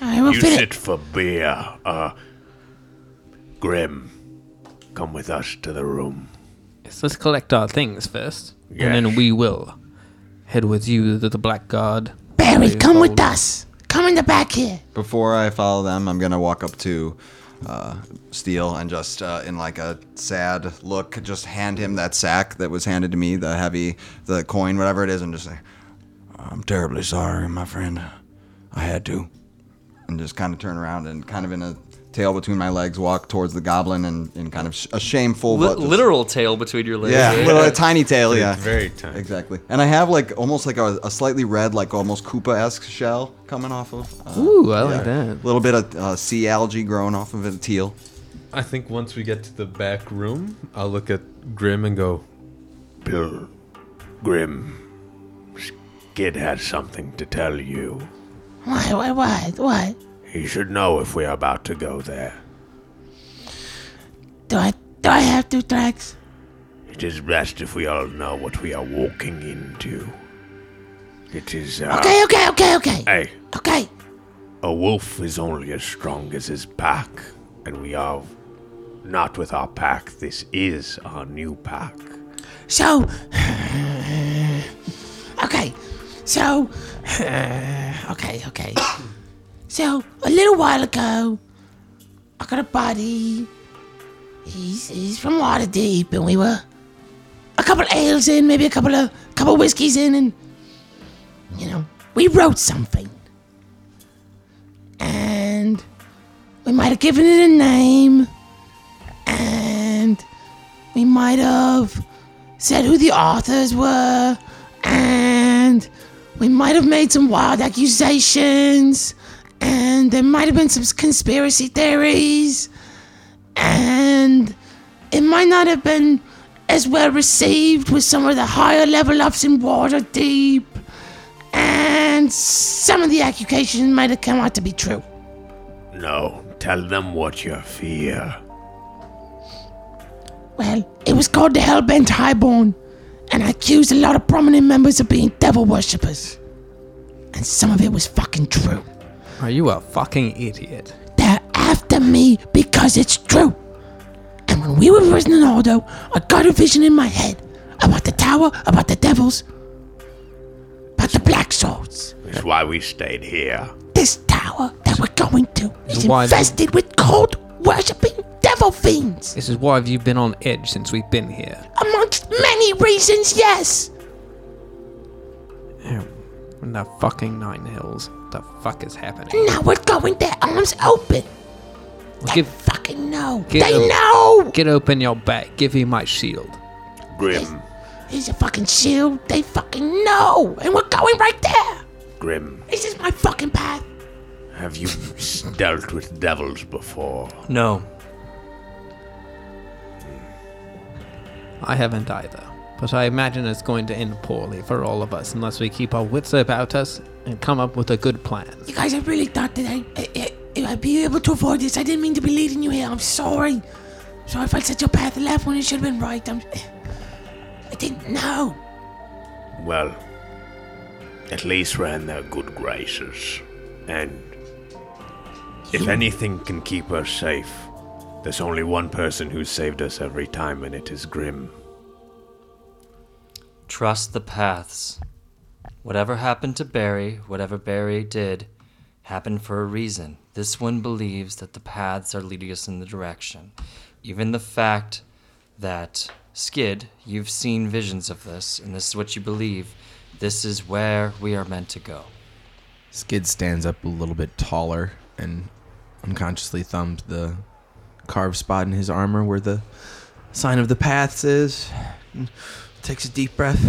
Speaker 3: I will
Speaker 4: you
Speaker 3: fit it.
Speaker 4: sit for beer. Uh, Grim, come with us to the room.
Speaker 2: So let's collect our things first, and
Speaker 4: Yes.
Speaker 2: then we will head with you to the Blackguard.
Speaker 3: Barry,
Speaker 2: Please
Speaker 3: come with
Speaker 2: hold-
Speaker 3: us. Come in the back here.
Speaker 13: Before I follow them, I'm gonna walk up to uh, Steele and just uh, in like a sad look, just hand him that sack that was handed to me, the heavy, the coin, whatever it is, and just say,
Speaker 15: I'm terribly sorry, my friend. I had to.
Speaker 13: and just kind of turn around and kind of in a tail between my legs, walk towards the goblin, and in kind of sh- a shameful
Speaker 6: Li-
Speaker 13: but just-
Speaker 6: literal tail between your legs.
Speaker 13: yeah, little, a tiny tail,
Speaker 6: It's
Speaker 13: yeah,
Speaker 6: very
Speaker 13: tiny, exactly. And I have like almost like a, a slightly red, like almost Koopa-esque shell coming off of.
Speaker 2: Ooh, I like that.
Speaker 13: A little bit of uh, sea algae growing off of it, teal.
Speaker 8: I think once we get to the back room, I'll look at Grim and go,
Speaker 4: Bill, Grim, Skid has something to tell you.
Speaker 3: What? What? What? What?
Speaker 4: He should know if we're about to go there.
Speaker 3: Do I do I have to, Drax?
Speaker 4: It is best if we all know what we are walking into. It is. Uh,
Speaker 3: Okay, okay, okay, okay.
Speaker 4: Hey,
Speaker 3: Okay.
Speaker 4: a wolf is only as strong as his pack, and we are not with our pack. This is our new pack.
Speaker 3: So, okay, so, okay, okay. So, a little while ago, I got a buddy. He's, he's from Waterdeep, and we were a couple ales in, maybe a couple of couple whiskeys in, and you know, we wrote something, and we might have given it a name, and we might have said who the authors were, and we might have made some wild accusations, and there might have been some conspiracy theories, and it might not have been as well received with some of the higher level ups in Waterdeep, and some of the accusations might have come out to be true.
Speaker 4: No, tell them what you fear.
Speaker 3: Well, it was called the Hellbent Highborn, and I accused a lot of prominent members of being devil worshippers. And some of it was fucking true.
Speaker 2: Are you a fucking idiot?
Speaker 3: They're after me because it's true. And when we were visiting Aldo, I got a vision in my head about the tower, about the devils, about the black swords.
Speaker 4: That's why we stayed here.
Speaker 3: This tower that we're going to is
Speaker 2: Why the-
Speaker 3: infested with cult worshipping devil fiends.
Speaker 2: This is why have you been on edge since we've been here?
Speaker 3: Amongst many reasons, yes.
Speaker 2: In the fucking nine hills. The fuck is happening?
Speaker 3: Now we're going there, arms open.
Speaker 2: Well, give,
Speaker 3: Fucking no.
Speaker 2: get
Speaker 3: they
Speaker 2: o-
Speaker 3: know.
Speaker 2: Get open your back. Give him my shield.
Speaker 4: Grim,
Speaker 3: He's a fucking shield. They fucking know. And we're going right there.
Speaker 4: Grim,
Speaker 3: This is my fucking path.
Speaker 4: have you s- dealt with devils before?
Speaker 6: No.
Speaker 2: I haven't either. But I imagine it's going to end poorly for all of us unless we keep our wits about us and come up with a good plan.
Speaker 3: You guys, I really thought that I, I, I, I'd be able to avoid this. I didn't mean to be leading you here. I'm sorry. Sorry if I set your path left when it should have been right. I'm, I didn't know.
Speaker 4: Well, at least we're in their good graces. And if anything can keep us safe, there's only one person who's saved us every time, and it is Grim.
Speaker 6: Trust the paths. Whatever happened to Barry, whatever Barry did, happened for a reason. This one believes that the paths are leading us in the direction. Even the fact that, Skid, you've seen visions of this, and this is what you believe. This is where we are meant to go.
Speaker 7: Skid stands up a little bit taller and unconsciously thumbs the carved spot in his armor where the sign of the paths is. and Takes a deep breath.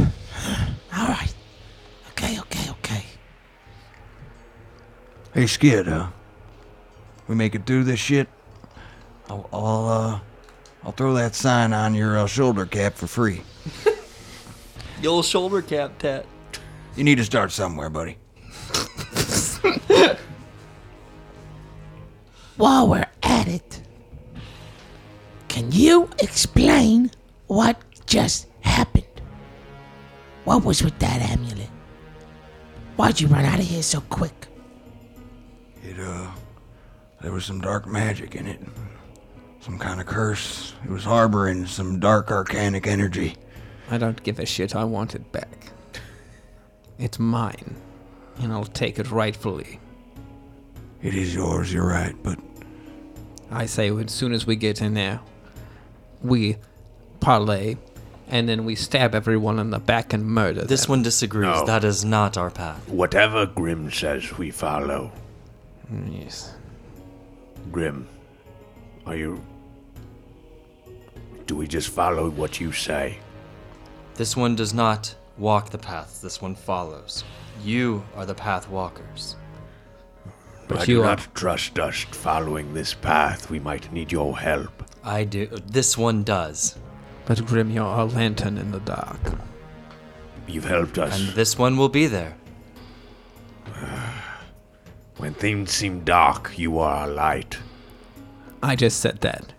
Speaker 3: All right. Okay, okay, okay.
Speaker 15: Hey, Skid, uh, we make it through this shit. I'll, I'll, uh, I'll throw that sign on your uh, shoulder cap for free.
Speaker 6: Your old shoulder cap tat.
Speaker 15: You need to start somewhere, buddy.
Speaker 3: While we're at it, can you explain what just happened? What was with that amulet? Why'd you run out of here so quick?
Speaker 15: It, uh, there was some dark magic in it. Some kind of curse. It was harboring some dark arcanic energy.
Speaker 2: I don't give a shit. I want it back. It's mine. And I'll take it rightfully.
Speaker 15: It is yours, you're right, but.
Speaker 2: I say as soon as we get in there, we parley, and then we stab everyone in the back and murder
Speaker 6: This one disagrees.
Speaker 4: No.
Speaker 6: That is not our path.
Speaker 4: Whatever Grim says, we follow.
Speaker 2: Yes.
Speaker 4: Grim, Are you. Do we just follow what you say?
Speaker 6: This one does not walk the path, this one follows. You are the path walkers.
Speaker 4: But I do not trust us following this path. We might need your help.
Speaker 6: I do. This one does.
Speaker 2: But Grim, you're our lantern in the dark.
Speaker 4: You've helped us.
Speaker 6: And this one will be there.
Speaker 4: When things seem dark, you are a light.
Speaker 2: I just said that.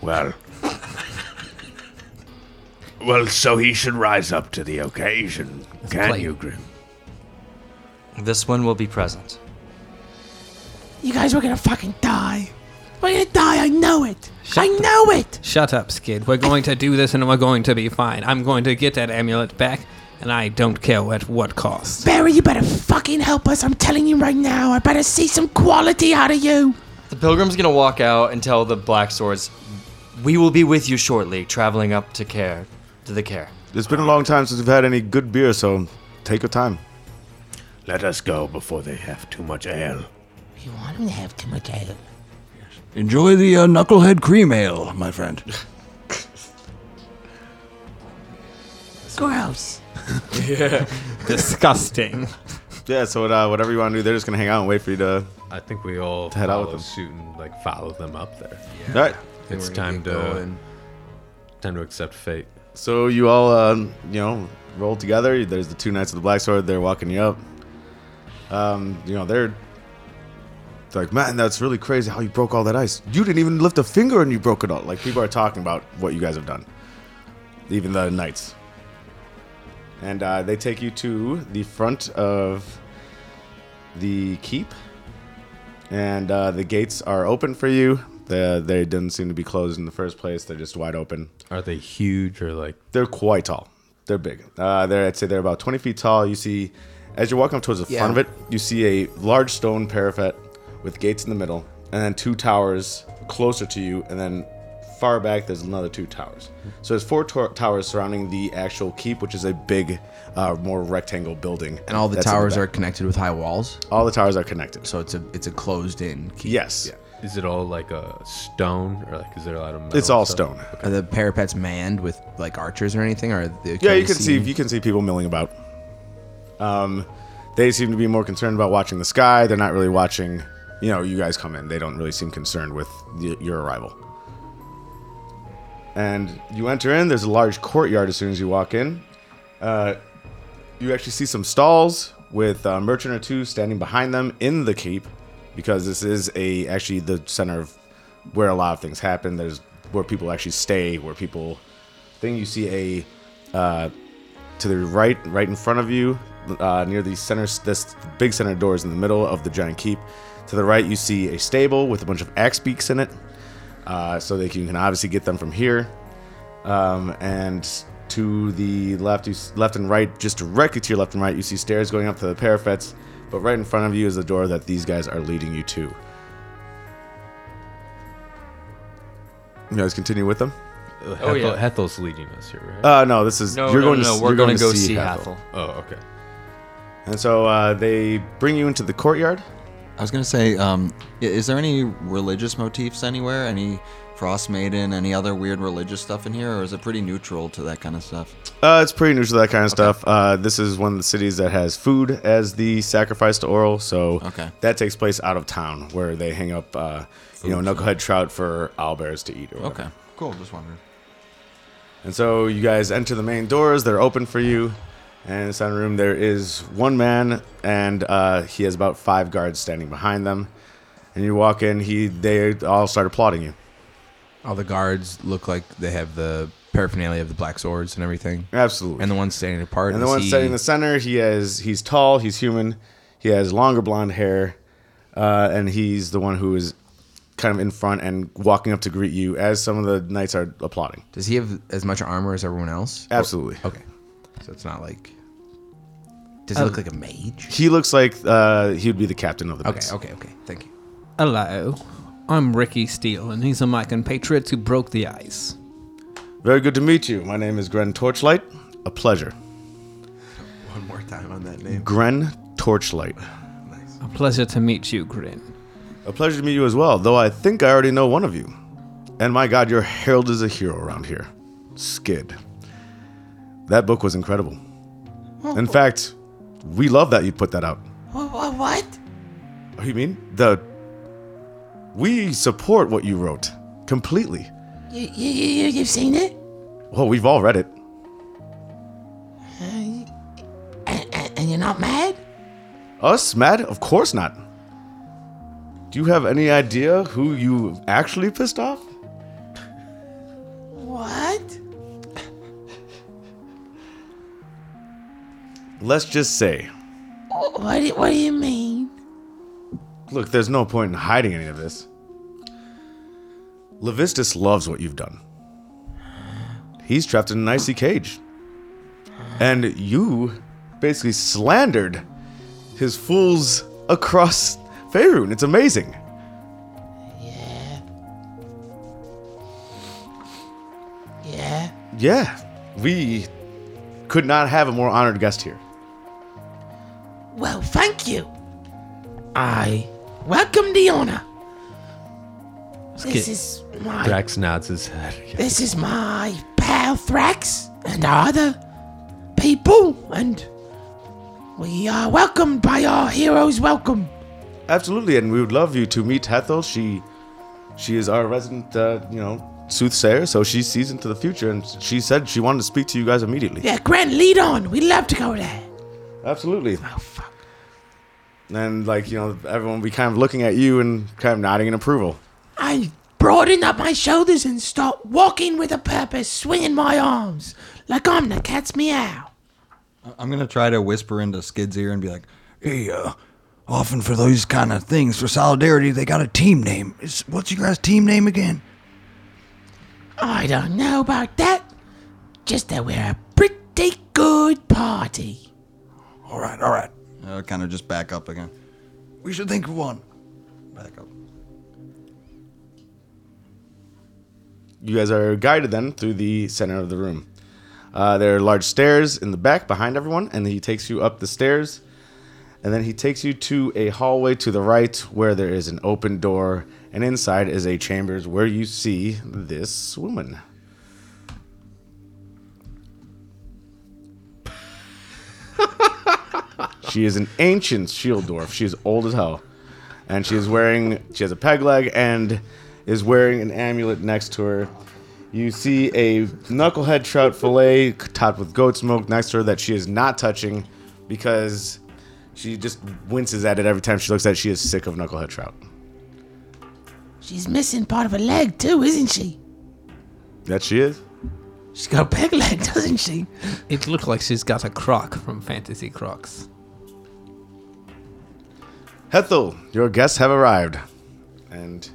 Speaker 4: Well. well, so he should rise up to the occasion. Can
Speaker 6: plate.
Speaker 4: you, Grim?
Speaker 6: This one will be present.
Speaker 3: You guys were gonna fucking die. We're gonna die. I know it. I know it.
Speaker 2: Shut up, Skid. We're going to do this and we're going to be fine. I'm going to get that amulet back, and I don't care at what cost.
Speaker 3: Barry, you better fucking help us. I'm telling you right now. I better see some quality out of you.
Speaker 6: The pilgrim's gonna walk out and tell the black swords, "We will be with you shortly, traveling up to care, to the care."
Speaker 9: It's been a long time since we've had any good beer, so take your time.
Speaker 4: Let us go before they have too much ale.
Speaker 3: You want him to have too much ale.
Speaker 15: Enjoy the uh, knucklehead cream ale, my friend.
Speaker 3: Gross.
Speaker 9: Yeah.
Speaker 2: Disgusting.
Speaker 9: Yeah, so what, uh, whatever you want to do, they're just going to hang out and wait for you to.
Speaker 8: I think we all
Speaker 9: Head out with
Speaker 8: follow
Speaker 9: them.
Speaker 8: suit and like follow them up there.
Speaker 9: All right.
Speaker 8: It's
Speaker 9: We're gonna
Speaker 8: time
Speaker 9: get
Speaker 8: to
Speaker 9: going.
Speaker 8: time to accept fate.
Speaker 9: So you all, um, you know, roll together. There's the two knights of the Black Sword. They're walking you up. Um, you know, they're they're like, man, that's really crazy how you broke all that ice. You didn't even lift a finger and you broke it all. Like people are talking about what you guys have done, even the knights. And uh, they take you to the front of the keep, and uh, the gates are open for you. The, they didn't seem to be closed in the first place. They're just wide open.
Speaker 8: Are they huge or like?
Speaker 9: They're quite tall. They're big. Uh, they're I'd say they're about twenty feet tall. You see, as you're walking up towards the
Speaker 14: Yeah.
Speaker 9: front of it, you see a large stone parapet with gates in the middle, and then two towers closer to you, and then far back there's another two towers. So there's four tor- towers surrounding the actual keep, which is a big, uh, more rectangle building.
Speaker 7: And all the
Speaker 9: that's in
Speaker 7: towers
Speaker 9: back.
Speaker 7: are connected with high walls.
Speaker 9: All the towers are connected.
Speaker 7: So it's a it's a closed in. Keep.
Speaker 9: Yes.
Speaker 8: Is it all like a stone or like is there a lot of? Metal
Speaker 7: It's all
Speaker 8: stuff?
Speaker 9: stone.
Speaker 7: Are the parapets manned with like archers or anything? Or the,
Speaker 9: yeah, you can see you can see people milling about. Um, they seem to be more concerned about watching the sky. They're not really watching. You know, you guys come in. They don't really seem concerned with y- your arrival. And you enter in. There's a large courtyard as soon as you walk in. Uh, you actually see some stalls with a merchant or two standing behind them in the keep, because this is a actually the center of where a lot of things happen. There's where people actually stay, where people thing you see a uh, to the right right in front of you uh, near the center this big center door is in the middle of the giant keep to the right you see a stable with a bunch of axe beaks in it uh, so they can, you can obviously get them from here um, and to the left you, s- left and right just directly to your left and right you see stairs going up to the parapets but right in front of you is the door that these guys are leading you to you guys continue with them
Speaker 8: Uh,
Speaker 6: Oh,
Speaker 8: Hethel-
Speaker 6: yeah.
Speaker 8: Hethel's leading us here, right?
Speaker 9: Uh, no, this is
Speaker 6: No,
Speaker 9: you're
Speaker 6: no,
Speaker 9: going
Speaker 6: no,
Speaker 9: to
Speaker 6: no,
Speaker 9: s-
Speaker 6: we're
Speaker 9: you're
Speaker 6: gonna
Speaker 9: going to
Speaker 6: go
Speaker 9: see
Speaker 6: see Hathel.
Speaker 9: Hathel.
Speaker 8: Oh, okay.
Speaker 9: And so uh, they bring you into the courtyard.
Speaker 13: I was gonna say, um, i- is there any religious motifs anywhere? Any frost maiden? Any other weird religious stuff in here, or is it pretty neutral to that kind of stuff?
Speaker 9: Uh, it's pretty neutral that kind of stuff. Uh, this is one of the cities that has food as the sacrifice to Oral, so that takes place out of town where they hang up, uh, you know,
Speaker 13: Food.
Speaker 9: knucklehead trout for owlbears to eat. Or whatever.
Speaker 13: Okay, cool. Just wondering.
Speaker 9: And so you guys enter the main doors. They're open for you. And inside the room, there is one man, and uh, he has about five guards standing behind them. And you walk in. He they all start applauding you.
Speaker 7: All the guards look like they have the paraphernalia of the black swords and everything.
Speaker 9: Absolutely.
Speaker 7: And the one standing apart.
Speaker 9: And the one sitting in the center, he has he's tall, he's human, he has longer blonde hair, uh, and he's the one who is kind of in front and walking up to greet you as some of the knights are applauding.
Speaker 7: Does he have as much armor as everyone else?
Speaker 9: Absolutely.
Speaker 7: Okay. So it's not like. Does he look like a mage?
Speaker 9: He looks like uh, he would be the captain of the
Speaker 7: Okay,
Speaker 9: knights.
Speaker 7: okay, okay. Thank you.
Speaker 2: Hello. I'm Ricky Steele, and these are my compatriots who broke the ice.
Speaker 9: Very good to meet you. My name is Gren Torchlight. A pleasure.
Speaker 7: One more time on that name.
Speaker 9: Gren Torchlight.
Speaker 2: A pleasure to meet you, Grin.
Speaker 9: A pleasure to meet you as well, though I think I already know one of you. And my God, you're heralded as a hero around here. Skid. That book was incredible.
Speaker 3: Oh,
Speaker 9: In fact, we love that you put that out.
Speaker 3: Wha- wha- oh, What?
Speaker 9: Oh, you mean? The. We support what you wrote completely.
Speaker 3: You, you, you, you- you've seen it?
Speaker 9: Well, we've all read it.
Speaker 3: Uh, you- and, and, and you're not mad?
Speaker 9: Us, mad? Of course not. Do you have any idea who you actually pissed off?
Speaker 3: What?
Speaker 9: Let's just say.
Speaker 3: Wh- What do, what do you mean?
Speaker 9: Look, there's no point in hiding any of this. Levistus loves what you've done. He's trapped in an icy cage. And you basically slandered his fools across Faerun. It's amazing.
Speaker 3: Yeah.
Speaker 9: Yeah, we could not have a more honored guest here.
Speaker 3: Well, thank you.
Speaker 9: I.
Speaker 3: Welcome, Diona. This
Speaker 8: Skid.
Speaker 3: is my
Speaker 8: Drax nods his head.
Speaker 3: This is my pal Thrax and our other people, and we are welcomed by our heroes. Welcome.
Speaker 9: Absolutely, and we would love you to meet Hethel. She, she is our resident, uh, you know, soothsayer, so she sees into the future, and she said she wanted to speak to you guys immediately.
Speaker 3: Yeah, Grant, lead on. We love to go there.
Speaker 9: Absolutely. Oh fuck. And like you know, everyone be kind of looking at you and kind of nodding in approval.
Speaker 3: I broaden up my shoulders and start walking with a purpose, swinging my arms like I'm the cat's meow.
Speaker 13: I'm gonna try to whisper into Skid's ear and be like, "Hey, uh, often for those kind of things, for solidarity, they got a team name. It's, what's your guys' team name again?"
Speaker 3: I don't know about that. Just that we're a pretty good party.
Speaker 13: All right, all right. Uh, kind of just back up again. We should think of one. Back up.
Speaker 9: You guys are guided then through the center of the room. Uh, there are large stairs in the back behind everyone, and he takes you up the stairs, and then he takes you to a hallway to the right where there is an open door, and inside is a chambers where you see this woman. She is an ancient shield dwarf. She is old as hell. And she is wearing, she has a peg leg and is wearing an amulet next to her. You see a knucklehead trout fillet topped with goat's milk next to her that she is not touching because she just winces at it every time she looks at it. She is sick of knucklehead trout.
Speaker 3: She's missing part of a leg too, isn't she?
Speaker 9: That she is?
Speaker 2: She's
Speaker 3: got a peg leg, doesn't she?
Speaker 2: It looked like she's got a croc from Fantasy Crocs.
Speaker 9: Hethel, your guests have arrived. And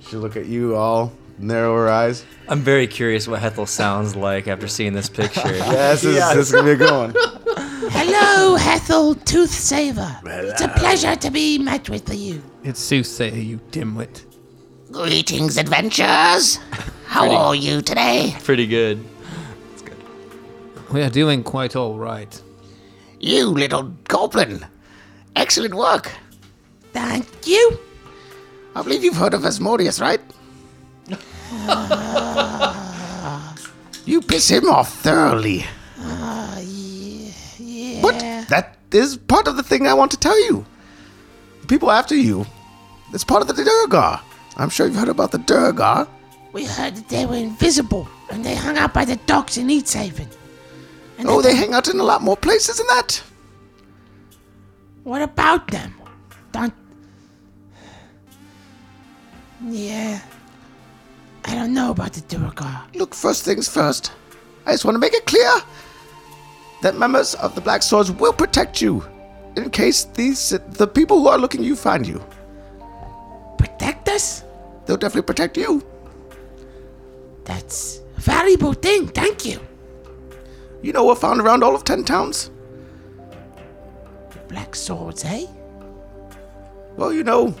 Speaker 9: she'll look at you all, narrow her eyes.
Speaker 6: I'm very curious what Hethel sounds like after seeing this picture.
Speaker 9: Yes, this, is- this is going to be a good one.
Speaker 3: Hello, Hethel Tooth Saver. It's a pleasure to be met with you.
Speaker 2: It's Soothsayer, you dimwit.
Speaker 20: Greetings, adventurers. How
Speaker 2: Pretty-
Speaker 20: are you today?
Speaker 6: Pretty good.
Speaker 2: We are doing quite all right.
Speaker 20: You little goblin. Excellent work.
Speaker 3: Thank you.
Speaker 20: I believe you've heard of Asmodeus, right? you piss him off thoroughly.
Speaker 9: What? That is part of the thing I want to tell you. The people after you, it's part of the Durgar. I'm sure you've heard about the Durgar.
Speaker 3: We heard that they were invisible and they hung out by the docks in Eatshaven. And
Speaker 20: Oh, they hang out in a lot more places than that.
Speaker 3: What about them? Don't. Yeah. I don't know about the Durgar.
Speaker 20: Look, first things first. I just want to make it clear that members of the Black Swords will protect you in case these the people who are looking you find you.
Speaker 3: Protect us?
Speaker 20: They'll definitely protect you.
Speaker 3: That's a valuable thing. Thank you.
Speaker 20: You know we're found around all of ten towns.
Speaker 3: Black swords, eh?
Speaker 20: Well, you know,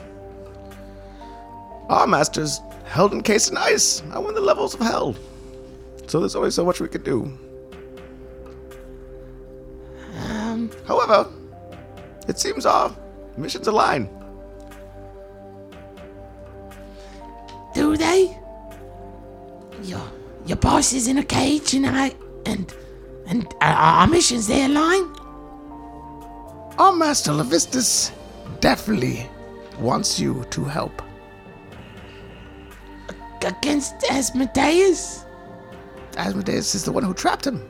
Speaker 20: our masters held in case in ice. I won the levels of hell. So there's only so much we could do.
Speaker 3: Um,
Speaker 20: However, it seems our missions align.
Speaker 3: do they? your your boss is in a cage, and I and and uh, um, our, our mission's there, line.
Speaker 20: Our master Levistus definitely wants you to help.
Speaker 3: Against Asmodeus?
Speaker 20: Asmodeus is the one who trapped him.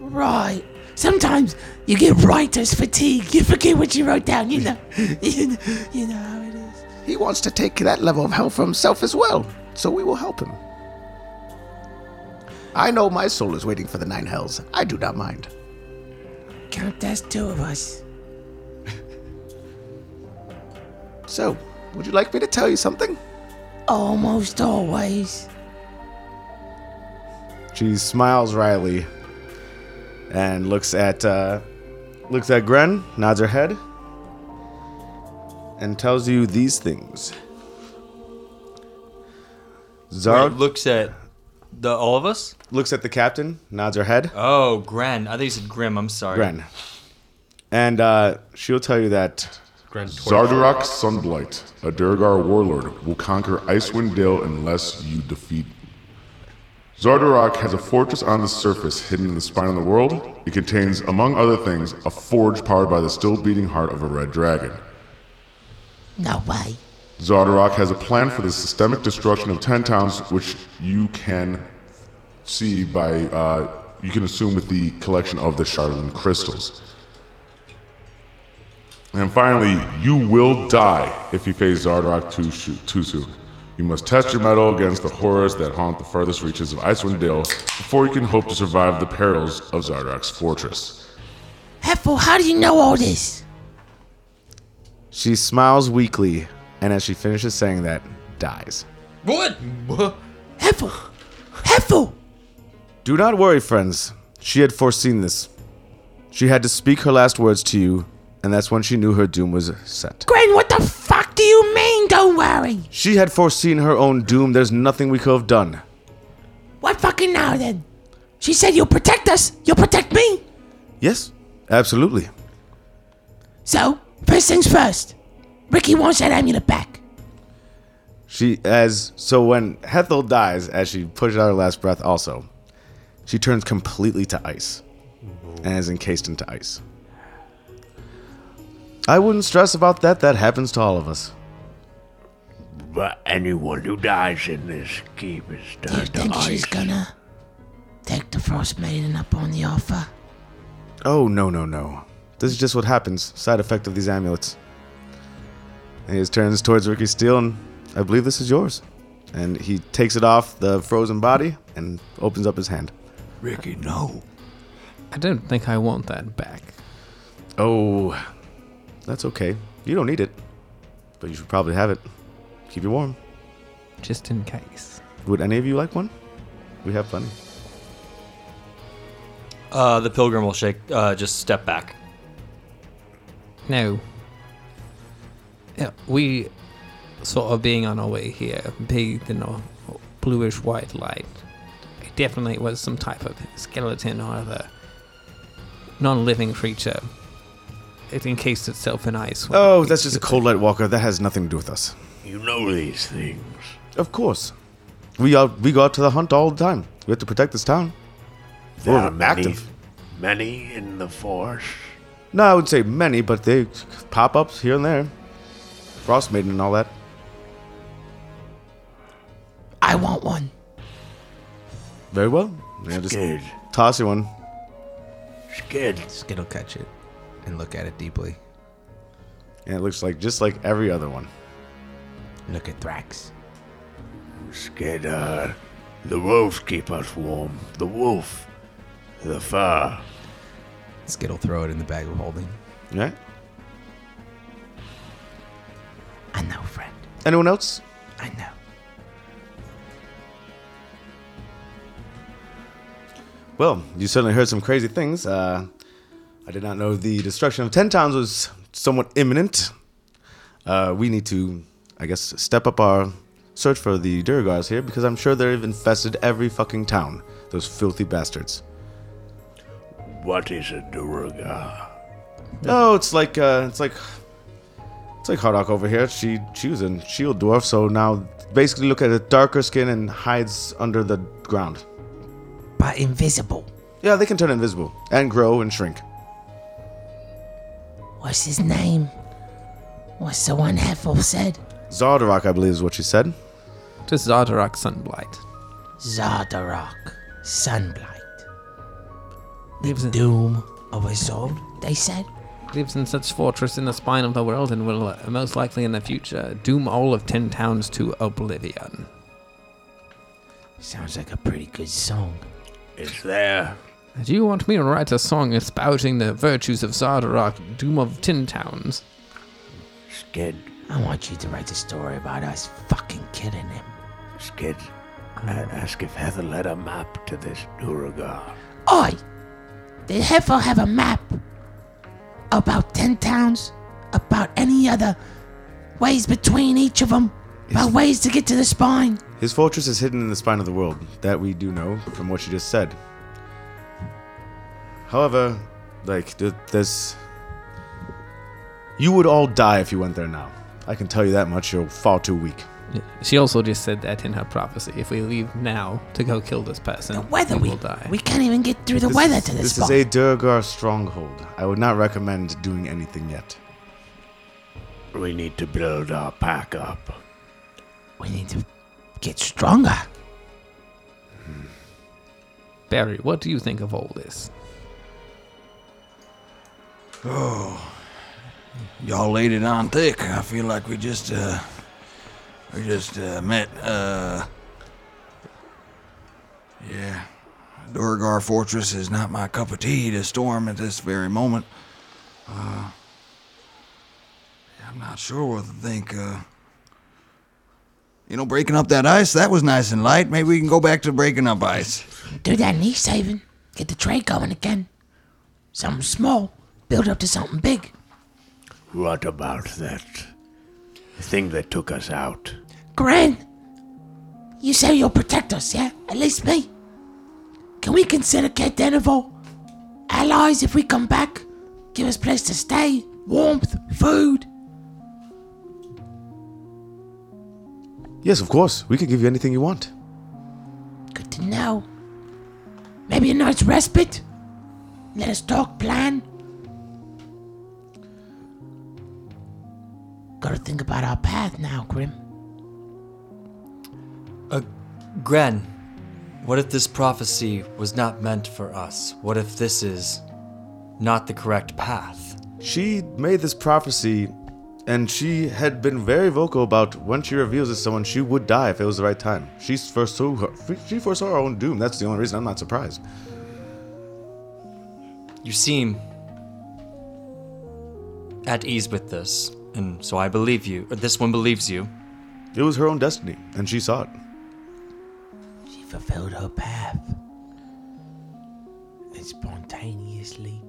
Speaker 3: Right. Sometimes you get writer's fatigue. You forget what you wrote down. You know. you know, you know how it is.
Speaker 20: He wants to take that level of hell for himself as well, so we will help him. I know my soul is waiting for the nine hells. I do not mind.
Speaker 3: Count that's two of us.
Speaker 20: So, would you like me to tell you something?
Speaker 3: Almost always.
Speaker 9: She smiles wryly and looks at uh, looks at Gren, nods her head, and tells you these things. Zara
Speaker 6: Wait, looks at the all of us.
Speaker 9: looks at the captain, nods her head.
Speaker 6: Oh, Gren. I think you said Grim. I'm sorry.
Speaker 9: Gren. And uh, she'll tell you that
Speaker 5: Zardarok Sunblight, a Durgar warlord, will conquer Icewind Dale unless you defeat. Zardarok has a fortress on the surface hidden in the spine of the world. It contains, among other things, a forge powered by the still beating heart of a red dragon.
Speaker 3: No way.
Speaker 5: Zardarok has a plan for the systemic destruction of ten towns, which you can see by uh, you can assume with the collection of the Charlatan crystals. And finally, you will die if you face Zardarok too, shoo- too soon. You must test your mettle against the horrors that haunt the furthest reaches of Icewind Dale before you can hope to survive the perils of Zardarok's fortress.
Speaker 3: Heffel, how do you know all this?
Speaker 9: she smiles weakly, and as she finishes saying that, dies.
Speaker 6: What?
Speaker 3: Heffel! Heffel!
Speaker 9: Do not worry, friends. She had foreseen this. She had to speak her last words to you, and that's when she knew her doom was set.
Speaker 3: Gren, what the fuck do you mean? Don't worry.
Speaker 9: She had foreseen her own doom. There's nothing we could have done.
Speaker 3: What fucking now then? She said you'll protect us. You'll protect me.
Speaker 9: Yes, absolutely.
Speaker 3: So first things first. Ricky wants that amulet back.
Speaker 9: She as so when Hethel dies, as she pushes out her last breath, also, she turns completely to ice, and is encased into ice. I wouldn't stress about that. That happens to all of us.
Speaker 4: But anyone who dies in this keep is
Speaker 3: Do you
Speaker 4: turned to
Speaker 3: think
Speaker 4: ice.
Speaker 3: she's gonna take the frost maiden up on the offer?
Speaker 9: Oh no no no! This is just what happens. Side effect of these amulets. And he turns towards Ricky Steele, and I believe this is yours. And he takes it off the frozen body and opens up his hand.
Speaker 15: Ricky, no.
Speaker 2: I don't think I want that back.
Speaker 9: Oh, that's okay. You don't need it, but you should probably have it. Keep you warm.
Speaker 2: Just in case.
Speaker 9: Would any of you like one? We have plenty.
Speaker 6: Uh, the pilgrim will shake. Uh, just step back.
Speaker 2: No. Yeah, we sort of being on our way here, bathed in a bluish white light. It definitely was some type of skeleton or other non living creature. It encased itself in ice. when
Speaker 9: Oh,
Speaker 2: we-
Speaker 9: that's just a cold light walker. That has nothing to do with us.
Speaker 4: You know these things.
Speaker 9: Of course. We are, we go out to the hunt all the time. We have to protect this town.
Speaker 4: There
Speaker 9: We're
Speaker 4: are many,
Speaker 9: Oh, active.
Speaker 4: many in the force.
Speaker 9: No, I would say many, but they pop ups here and there. Frost Maiden and all that.
Speaker 3: I want one.
Speaker 9: Very well. Yeah, just
Speaker 4: Scared.
Speaker 9: toss you one.
Speaker 4: Skid.
Speaker 7: Skid will catch it and look at it deeply.
Speaker 9: And it looks like just like every other one.
Speaker 7: Look at Thrax.
Speaker 4: Skid, uh, the wolves keep us warm. The wolf. The fur.
Speaker 7: Skid will throw it in the bag of holding.
Speaker 9: Yeah.
Speaker 3: I know, friend.
Speaker 9: Anyone else?
Speaker 3: I know.
Speaker 9: Well, you certainly heard some crazy things. Uh, I did not know the destruction of 10 towns was somewhat imminent. Uh, we need to, I guess, step up our search for the Durgars here because I'm sure they've infested every fucking town. Those filthy bastards.
Speaker 4: What is a Durga?
Speaker 9: No, it's like uh, it's like it's It's like Hardock over here. She she was a shield dwarf, so now basically look at a darker skin and hides under the ground.
Speaker 3: But invisible.
Speaker 9: Yeah, they can turn invisible and grow and shrink.
Speaker 3: What's his name? What's the one Heffel said?
Speaker 9: Zardarok, I believe, is what she said.
Speaker 2: Just Zardarok Sunblight.
Speaker 3: Zardarok. Sunblight. The doom of a soul, they said.
Speaker 2: Lives in such fortress in the spine of the world and will uh, most likely in the future doom all of ten towns to oblivion.
Speaker 3: Sounds like a pretty good song.
Speaker 4: It's there.
Speaker 2: Do you want me to write a song espouting the virtues of Zardarok, doom of ten towns?
Speaker 4: Skid.
Speaker 3: I want you to write a story about us fucking killing him.
Speaker 4: Skid. I'd ask if Heather led a map to this Duragar.
Speaker 3: Oi! Did Hefo have a map about 10 towns? About any other ways between each of them? About ways to get to the spine?
Speaker 9: His fortress is hidden in the spine of the world. That we do know from what she just said. However, like, th- there's. You would all die if you went there now. I can tell you that much. You're far too weak.
Speaker 2: She also just said that in her prophecy. If we leave now to go kill this person, the
Speaker 3: weather
Speaker 2: we will die.
Speaker 3: We can't even get through the weather to this,
Speaker 9: This
Speaker 3: spot.
Speaker 9: is a Durgar stronghold. I would not recommend doing anything yet.
Speaker 4: We need to build our pack up.
Speaker 3: We need to get stronger.
Speaker 2: Hmm. Barry, what do you think of all this?
Speaker 15: Oh, y'all laid it on thick. I feel like we just uh, we just uh, met. Uh, yeah, Durgar Fortress is not my cup of tea to storm at this very moment. Uh, I'm not sure what to think. Uh, you know, breaking up that ice that was nice and light. Maybe we can go back to breaking up ice.
Speaker 3: Do that knee saving. Get the trade going again. Something small. Build up to something big.
Speaker 4: What about that thing that took us out?
Speaker 3: Gran, you say you'll protect us, yeah? At least me. Can we consider Cat Denival allies if we come back? Give us place to stay, warmth, food.
Speaker 9: Yes, of course. We can give you anything you want.
Speaker 3: Good to know. Maybe a night's respite. Let us talk, plan. Gotta think about our path now, Grim.
Speaker 12: Uh, Gren, what if this prophecy was not meant for us? What if this is not the correct path?
Speaker 9: She made this prophecy, and she had been very vocal about when she reveals it to someone, she would die if it was the right time. She foresaw her, she foresaw her own doom. That's the only reason I'm not surprised.
Speaker 12: You seem at ease with this, and so I believe you, or this one believes you.
Speaker 9: It was her own destiny, and she saw it.
Speaker 3: She fulfilled her path. And spontaneously.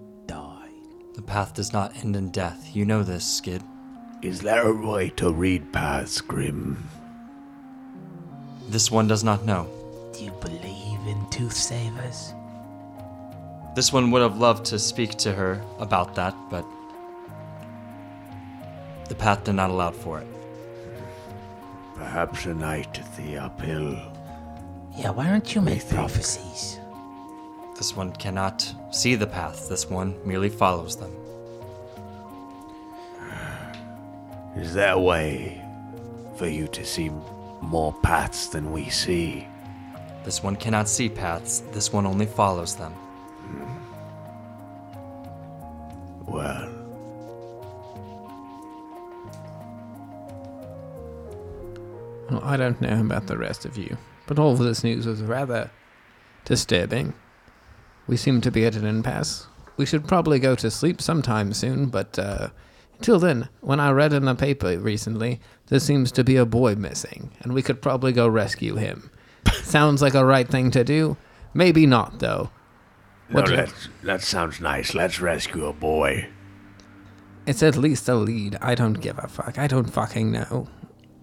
Speaker 12: The path does not end in death. You know this, Skid.
Speaker 4: Is there a way to read paths, Grim?
Speaker 12: This one does not know.
Speaker 3: Do you believe in tooth savers?
Speaker 12: This one would have loved to speak to her about that, but the path did not allow for it.
Speaker 4: Perhaps a night at the uphill.
Speaker 3: Yeah, why don't you make
Speaker 12: think.
Speaker 3: prophecies?
Speaker 12: This one cannot see the path. This one merely follows them.
Speaker 4: Is there a way for you to see more paths than we see?
Speaker 12: This one cannot see paths. This one only follows them.
Speaker 4: Well,
Speaker 2: Well, I don't know about the rest of you, but all of this news was rather disturbing. We seem to be at an impasse. We should probably go to sleep sometime soon, but uh, until then, when I read in the paper recently, there seems to be a boy missing, and we could probably go rescue him. Sounds like a right thing to do. Maybe not, though.
Speaker 4: no,
Speaker 2: What do you-
Speaker 4: that, that sounds nice. Let's rescue a boy.
Speaker 2: It's at least a lead. I don't give a fuck. I don't fucking know.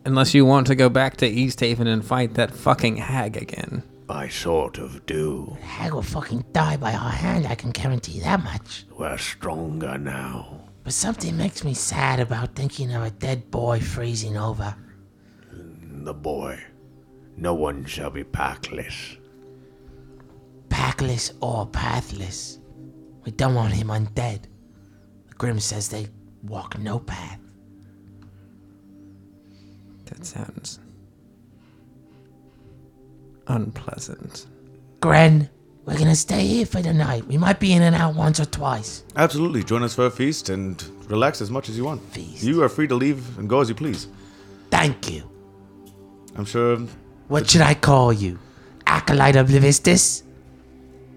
Speaker 2: Unless you want to go back to East Haven and fight that fucking hag again.
Speaker 4: I sort of do.
Speaker 3: Hag will fucking die by our hand, I can guarantee that much.
Speaker 4: We're stronger now.
Speaker 3: But something makes me sad about thinking of a dead boy freezing over.
Speaker 4: The boy. No one shall be packless.
Speaker 3: Packless or pathless. We don't want him undead. The Grim says they walk no path.
Speaker 2: That sounds unpleasant.
Speaker 3: Gren, we're gonna stay here for the night. We might be in and out once or twice.
Speaker 9: Absolutely. Join us for a feast and relax as much as you want. Feast. You are free to leave and go as you please.
Speaker 3: Thank you.
Speaker 9: I'm sure.
Speaker 3: What should I call you? Acolyte of Livistus?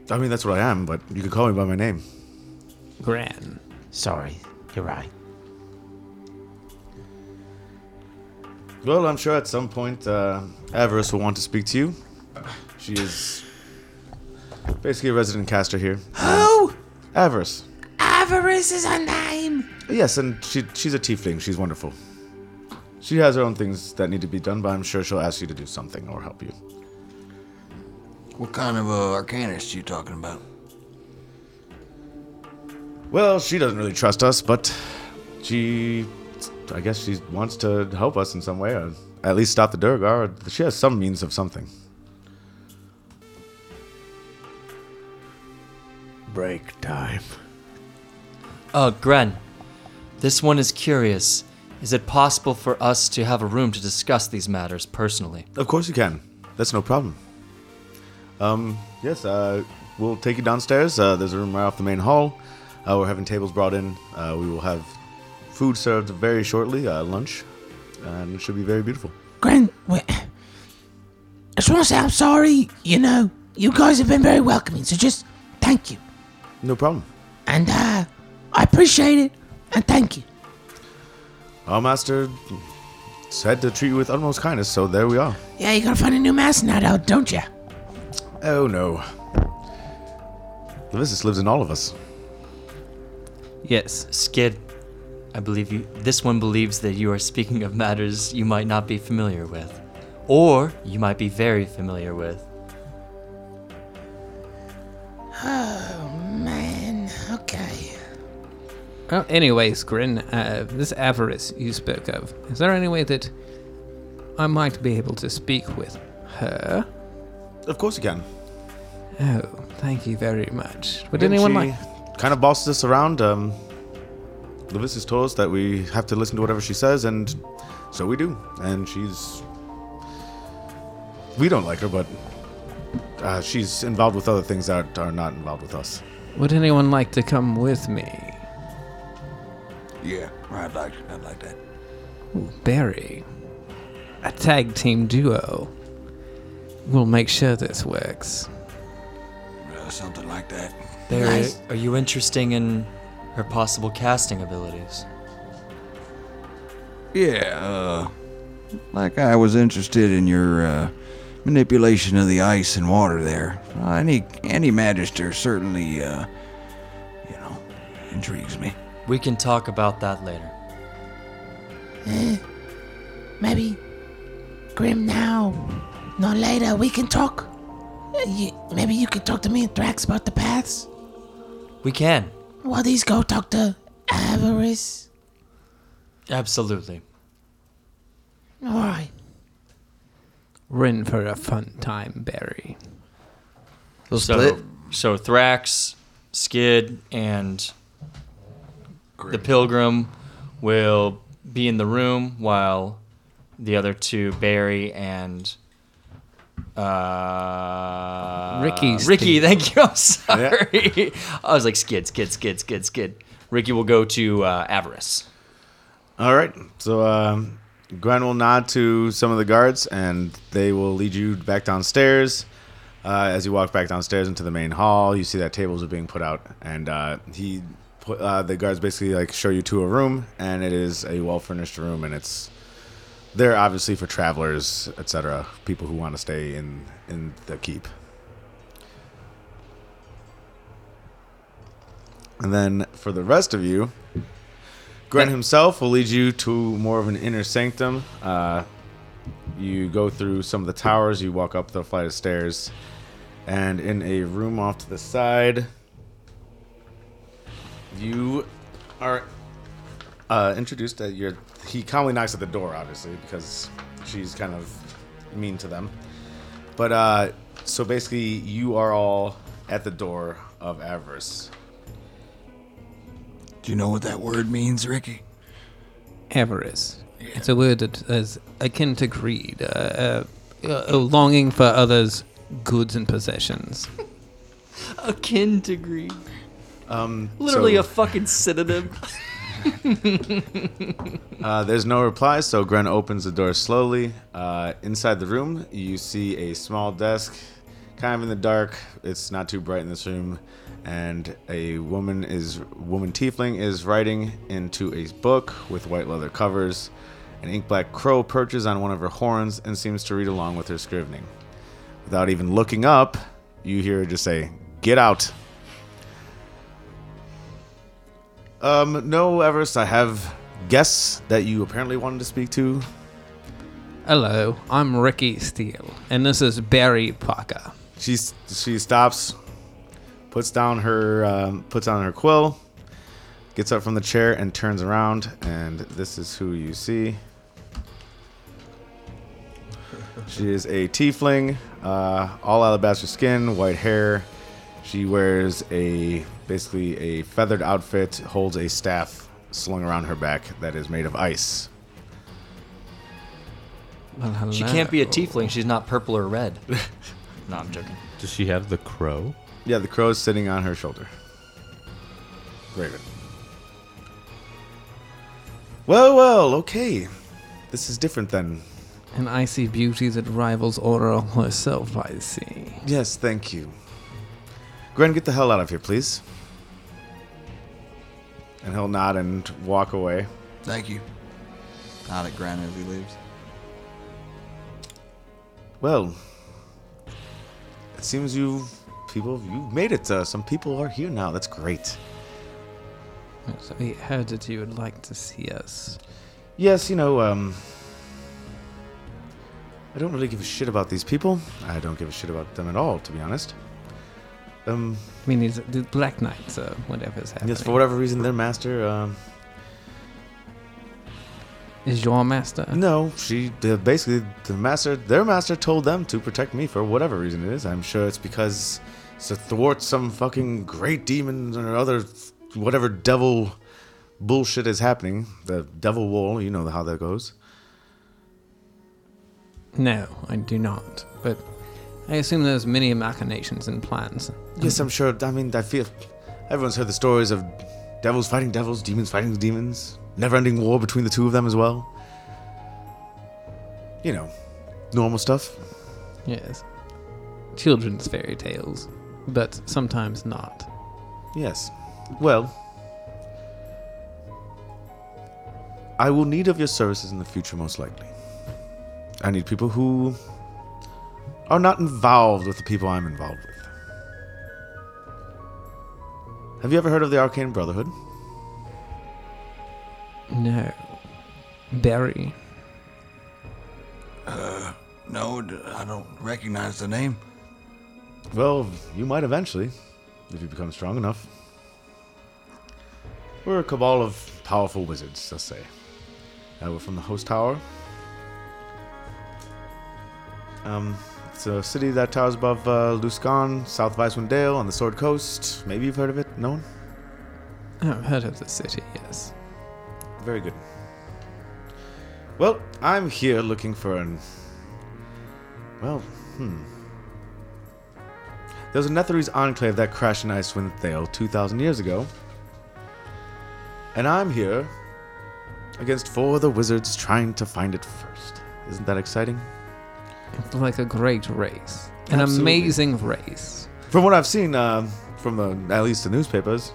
Speaker 9: I mean, that's what I am, but you can call me by my name.
Speaker 2: Gran.
Speaker 3: Sorry, you're right.
Speaker 9: Well, I'm sure at some point uh, Avarice will want to speak to you. She is basically a resident caster here. Uh,
Speaker 3: Who?
Speaker 9: Avarice.
Speaker 3: Avarice is a name!
Speaker 9: Yes, and she, she's a tiefling. She's wonderful. She has her own things that need to be done, but I'm sure she'll ask you to do something or help you.
Speaker 15: What kind of uh, arcanist you talking about?
Speaker 9: Well, she doesn't really trust us, but she. I guess she wants to help us in some way, or at least stop the Durgar. She has some means of something.
Speaker 4: Break time.
Speaker 6: Uh, Gren, this one is curious. Is it possible for us to have a room to discuss these matters personally?
Speaker 9: Of course you can. That's no problem. Um, yes, uh, we'll take you downstairs. Uh, there's a room right off the main hall. Uh, we're having tables brought in. Uh, we will have food served very shortly, uh, lunch, and it should be very beautiful.
Speaker 3: Gren, wait. I just want to say I'm sorry, you know. You guys have been very welcoming, so just thank you.
Speaker 9: No problem.
Speaker 3: And uh, I appreciate it, and thank you.
Speaker 9: Our master said to treat you with utmost kindness, so there we are.
Speaker 3: Yeah, you gotta find a new mask now, though, don't ya?
Speaker 9: Oh no. Levisus lives in all of us.
Speaker 6: Yes. Skid, I believe you. This one believes that you are speaking of matters you might not be familiar with, or you might be very familiar with.
Speaker 3: Oh, man. Okay.
Speaker 2: Well, anyways, Grin, uh, this avarice you spoke of, is there any way that I might be able to speak with her?
Speaker 9: Of course you can.
Speaker 2: Oh, thank you very much. Would
Speaker 9: And
Speaker 2: anyone
Speaker 9: she
Speaker 2: like.
Speaker 9: Kind of bosses us around. Um, Levisus told us that we have to listen to whatever she says, and so we do. And she's. We don't like her, but uh, she's involved with other things that are not involved with us.
Speaker 2: Would anyone like to come with me?
Speaker 15: Yeah, I'd like, I'd like that.
Speaker 2: Barry. A tag team duo. We'll make sure this works.
Speaker 15: Uh, something like that.
Speaker 6: Barry, are you interested in her possible casting abilities?
Speaker 15: Yeah, uh,
Speaker 13: Like I was interested in your uh, manipulation of the ice and water there. Uh, any any magister certainly uh, intrigues me.
Speaker 6: We can talk about that later.
Speaker 3: Eh, maybe Grim now, no later. We can talk. Uh, You, maybe you can talk to me and Thrax about the paths.
Speaker 6: We can.
Speaker 3: While these go talk to Avarice.
Speaker 6: Absolutely.
Speaker 3: All right.
Speaker 2: We're in for a fun time, Barry.
Speaker 6: So, so Thrax, Skid, and the Pilgrim will be in the room while the other two, Barry and uh,
Speaker 2: Ricky
Speaker 6: Ricky,
Speaker 2: Steve.
Speaker 6: thank you. I'm sorry. I was like Skid, Skid, Skid, Skid, Skid. Ricky will go to uh, Avarice.
Speaker 9: All right. So um, Gwen will nod to some of the guards, and they will lead you back downstairs. Uh, as you walk back downstairs into the main hall, you see that tables are being put out, and uh, he, pu- uh, the guards basically like show you to a room, and it is a well furnished room, and it's there obviously for travelers, etc., people who want to stay in in the keep. And then for the rest of you, Gren himself will lead you to more of an inner sanctum. Uh, you go through some of the towers, you walk up the flight of stairs, and in a room off to the side, you are uh, introduced that you're he calmly knocks at the door obviously because she's kind of mean to them but uh, so basically you are all at the door of avarice
Speaker 15: Do you know what that word means, Ricky?
Speaker 2: Avarice. It's a word that is akin to greed, uh, uh, a longing for others' goods and possessions.
Speaker 6: Akin to greed.
Speaker 9: um,
Speaker 6: Literally
Speaker 9: so-
Speaker 6: a fucking synonym.
Speaker 9: Uh, there's no reply, so Gren opens the door slowly. Uh, inside the room, you see a small desk, kind of in the dark. It's not too bright in this room, and a woman is woman tiefling is writing into a book with white leather covers. An ink black crow perches on one of her horns and seems to read along with her scrivening. Without even looking up, you hear her just say, "Get out." Um, no, Everest. I have guests that you apparently wanted to speak to.
Speaker 2: Hello, I'm Ricky Steele, and this is Barry Parker.
Speaker 9: She's she stops, puts down her um, puts on her quill, gets up from the chair and turns around, and this is who you see. She is a tiefling, uh, all alabaster skin, white hair. She wears a basically a feathered outfit, holds a staff slung around her back that is made of ice.
Speaker 6: She can't be a tiefling. She's not purple or red. no, I'm joking.
Speaker 9: Does she have the crow? Yeah, the crow is sitting on her shoulder. Raven. Well, well, okay. This is different then.
Speaker 2: An icy beauty that rivals Aurel herself, I see.
Speaker 9: Yes, thank you. Gren, get the hell out of here, please. And he'll nod and walk away.
Speaker 13: Thank you. Not at Gran as he leaves.
Speaker 9: Well, it seems you people you made it. Uh, some people are here now. That's great.
Speaker 2: So we heard that you would like to see us.
Speaker 9: Yes, you know, um, I don't really give a shit about these people. I don't give a shit about them at all, to be honest. Um,
Speaker 2: I mean, these the Black Knights, uh, whatever's happening.
Speaker 9: yes, for whatever reason, their master. Um,
Speaker 2: Is your master?
Speaker 9: No, she the, basically the master. Their master told them to protect me for whatever reason it is. I'm sure it's because it's to thwart some fucking great demon or other whatever devil bullshit is happening. The devil wool, you know how that goes.
Speaker 2: No, I do not. But I assume there's many machinations and plans.
Speaker 9: Yes, I'm sure. I mean, I feel everyone's heard the stories of devils fighting devils, demons fighting demons, never-ending war between the two of them as well. You know, normal stuff.
Speaker 2: Yes. Children's fairy tales, but sometimes not.
Speaker 9: Yes. Well, I will need of your services in the future, most likely. I need people who are not involved with the people I'm involved with. Have you ever heard of the Arcane Brotherhood?
Speaker 2: No. Barry.
Speaker 15: Uh, no, d- I don't recognize the name.
Speaker 9: Well, you might eventually, if you become strong enough. We're a cabal of powerful wizards, let's say. Uh, we're from the Host Tower. Um, it's a city that towers above uh, Luskan, south of Icewind Dale, on the Sword Coast. Maybe you've heard of it? No one?
Speaker 2: I've heard of the city, yes.
Speaker 9: Very good. Well, I'm here looking for an. Well, hmm. There was a Netherese enclave that crashed in Icewind Dale 2,000 years ago. And I'm here against four of the wizards trying to find it first. Isn't that exciting?
Speaker 2: It's like a great race. An
Speaker 9: Absolutely.
Speaker 2: amazing race.
Speaker 9: From what I've seen, uh, from the, at least the newspapers,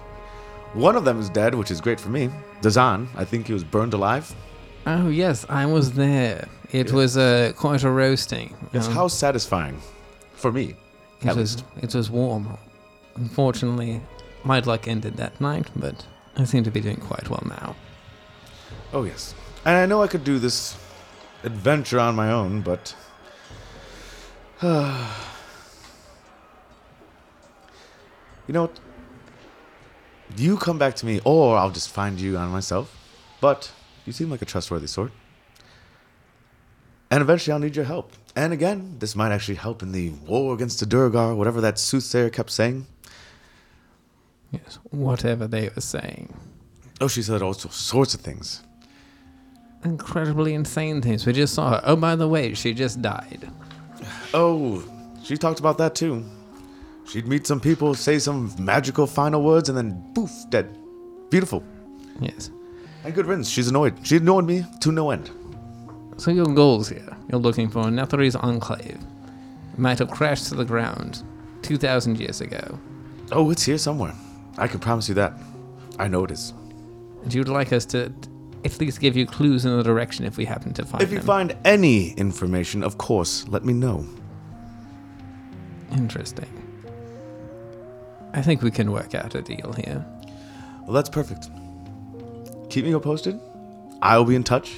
Speaker 9: one of them is dead, which is great for me. Dazan, I think he was burned alive.
Speaker 2: Oh, yes, I was there. It
Speaker 9: Yeah.
Speaker 2: was uh, quite a roasting.
Speaker 9: Yes,
Speaker 2: Um,
Speaker 9: how satisfying for me.
Speaker 2: It
Speaker 9: at
Speaker 2: was, it was warm. Unfortunately, my luck ended that night, but I seem to be doing quite well now.
Speaker 9: Oh, yes. And I know I could do this adventure on my own, but. you know what? You come back to me, or I'll just find you on myself. But you seem like a trustworthy sort. And eventually I'll need your help. And again, this might actually help in the war against the Durgar, whatever that soothsayer kept saying.
Speaker 2: Yes, whatever they were saying.
Speaker 9: Oh, she said all sorts of things.
Speaker 2: Incredibly insane things. We just saw her. Oh, by the way, she just died.
Speaker 9: Oh, she talked about that too. She'd meet some people, say some magical final words, and then poof, dead. Beautiful.
Speaker 2: Yes.
Speaker 9: And good riddance. She's annoyed. She annoyed me to no end.
Speaker 2: So your goals here. You're looking for Nathari's enclave. It might have crashed to the ground 2,000 years ago.
Speaker 9: Oh, it's here somewhere. I can promise you that. I know it is.
Speaker 2: And you'd like us to at least give you clues in the direction if we happen to find
Speaker 9: if you
Speaker 2: them.
Speaker 9: find any information, of course, let me know.
Speaker 2: Interesting. I think we can work out a deal here.
Speaker 9: Well, that's perfect. Keep me posted. I will be in touch.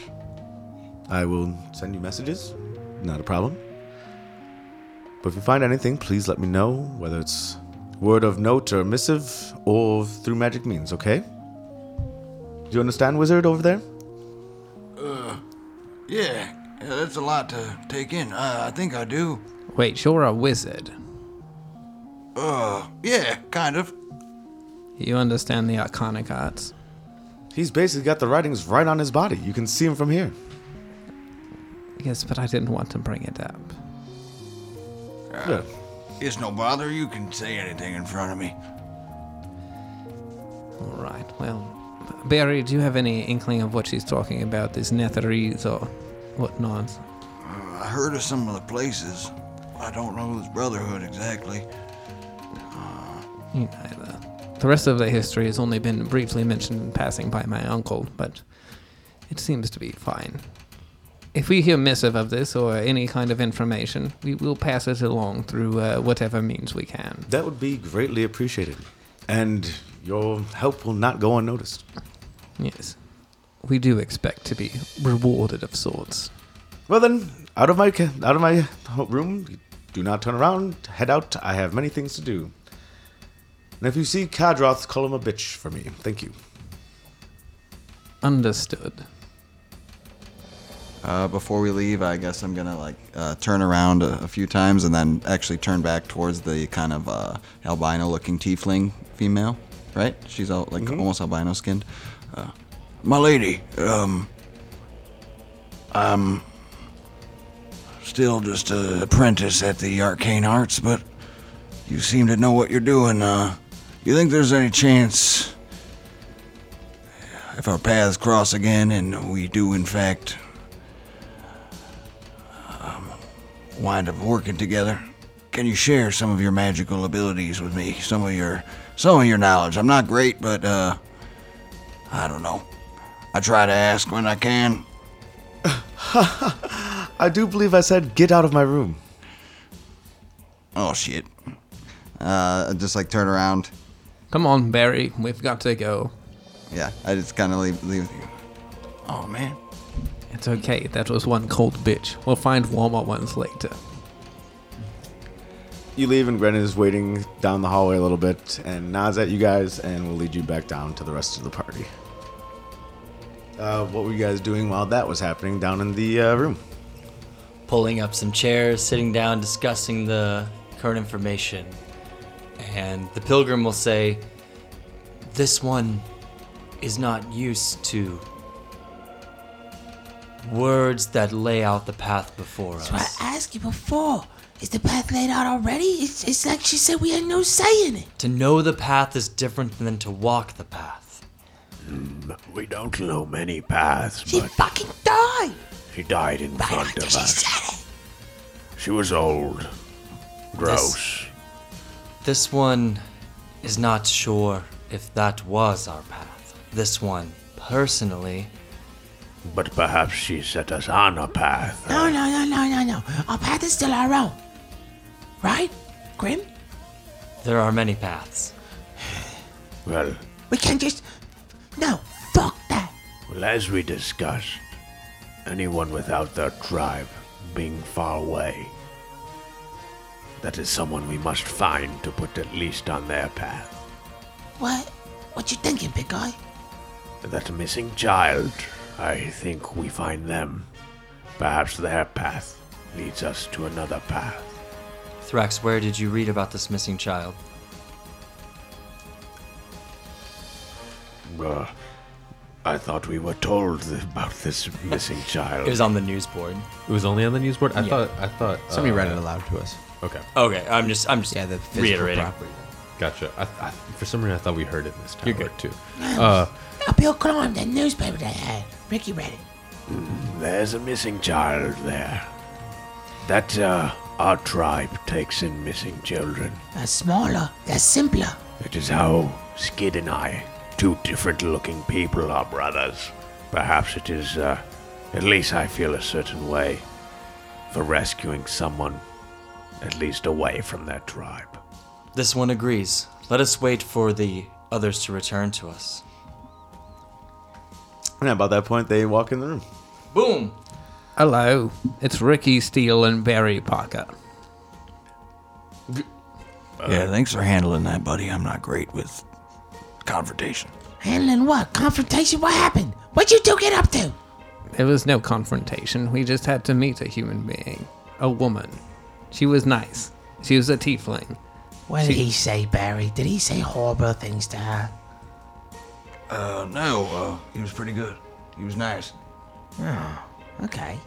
Speaker 9: I will send you messages. Not a problem. But if you find anything, please let me know, whether it's word of note or missive or through magic means, okay? Do you understand, wizard over there?
Speaker 15: Uh, yeah, yeah, that's a lot to take in. Uh, I think I do.
Speaker 2: Wait, you're a wizard.
Speaker 15: Uh, yeah, kind of.
Speaker 2: You understand the arcanic arts.
Speaker 9: He's basically got the writings right on his body. You can see him from here.
Speaker 2: Yes, but I didn't want to bring it up.
Speaker 15: Uh, It's no bother. You can say anything in front of me.
Speaker 2: All right, well, Barry, do you have any inkling of what she's talking about? These netheries or whatnot?
Speaker 15: Uh, I heard of some of the places. I don't know this brotherhood exactly.
Speaker 2: You know, the, the rest of the history has only been briefly mentioned in passing by my uncle, but it seems to be fine. If we hear missive of this or any kind of information, we will pass it along through uh, whatever means we can.
Speaker 9: That would be greatly appreciated. And your help will not go unnoticed.
Speaker 2: Yes. We do expect to be rewarded of sorts.
Speaker 9: Well then, out of my ca- out of my room. Do not turn around. Head out. I have many things to do. And if you see Kadroth, call him a bitch for me. Thank you.
Speaker 2: Understood.
Speaker 13: Uh, before we leave, I guess I'm gonna like uh, turn around a, a few times and then actually turn back towards the kind of uh, albino-looking tiefling female. Right? She's all like
Speaker 9: Mm-hmm.
Speaker 13: almost albino-skinned. Uh,
Speaker 15: My lady, um, I'm still just an apprentice at the Arcane Arts, but you seem to know what you're doing. Uh, you think there's any chance if our paths cross again, and we do in fact um, wind up working together? Can you share some of your magical abilities with me? Some of your some of your knowledge. I'm not great, but uh, I don't know. I try to ask when I can.
Speaker 9: I do believe I said get out of my room.
Speaker 13: oh shit. Uh, just like turn around.
Speaker 2: Come on, Barry. We've got to go.
Speaker 13: Yeah, I just kind of leave. leave.
Speaker 15: Oh, man.
Speaker 2: It's okay. That was one cold bitch. We'll find warmer ones later.
Speaker 9: You leave, and Gren is waiting down the hallway a little bit and nods at you guys, and will lead you back down to the rest of the party. Uh, what were you guys doing while that was happening down in the uh, room?
Speaker 6: pulling up some chairs, sitting down, discussing the current information. And the pilgrim will say, This one is not used to words that lay out the path before
Speaker 3: That's what
Speaker 6: us.
Speaker 3: I asked you before. Is the path laid out already? It's, it's like she said we had no say in it.
Speaker 6: To know the path is different than to walk the path.
Speaker 9: Hmm,
Speaker 4: We don't know many paths,
Speaker 3: She
Speaker 4: but
Speaker 3: fucking died.
Speaker 4: she died in front of us. She was old. Gross.
Speaker 6: This one is not sure if that was our path. This one, personally.
Speaker 4: But perhaps she set us on a path.
Speaker 3: No, no, no, no, no, no. Our path is still our own. Right? Grim?
Speaker 6: There are many paths.
Speaker 4: Well,
Speaker 3: We can't just.
Speaker 4: well, as we discussed, anyone without their tribe being far away, that is someone we must find to put at least on their path.
Speaker 3: What? What you thinking, big guy?
Speaker 4: that missing child. I think we find them. Perhaps their path leads us to another path.
Speaker 6: Thrax, where did you read about this missing child?
Speaker 4: Uh, I thought we were told about this missing child.
Speaker 6: It was on the news board.
Speaker 8: It was only on the news board. I
Speaker 6: Yeah.
Speaker 8: thought. I thought
Speaker 6: Somebody read it
Speaker 8: aloud to us. Okay.
Speaker 6: Okay, I'm just I'm just
Speaker 8: physical
Speaker 6: reiterating.
Speaker 8: property. Gotcha. I, I, for some reason, I thought we heard it in this tower
Speaker 6: You're good.
Speaker 8: too.
Speaker 4: Uh,
Speaker 3: Up Hill Climb, that newspaper they had. Ricky read it.
Speaker 4: There's a missing child there. That uh, our tribe takes in missing children.
Speaker 3: That's smaller, that's simpler.
Speaker 4: It is how Skid and I, two different looking people, are brothers. Perhaps it is, uh, at least I feel a certain way for rescuing someone, at least away from their tribe.
Speaker 6: This one agrees. Let us wait for the others to return to us.
Speaker 9: And about that point, they walk in the room.
Speaker 6: Boom!
Speaker 2: Hello, it's Ricky Steele and Barry Parker.
Speaker 9: uh,
Speaker 15: yeah, thanks for handling that, buddy. I'm not great with confrontation.
Speaker 3: Handling what? Confrontation? What happened? What'd you two get up to?
Speaker 2: There was no confrontation. We just had to meet a human being, a woman. She was nice. She was a tiefling.
Speaker 3: What did
Speaker 2: She-
Speaker 3: he say, Barry? Did he say horrible things to her?
Speaker 15: Uh, no, uh, he was pretty good. He was nice.
Speaker 3: Oh, okay.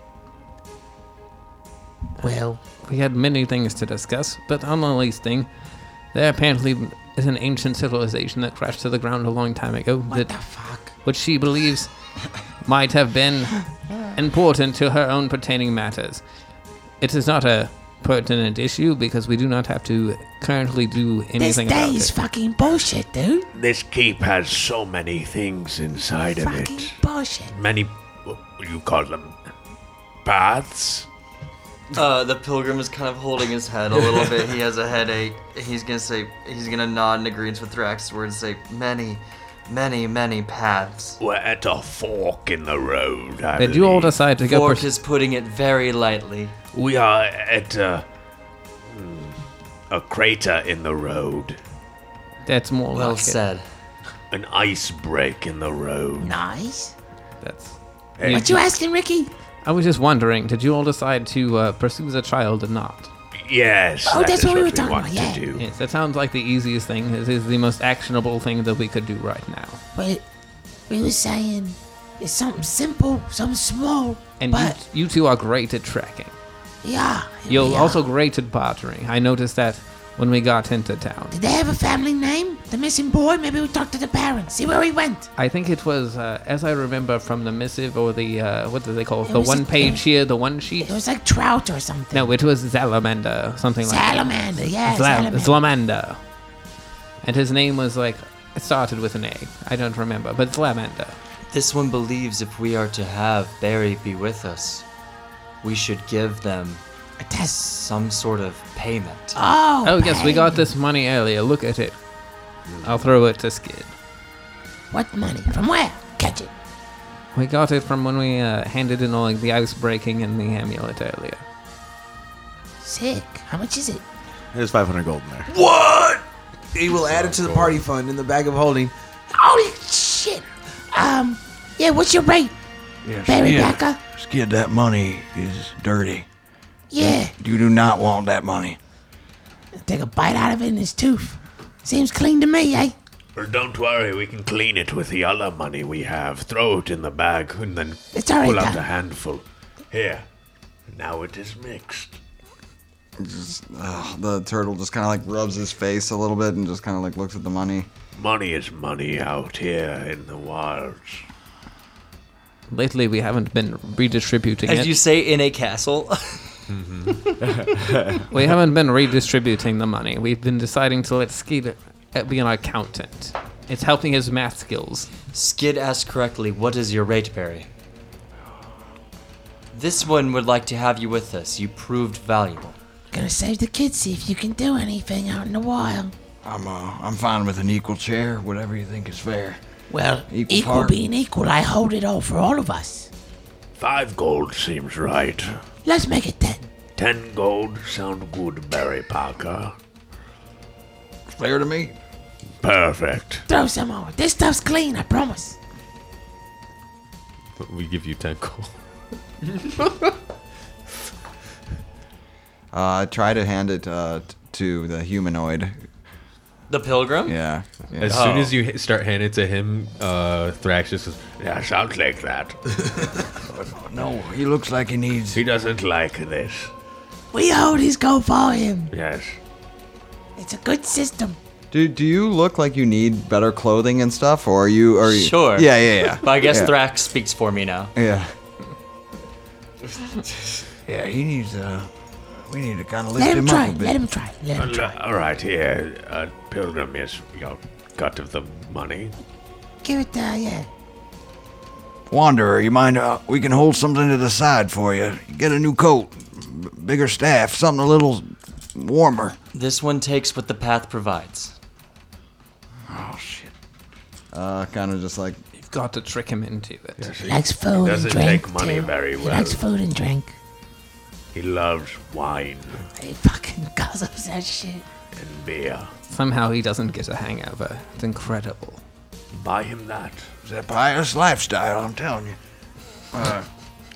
Speaker 2: Well, we had many things to discuss, but on the least thing, there apparently is an ancient civilization that crashed to the ground a long time ago. What that, the fuck? Which she believes might have been important to her own pertaining matters. It is not a pertinent issue because we do not have to currently do anything
Speaker 3: this
Speaker 2: about
Speaker 3: day is
Speaker 2: it.
Speaker 3: fucking bullshit, dude.
Speaker 4: This keep has so many things inside of it.
Speaker 3: Bullshit.
Speaker 4: Many, what you call them, paths?
Speaker 6: Uh, the pilgrim is kind of holding his head a little bit. He has a headache. He's gonna say he's gonna nod in agreement with Thrax's words and say many, many, many paths.
Speaker 4: We're at a fork in the road. I
Speaker 2: Did you all
Speaker 4: believe.
Speaker 2: decide to go?
Speaker 6: Fork
Speaker 2: pers-
Speaker 6: is putting it very lightly.
Speaker 4: We are at a, hmm, a crater in the road.
Speaker 2: That's more
Speaker 6: Well
Speaker 2: like it.
Speaker 6: said.
Speaker 4: An ice break in the road.
Speaker 3: Nice.
Speaker 2: That's.
Speaker 4: Hey.
Speaker 3: What you asking, Ricky?
Speaker 2: I was just wondering, did you all decide to uh, pursue the child or not?
Speaker 4: Yes.
Speaker 3: Oh,
Speaker 4: that
Speaker 3: that's
Speaker 4: is
Speaker 3: what we were
Speaker 4: we
Speaker 3: talking
Speaker 4: want
Speaker 3: about, yeah.
Speaker 4: To do.
Speaker 2: Yes, that sounds like the easiest thing. This is the most actionable thing that we could do right now.
Speaker 3: But we were saying it's something simple, something small.
Speaker 2: And
Speaker 3: but
Speaker 2: you, you two are great at tracking.
Speaker 3: yeah,
Speaker 2: You're
Speaker 3: yeah.
Speaker 2: also great at bartering. I noticed that when we got into town.
Speaker 3: Did they have a family name? The missing boy? Maybe we talk to the parents, see where he went.
Speaker 2: I think it was, uh, as I remember from the missive or the, uh, what do they call it?
Speaker 3: It
Speaker 2: The
Speaker 3: was a
Speaker 2: one page here, the one sheet?
Speaker 3: It was like trout or something.
Speaker 2: No, it was Salamander, something like
Speaker 3: Salamander,
Speaker 2: that.
Speaker 3: yeah, Salamander.
Speaker 2: Salamander. And his name was like, it started with an A. I don't remember, but Salamander.
Speaker 6: This one believes if we are to have Barry be with us, we should give them some sort of payment.
Speaker 3: Oh.
Speaker 2: Oh yes, we got this money earlier. Look at it. I'll throw it to Skid.
Speaker 3: What money? From where? Catch it.
Speaker 2: We got it from when we uh, handed in all like, the ice breaking and the amulet earlier.
Speaker 3: Sick. How much is it?
Speaker 9: There's 500 gold in there.
Speaker 14: What? He will add it to the party fund in the bag of holding.
Speaker 3: Holy shit. Um, yeah, what's your rate?
Speaker 15: Yes,
Speaker 3: Barry
Speaker 15: yeah.
Speaker 3: Packer?
Speaker 15: Skid, that money is dirty.
Speaker 3: Yeah.
Speaker 15: You do not want that money.
Speaker 3: Take a bite out of it in his tooth. Seems clean to me, eh?
Speaker 4: Or don't worry, we can clean it with the other money we have. Throw it in the bag and then
Speaker 3: It's already
Speaker 4: pull out
Speaker 3: done.
Speaker 4: a handful. Here. Now it is mixed.
Speaker 13: Just, uh, the turtle just kind of like rubs his face a little bit and just kind of like looks at the money.
Speaker 4: Money is money out here in the wilds.
Speaker 2: Lately, we haven't been redistributing
Speaker 6: As
Speaker 2: it.
Speaker 6: you say in a castle.
Speaker 2: we haven't been redistributing the money. We've been deciding to let Skid uh, be an accountant. It's helping his math skills.
Speaker 6: Skid asked correctly, what is your rate, Barry? This one would like to have you with us. You proved valuable.
Speaker 3: Gonna save the kids, see if you can do anything out in the wild.
Speaker 15: I'm uh, I'm fine with an equal share, whatever you think is fair.
Speaker 3: Well,
Speaker 15: Equal
Speaker 3: equal,
Speaker 15: part.
Speaker 3: being equal, I hold it all for all of us.
Speaker 4: Five gold seems right.
Speaker 3: Let's make it ten.
Speaker 4: Ten gold sound good, Barry Parker.
Speaker 15: Fair to me.
Speaker 4: Perfect.
Speaker 3: Throw some on. This stuff's clean, I promise.
Speaker 8: We give you 10 gold.
Speaker 13: Uh, try to hand it uh, t- to the humanoid.
Speaker 6: The pilgrim?
Speaker 13: Yeah.
Speaker 8: As soon
Speaker 6: Oh.
Speaker 8: as you h- start handing it to him, uh, Thrax just goes,
Speaker 4: Yeah, sounds like that.
Speaker 15: no, he looks like he needs.
Speaker 4: He doesn't like this.
Speaker 3: We always go for him.
Speaker 4: Yes.
Speaker 3: It's a good system.
Speaker 13: Do do you look like you need better clothing and stuff, or are you? Are you
Speaker 6: Sure.
Speaker 13: Yeah, yeah, yeah.
Speaker 6: But I guess
Speaker 13: yeah.
Speaker 6: Thrax speaks for me now.
Speaker 13: Yeah.
Speaker 15: Yeah, he needs Uh, we need to kind of
Speaker 4: Let
Speaker 15: lift
Speaker 4: him
Speaker 15: him,
Speaker 4: try,
Speaker 15: up a bit.
Speaker 4: let him
Speaker 3: try.
Speaker 4: All right- Uh, All right, here, uh, Pilgrim, yes, your cut of the money.
Speaker 3: Give it uh, yeah.
Speaker 15: Wanderer, you mind? Uh, we can hold something to the side for you. Get a new coat, b- bigger staff, something a little warmer.
Speaker 6: This one takes what the path provides.
Speaker 13: Oh, Uh, kind of just like.
Speaker 2: You've got to trick him into it.
Speaker 3: Likes food and
Speaker 4: doesn't
Speaker 3: drink.
Speaker 4: take money
Speaker 3: too.
Speaker 4: very
Speaker 3: He
Speaker 4: well.
Speaker 3: likes food and drink.
Speaker 4: He loves wine
Speaker 3: He fucking gossips that shit.
Speaker 4: and beer.
Speaker 2: Somehow he doesn't get a hangover. It's incredible.
Speaker 4: Buy him that.
Speaker 15: It's a pious lifestyle, I'm telling you. Uh,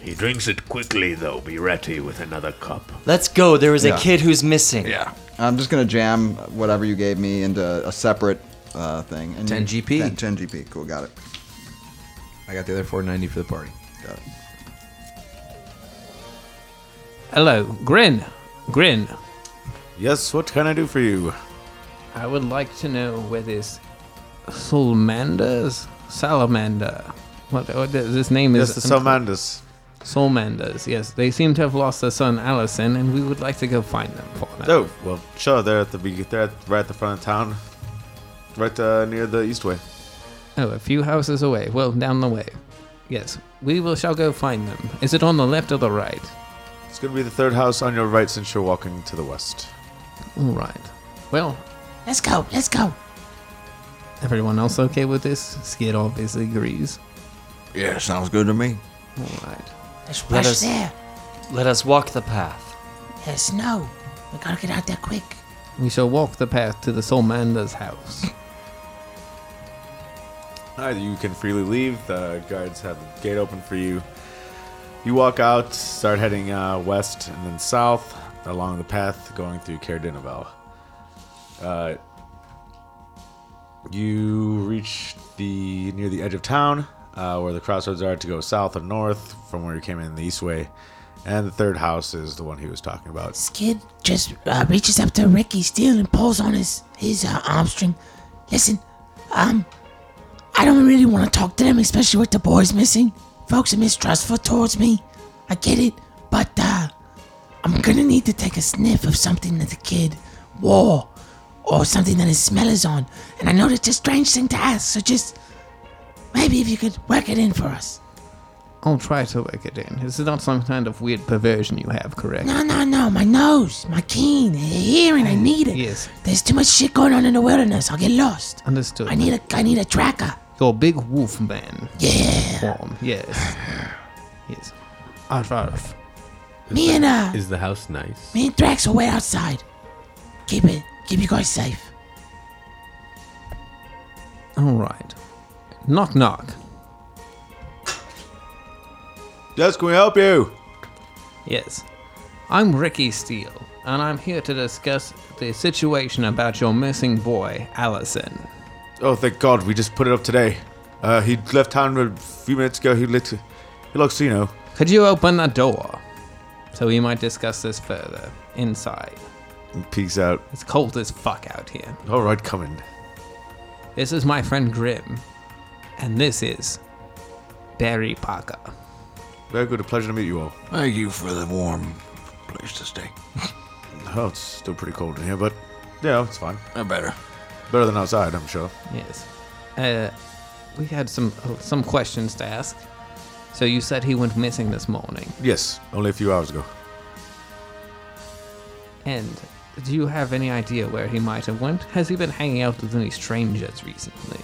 Speaker 4: He drinks it quickly, though. Be ready with another cup.
Speaker 6: Let's go. There is
Speaker 13: Yeah.
Speaker 6: a kid who's missing.
Speaker 15: Yeah.
Speaker 13: I'm just gonna jam whatever you gave me into a separate uh, thing.
Speaker 7: 10 GP.
Speaker 13: 10, 10 GP. Cool, got it.
Speaker 7: I got the other 490 for the party.
Speaker 13: Got it.
Speaker 2: Hello, Grin. Grin.
Speaker 9: Yes, what can I do for you?
Speaker 2: I would like to know where this Solmanders? Salamander. What, what is- this name is?
Speaker 9: Yes, the Salmanders.
Speaker 2: Solmanders, yes. They seem to have lost their son Allison, and we would like to go find them for them.
Speaker 9: Oh, well, sure. They're at the be- they're at, right at the front of town, right uh, near the Eastway.
Speaker 2: Oh, a few houses away. Well, down the way. Yes, we will shall go find them. Is it on the left or the right?
Speaker 9: It's going to be the third house on your right since you're walking to the west.
Speaker 2: All right. Well,
Speaker 3: Let's go. Let's go.
Speaker 2: everyone else okay with this? Skid obviously agrees.
Speaker 15: yeah, sounds good to me.
Speaker 2: All right.
Speaker 3: Let's
Speaker 6: Let
Speaker 3: rush
Speaker 6: us,
Speaker 3: there.
Speaker 6: let us walk the path.
Speaker 3: There's snow. We gotta get out there quick.
Speaker 2: We shall walk the path to the Solmander's house.
Speaker 9: All right, you can freely leave. The guards have the gate open for you. You walk out, start heading uh, west and then south along the path going through Cardinavel. Uh, you reach the near the edge of town uh, where the crossroads are to go south or north from where you came in the east way. And the third house is the one he was talking about.
Speaker 3: Kid just uh, reaches up to Ricky Steele and pulls on his his uh, arm string. Listen, um, I don't really want to talk to them, especially with the boys missing. Folks are mistrustful towards me. I get it, but uh, I'm gonna need to take a sniff of something that the kid wore, or something that his smell is on. And I know that's a strange thing to ask, so just maybe if you could work it in for us.
Speaker 2: I'll try to work it in. This is not some kind of weird perversion you have, correct?
Speaker 3: No, no, no. My nose, my keen, the hearing. I need it.
Speaker 2: Yes.
Speaker 3: There's too much shit going on in the wilderness. I'll get lost.
Speaker 2: Understood.
Speaker 3: I need a, I need a tracker.
Speaker 2: Your big wolf man.
Speaker 3: Yeah.
Speaker 2: Form. Yes. yes. Arf, arf.
Speaker 3: Me
Speaker 8: the-
Speaker 3: and, uh,
Speaker 8: Is the house nice?
Speaker 3: Me and Drax will wait outside. Keep it. Keep you guys safe.
Speaker 2: All right. Knock, knock.
Speaker 9: Yes, can we help you?
Speaker 2: Yes. I'm Ricky Steele, and I'm here to discuss the situation about your missing boy, Allison.
Speaker 9: Oh, thank God, we just put it up today. Uh, he left town a few minutes ago. He lit. He looks, you know.
Speaker 2: Could you open the door? So we might discuss this further inside.
Speaker 9: and peeks out.
Speaker 2: It's cold as fuck out here.
Speaker 9: All right, come in.
Speaker 2: This is my friend Grim, and this is Barry Parker.
Speaker 9: Very good. A pleasure to meet you all.
Speaker 15: Thank you for the warm place to stay.
Speaker 9: Oh, it's still pretty cold in here, but yeah, it's fine.
Speaker 15: Uh, better.
Speaker 9: Better than outside, I'm sure.
Speaker 2: Yes. Uh, we had some oh, some questions to ask. So you said he went missing this morning,
Speaker 9: Yes, only a few hours ago.
Speaker 2: and do you have any idea where he might have went? Has he been hanging out with any strangers recently?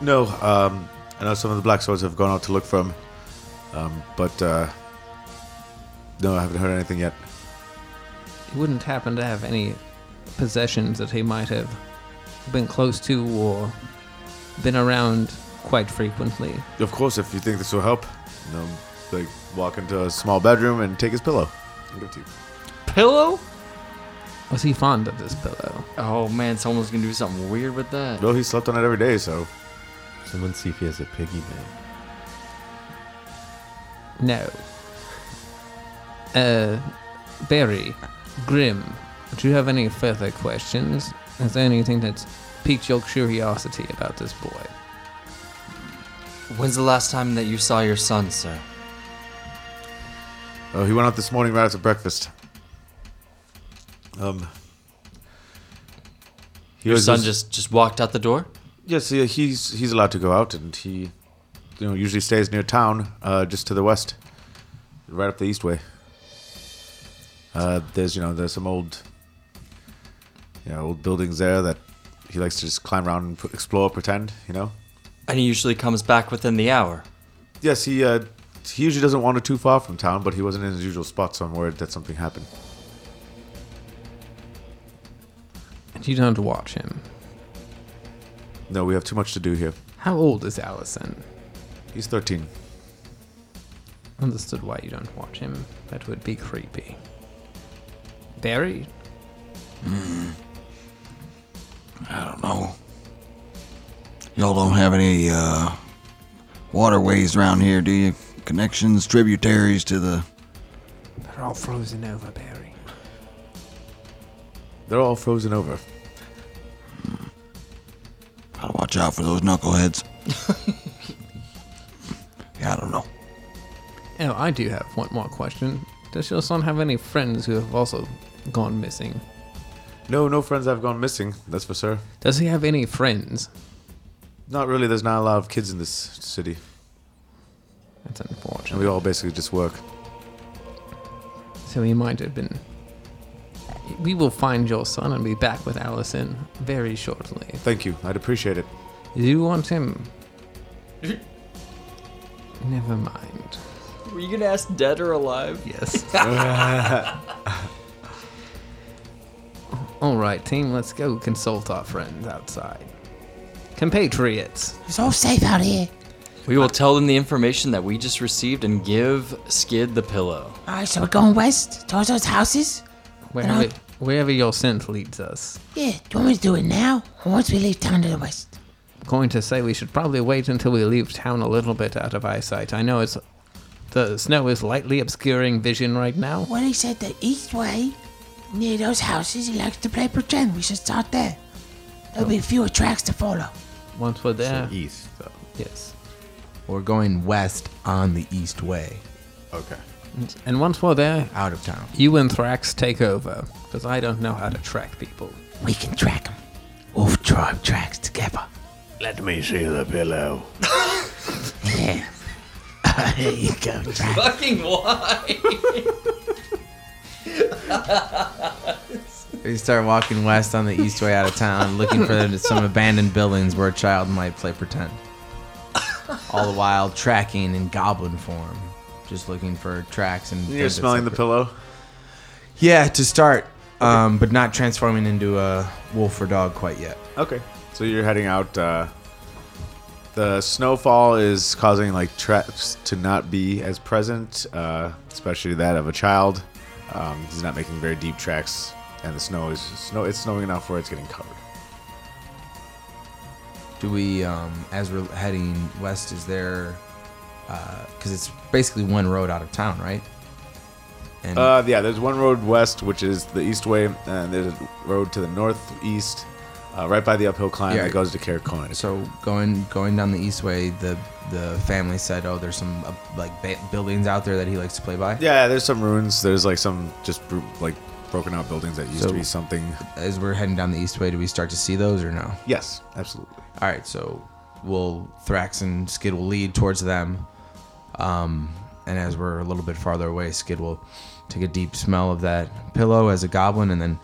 Speaker 9: No, um, I know some of the black swords have gone out to look for him, um, but uh, no, I haven't heard anything yet.
Speaker 2: He wouldn't happen to have any possessions that he might have been close to or been around quite frequently.
Speaker 9: Of course, if you think this will help, And I'll like walk into a small bedroom and take his pillow. and give it to you.
Speaker 6: Pillow?
Speaker 2: Was he fond of this pillow?
Speaker 6: Oh man, someone's gonna do something weird with that.
Speaker 9: Well, he slept on it every day, so.
Speaker 8: Someone see if he has a piggy bank.
Speaker 2: No. Uh, Barry, Grim, do you have any further questions? Is there anything that's piqued your curiosity about this boy?
Speaker 6: When's the last time that you saw your son, sir?
Speaker 9: Oh, he went out this morning right after breakfast. Um. he
Speaker 6: Your
Speaker 9: was
Speaker 6: son just just walked out the door.
Speaker 9: Yes, he- he's he's allowed to go out, and he, you know, usually stays near town, uh, just to the west, right up the east way. Uh, there's you know there's some old, you know, old buildings there that he likes to just climb around and p- explore, pretend, you know.
Speaker 6: And he usually comes back within the hour.
Speaker 9: Yes, he uh, he usually doesn't wander too far from town, but he wasn't in his usual spot, so I'm worried that something happened.
Speaker 2: And you don't watch him.
Speaker 9: No, we have too much to do here.
Speaker 2: How old is Allison?
Speaker 9: He's 13.
Speaker 2: Understood why you don't watch him. That would be creepy. Barry?
Speaker 15: Hmm. I don't know. Y'all don't have any uh, waterways around here, do you? Connections, tributaries to the.
Speaker 2: They're all frozen over, Barry.
Speaker 9: They're all frozen over.
Speaker 15: Gotta watch out for those knuckleheads. yeah, I don't know.
Speaker 2: Oh, I do have one more question. Does your son have any friends who have also gone missing?
Speaker 9: No, no friends have gone missing. That's for sure.
Speaker 2: Does he have any friends?
Speaker 9: Not really. There's not a lot of kids in this city.
Speaker 2: That's unfortunate.
Speaker 9: And we all basically just work.
Speaker 2: So he might have been. We will find your son and be back with Allison very shortly.
Speaker 9: Thank you. I'd appreciate it.
Speaker 2: You want him? Never mind.
Speaker 6: Were you gonna ask dead or alive?
Speaker 2: Yes. All right, team, let's go consult our friends outside. Compatriots.
Speaker 3: It's all safe out here.
Speaker 6: We will tell them the information that we just received and give Skid the pillow.
Speaker 3: All right, so we're going west towards those houses.
Speaker 2: Wherever, wherever your scent leads us.
Speaker 3: Yeah, do you want me to do it now or once we leave town to the west?
Speaker 2: Going to say we should probably wait until we leave town a little bit out of eyesight. I know it's the snow is lightly obscuring vision right now.
Speaker 3: Well, he said the east way, near those houses, he likes to play pretend. We should start there. There'll be fewer tracks to follow.
Speaker 2: Once we're there.
Speaker 7: east, though.
Speaker 2: Yes.
Speaker 7: We're going west on the east way.
Speaker 2: Okay. And once we're there,
Speaker 7: out of town.
Speaker 2: You and Thrax take over, because I don't know how to track people.
Speaker 3: We can track them. Wolf tribe tracks together.
Speaker 4: Let me see the pillow.
Speaker 3: Yeah. there you go, Jack.
Speaker 6: Fucking why?
Speaker 7: We start walking west on the east way out of town, looking for some abandoned buildings where a child might play pretend. All the while tracking in goblin form, just looking for tracks and.
Speaker 9: You're smelling the pillow.
Speaker 7: Yeah, to start, um, but not transforming into a wolf or dog quite yet.
Speaker 9: Okay. So you're heading out. Uh, the snowfall is causing like traps to not be as present, uh, especially that of a child. Um, he's not making very deep tracks, and the snow is snow. It's snowing enough where it's getting covered.
Speaker 7: Do we, um, as we're heading west, is there? Because it's basically one road out of town, right? And
Speaker 9: uh, yeah, there's one road west, which is the east way, and there's a road to the northeast, uh, right by the uphill climb
Speaker 7: Yeah.
Speaker 9: that goes to Caracon.
Speaker 7: So going going down the east way, the the family said, "Oh, there's some uh, like ba- buildings out there that he likes to play by."
Speaker 9: Yeah, there's some ruins. There's like some just bru- like broken out buildings that used
Speaker 7: So-
Speaker 9: to be something.
Speaker 7: As we're heading down the east way, do we start to see those or no?
Speaker 9: Yes, absolutely.
Speaker 7: All right, so we'll Thrax and Skid will lead towards them, um, and as we're a little bit farther away, Skid will take a deep smell of that pillow as a goblin, and then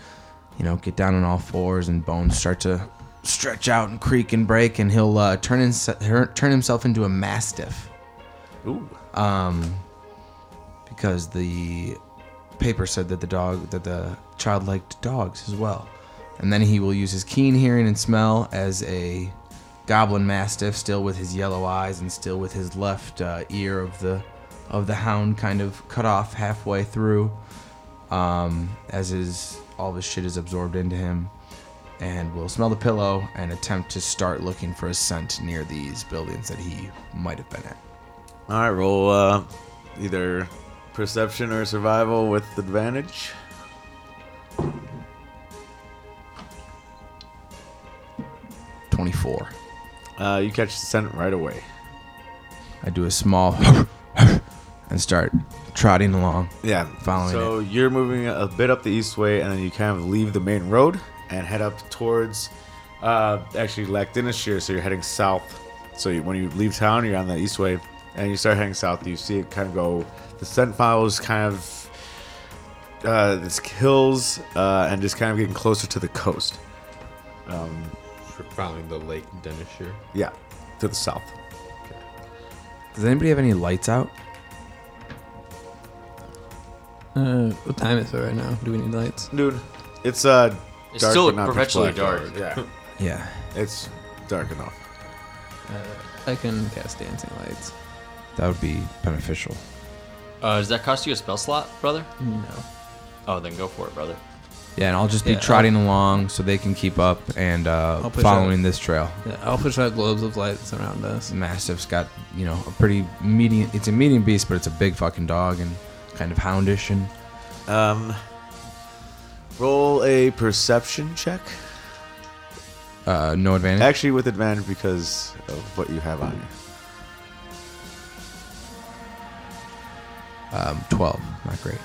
Speaker 7: you know get down on all fours and bones start to stretch out and creak and break, and he'll uh, turn himself turn himself into a mastiff.
Speaker 9: Ooh.
Speaker 7: Um, because the paper said that the dog that the child liked dogs as well, and then he will use his keen hearing and smell as a goblin mastiff, still with his yellow eyes and still with his left uh, ear of the of the hound kind of cut off halfway through, um, as his all of his shit is absorbed into him, and will smell the pillow and attempt to start looking for a scent near these buildings that he might have been at.
Speaker 9: All right, roll uh, either perception or survival with advantage.
Speaker 7: Twenty-four.
Speaker 9: Uh, you catch the scent right away.
Speaker 7: I do a small and start trotting along.
Speaker 9: Yeah,
Speaker 7: following it.
Speaker 9: So you're moving a bit up the east way, and then you kind of leave the main road and head up towards, uh, actually Lactinishire. So you're heading south. So you, when you leave town, you're on the east way, and you start heading south. You see it kind of go. The scent follows kind of uh, this hills uh, and just kind of getting closer to the coast. Um,
Speaker 8: Following the Lake Denishire.
Speaker 9: yeah, to the south.
Speaker 7: Does anybody have any lights out?
Speaker 2: Uh, what time is it right now? Do we need lights?
Speaker 9: Dude, it's uh.
Speaker 2: It's still
Speaker 9: but not pitch
Speaker 2: perpetually
Speaker 9: black.
Speaker 2: dark.
Speaker 9: Yeah.
Speaker 7: Yeah.
Speaker 9: It's dark enough.
Speaker 2: Uh, I can cast dancing lights.
Speaker 7: That would be beneficial.
Speaker 6: Uh, does that cost you a spell slot, brother?
Speaker 2: No.
Speaker 6: Oh, then go for it, brother.
Speaker 7: Yeah, and I'll just be
Speaker 2: Yeah, I'll-
Speaker 7: trotting along so they can keep up and uh,
Speaker 2: I'll push
Speaker 7: following
Speaker 2: out-
Speaker 7: this trail.
Speaker 2: Yeah, I'll push out globes of lights around us.
Speaker 7: Mastiff's got you know a pretty medium. It's a medium beast, but it's a big fucking dog and kind of houndish and.
Speaker 9: Um. Roll a perception check.
Speaker 7: Uh, no advantage.
Speaker 9: Actually, with advantage because of what you have on you.
Speaker 7: Um, Twelve, not great.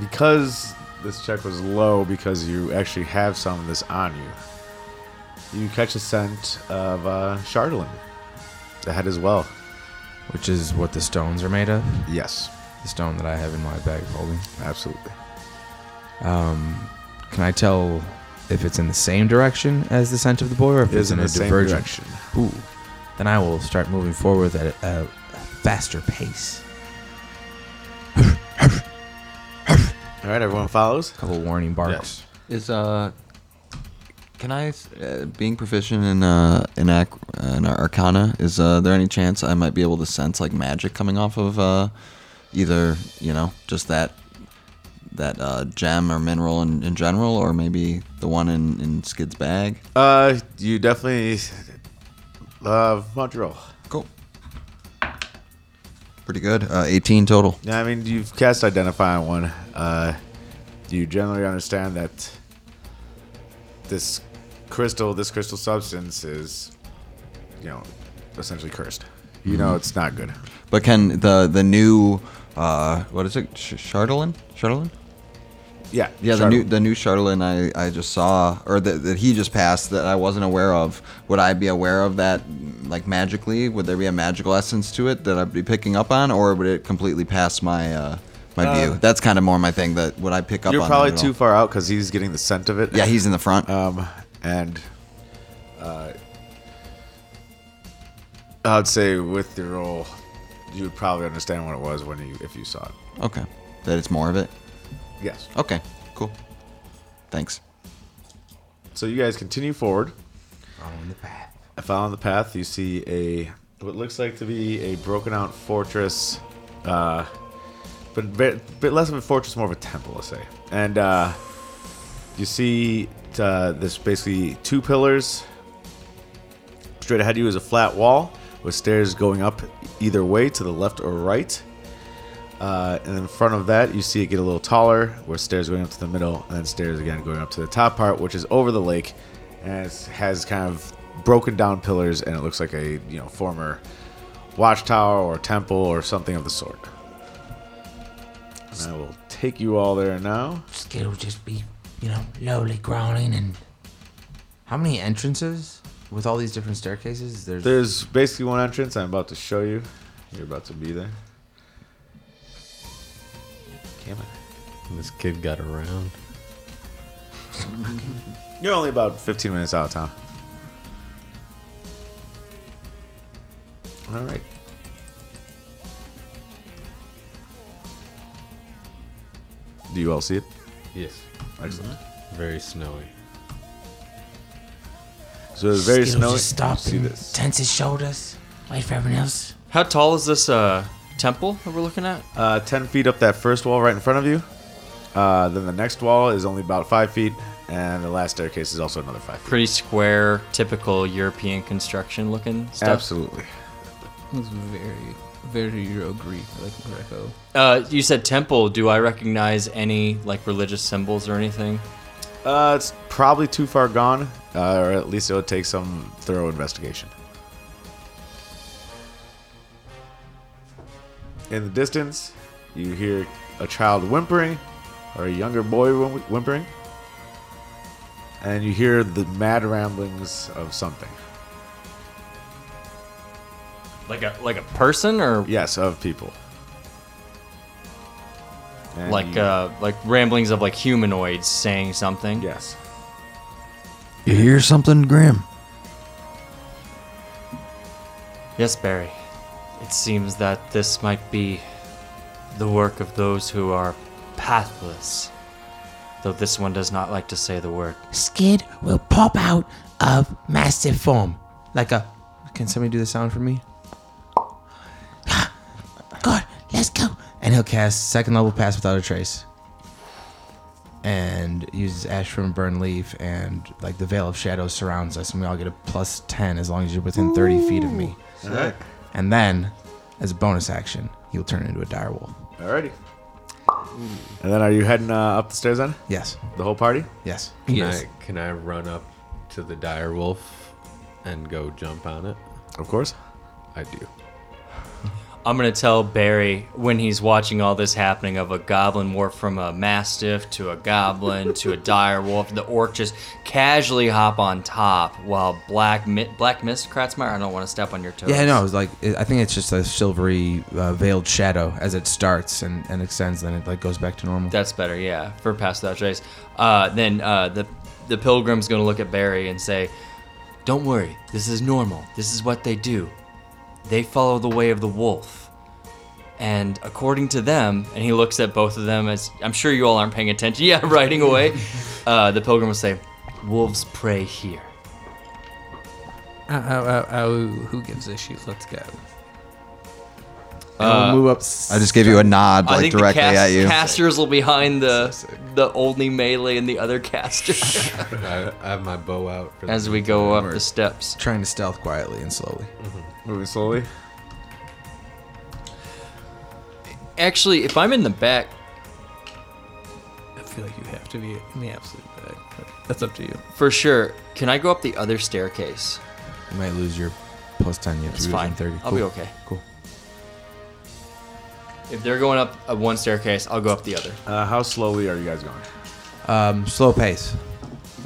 Speaker 9: Because this check was low, because you actually have some of this on you. You catch a scent of uh, Shardling, the head as well.
Speaker 7: Which is what the stones are made of.
Speaker 9: Yes.
Speaker 7: The stone that I have in my bag of holding.
Speaker 9: Absolutely.
Speaker 7: Um, can I tell if it's in the same direction as the scent of the boy, or if
Speaker 9: It
Speaker 7: it's
Speaker 9: is
Speaker 7: in,
Speaker 9: in
Speaker 7: a
Speaker 9: the same
Speaker 7: divergent
Speaker 9: direction.
Speaker 7: Ooh. Then I will start moving forward at a faster pace.
Speaker 9: All right, everyone follows. A
Speaker 7: couple warning barks.
Speaker 13: Is uh, can I uh, being proficient in uh in ac- uh, in Arcana? Is uh there any chance I might be able to sense like magic coming off of uh, either you know just that that uh, gem or mineral in, in general, or maybe the one in in Skid's bag?
Speaker 9: Uh, you definitely uh, Montreal.
Speaker 13: Cool. Pretty good. Uh, 18 total.
Speaker 9: Yeah, I mean, you've cast Identify on one. Uh, you generally understand that this crystal, this crystal substance is, you know, essentially cursed. You
Speaker 13: Mm-hmm.
Speaker 9: know, it's not good.
Speaker 13: But can the the new uh, what is it? Sh- Shardolin? Shardolin?
Speaker 9: Yeah,
Speaker 13: Yeah, the new
Speaker 9: Shardolin.
Speaker 13: the new Shardolin I, I just saw or that, that he just passed that I wasn't aware of. Would I be aware of that like magically? Would there be a magical essence to it that I'd be picking up on, or would it completely pass my uh, my
Speaker 9: Uh,
Speaker 13: view? That's kind of more my thing. That would I pick up?
Speaker 9: You're
Speaker 13: on
Speaker 9: probably
Speaker 13: that at
Speaker 9: too
Speaker 13: all?
Speaker 9: far out because he's getting the scent of it.
Speaker 13: Yeah, he's in the front.
Speaker 9: Um, and uh, I'd say with your roll, you would probably understand what it was when you if you saw it.
Speaker 13: Okay, that it's more of it.
Speaker 9: Yes.
Speaker 13: Okay, cool. Thanks.
Speaker 9: So you guys continue forward.
Speaker 7: Following the path.
Speaker 9: Following the path, you see a what looks like to be a broken out fortress, uh, but a bit, bit less of a fortress, more of a temple, let's say. And uh, you see uh, there's basically two pillars. Straight ahead of you is a flat wall with stairs going up either way to the left or right. Uh, and in front of that, you see it get a little taller, with stairs going up to the middle, and then stairs again going up to the top part, which is over the lake, and it has kind of broken down pillars, and it looks like a you know former watchtower or temple or something of the sort. And I will take you all there now.
Speaker 14: Skittle just be, you know, lowly growling and
Speaker 7: How many entrances with all these different staircases? There's
Speaker 9: There's basically one entrance. I'm about to show you. You're about to be there. Come on.
Speaker 8: This kid got around.
Speaker 9: You're only about 15 minutes out of town. All right. Do you all see it?
Speaker 8: Yes.
Speaker 9: Excellent.
Speaker 8: Very snowy.
Speaker 9: So it's very
Speaker 3: Skittle
Speaker 9: snowy.
Speaker 3: just stopped
Speaker 9: See
Speaker 3: and
Speaker 9: this.
Speaker 3: tense his shoulders. Wait for everyone else.
Speaker 6: How tall is this uh, temple that we're looking at?
Speaker 9: Uh, 10 feet up that first wall right in front of you. Uh, then the next wall is only about 5 feet. And the last staircase is also another 5 feet.
Speaker 6: Pretty square, typical European construction looking stuff.
Speaker 9: Absolutely.
Speaker 21: Looks very, very Euro Greek, like Greco.
Speaker 6: Uh, you said temple. Do I recognize any like religious symbols or anything?
Speaker 9: Uh, it's probably too far gone, uh, or at least it would take some thorough investigation. In the distance, you hear a child whimpering, or a younger boy whim- whimpering, and you hear the mad ramblings of something.
Speaker 6: Like a like a person or
Speaker 9: yes, of people. And
Speaker 6: like
Speaker 9: you-
Speaker 6: uh, like ramblings of like humanoids saying something.
Speaker 9: Yes.
Speaker 15: You hear something grim?
Speaker 6: Yes, Barry. It seems that this might be the work of those who are pathless. Though this one does not like to say the word.
Speaker 3: Skid will pop out of massive form.
Speaker 7: Like a. Can somebody do the sound for me?
Speaker 3: Let's go.
Speaker 7: And he'll cast second level pass without a trace. And uses ash from burn leaf, and like the veil of shadows surrounds us, and we all get a plus ten as long as you're within thirty feet of me.
Speaker 9: Ooh, sick.
Speaker 7: And then, as a bonus action, you'll turn into a direwolf.
Speaker 9: Alrighty. And then are you heading uh, up the stairs then?
Speaker 7: Yes.
Speaker 9: The whole party?
Speaker 7: Yes.
Speaker 8: Can I can I run up to the dire wolf and go jump on it?
Speaker 9: Of course.
Speaker 8: I do.
Speaker 6: I'm gonna tell Barry when he's watching all this happening of a goblin morph from a mastiff to a goblin to a dire wolf. The orc just casually hop on top while black mi- black mist Kratzmeyer. I don't want to step on your toes.
Speaker 7: Yeah, no, it's like it, I think it's just a silvery uh, veiled shadow as it starts and, and extends, then it like goes back to normal.
Speaker 6: That's better, yeah, for past that race. Uh, then uh, the the pilgrim's gonna look at Barry and say, "Don't worry, this is normal. This is what they do. They follow the way of the wolf." And according to them, and he looks at both of them as I'm sure you all aren't paying attention. Yeah, riding away. Uh, the pilgrim will say, "Wolves prey here."
Speaker 2: Ow, ow, ow, ow, who gives a shit? Let's go.
Speaker 13: And I'll move up I just gave you a nod,
Speaker 6: Uh, I
Speaker 13: like,
Speaker 6: think the
Speaker 13: directly
Speaker 6: cast-
Speaker 13: at you.
Speaker 6: Casters will behind the the only melee and the other caster.
Speaker 8: I, I have my bow out for
Speaker 6: As
Speaker 8: the-
Speaker 6: we go up
Speaker 8: We're
Speaker 6: the steps.
Speaker 7: Trying to stealth quietly and slowly.
Speaker 9: Mm-hmm. Moving slowly.
Speaker 6: Actually, if I'm in the back,
Speaker 2: I feel like you have to be in the absolute back. but That's up to you.
Speaker 6: For sure. Can I go up the other staircase?
Speaker 7: You might lose your plus ten. You have
Speaker 6: It's
Speaker 7: to be within
Speaker 6: fine.
Speaker 7: Thirty.
Speaker 6: I'll be okay.
Speaker 7: Cool.
Speaker 6: If they're going up uh, one staircase, I'll go up the other.
Speaker 9: Uh, how slowly are you guys going?
Speaker 7: Um, slow pace.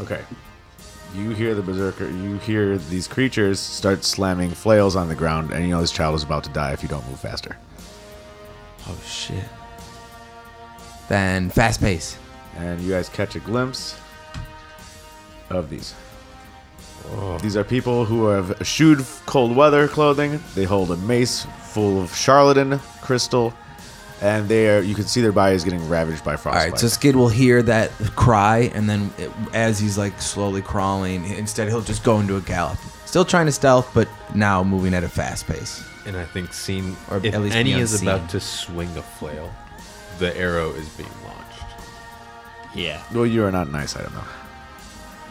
Speaker 9: Okay. You hear the berserker. You hear these creatures start slamming flails on the ground, and you know this child is about to die if you don't move faster.
Speaker 7: Oh shit. Then fast pace.
Speaker 9: And you guys catch a glimpse of these. These are people who have eschewed cold weather clothing. They hold a mace full of charlatan crystal, and they are. You can see their bodies getting ravaged by frostbite.
Speaker 7: All right, so Skid will hear that cry, and then it, as he's like slowly crawling, instead he'll just go into a gallop. Still trying to stealth, but now moving at a fast pace.
Speaker 8: And I think seen
Speaker 7: Or
Speaker 8: if
Speaker 7: at least
Speaker 8: any
Speaker 7: be
Speaker 8: is
Speaker 7: unseen.
Speaker 8: about to swing a flail, the arrow is being launched.
Speaker 6: Yeah.
Speaker 9: Well, you are not an ice item though.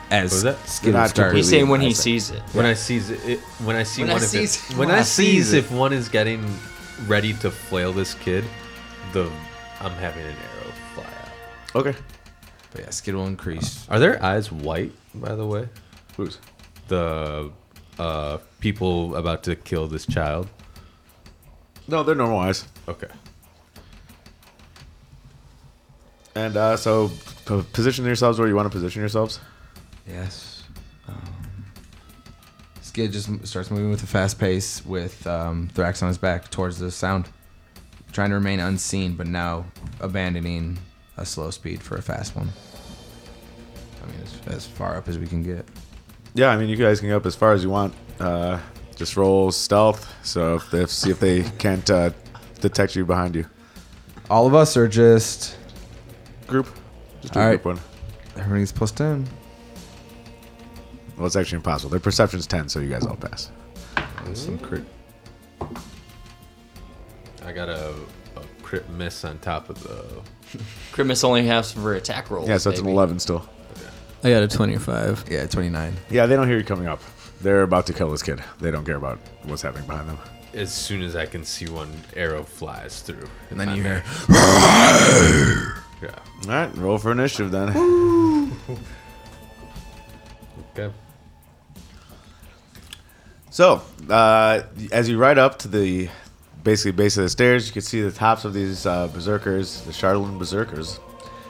Speaker 7: As
Speaker 8: was that?
Speaker 9: Skid You're not started. completely He's saying when he nice. sees it.
Speaker 8: When I sees it, it when I see
Speaker 6: When I
Speaker 8: one of it,
Speaker 6: sees-
Speaker 8: when, I, sees if one is getting ready to flail this kid, the I'm having an arrow fly out.
Speaker 9: Okay.
Speaker 7: But yeah, Skid will increase.
Speaker 8: Are their eyes white, by the way?
Speaker 9: Who's
Speaker 8: the uh, people about to kill this child?
Speaker 9: No, they're normal eyes.
Speaker 8: Okay.
Speaker 9: And uh, so, p- position yourselves where you want to position yourselves.
Speaker 7: Yes. Skid just m- starts moving with a fast pace with um, Thrax on his back towards the sound, trying to remain unseen, but now abandoning a slow speed for a fast one. I mean, as, as far up as we can get.
Speaker 9: Yeah, I mean, you guys can go up as far as you want. Uh, just roll stealth. So if they see if they can't uh, detect you behind you.
Speaker 7: All of us are just
Speaker 9: group. Just do a group one.
Speaker 7: Everything gets plus ten.
Speaker 9: Well, it's actually impossible. Their perception's 10, so you guys all pass.
Speaker 8: Some crit. I got a, a crit miss on top of the.
Speaker 6: Crimis only has for attack rolls.
Speaker 9: Yeah, so it's an
Speaker 6: baby.
Speaker 9: 11 still.
Speaker 21: I got a 25.
Speaker 7: Yeah, 29.
Speaker 9: Yeah, they don't hear you coming up. They're about to kill this kid. They don't care about what's happening behind them.
Speaker 8: As soon as I can see one arrow flies through,
Speaker 7: And then
Speaker 8: I'm
Speaker 7: you hear-
Speaker 8: there. yeah.
Speaker 9: All right, roll for initiative then.
Speaker 8: Okay.
Speaker 9: So, uh, as you ride up to the basically base of the stairs, you can see the tops of these uh, berserkers, the Charlatan berserkers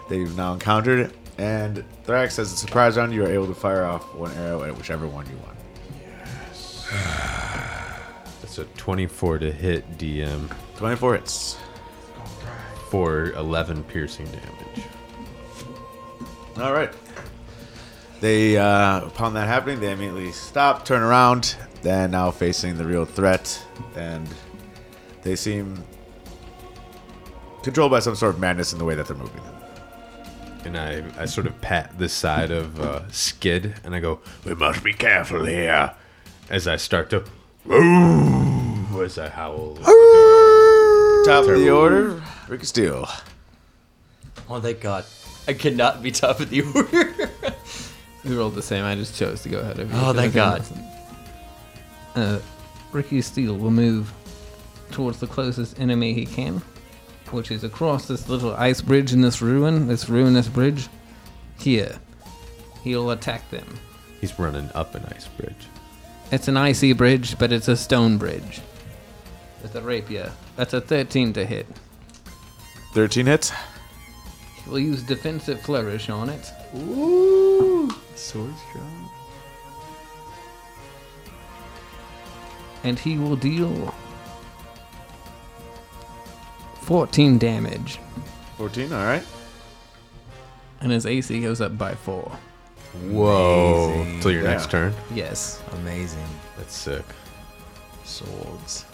Speaker 9: that you've now encountered. And Thrax, as a surprise round, you are able to fire off one arrow at whichever one you want.
Speaker 8: That's a 24 to hit DM.
Speaker 9: 24 hits.
Speaker 8: For 11 piercing damage.
Speaker 9: All right. They, uh, upon that happening, they immediately stop, turn around. They're now facing the real threat, and they seem controlled by some sort of madness in the way that they're moving.
Speaker 8: And I, I sort of pat the side of uh, Skid and I go, We must be careful here. As I start to. Ooh, as I howl.
Speaker 9: Top of the
Speaker 8: Terrible.
Speaker 9: order, Rick Steele.
Speaker 6: Oh, thank God. I could not be top of the order.
Speaker 21: We rolled the same. I just chose to go ahead of you.
Speaker 6: Oh, thank God.
Speaker 2: Uh, Ricky Steele will move towards the closest enemy he can, which is across this little ice bridge in this ruin, this ruinous bridge. Here. He'll attack them.
Speaker 8: He's running up an ice bridge.
Speaker 2: It's an icy bridge, but it's a stone bridge. With a rapier. That's a 13 to hit.
Speaker 9: 13 hits.
Speaker 2: We'll use defensive flourish on it.
Speaker 14: Ooh, sword strong.
Speaker 2: and he will deal 14 damage
Speaker 9: 14, all right.
Speaker 2: and his AC goes up by 4.
Speaker 8: Whoa. Till your next turn?
Speaker 2: Yes.
Speaker 7: Amazing.
Speaker 8: That's sick.
Speaker 7: Swords.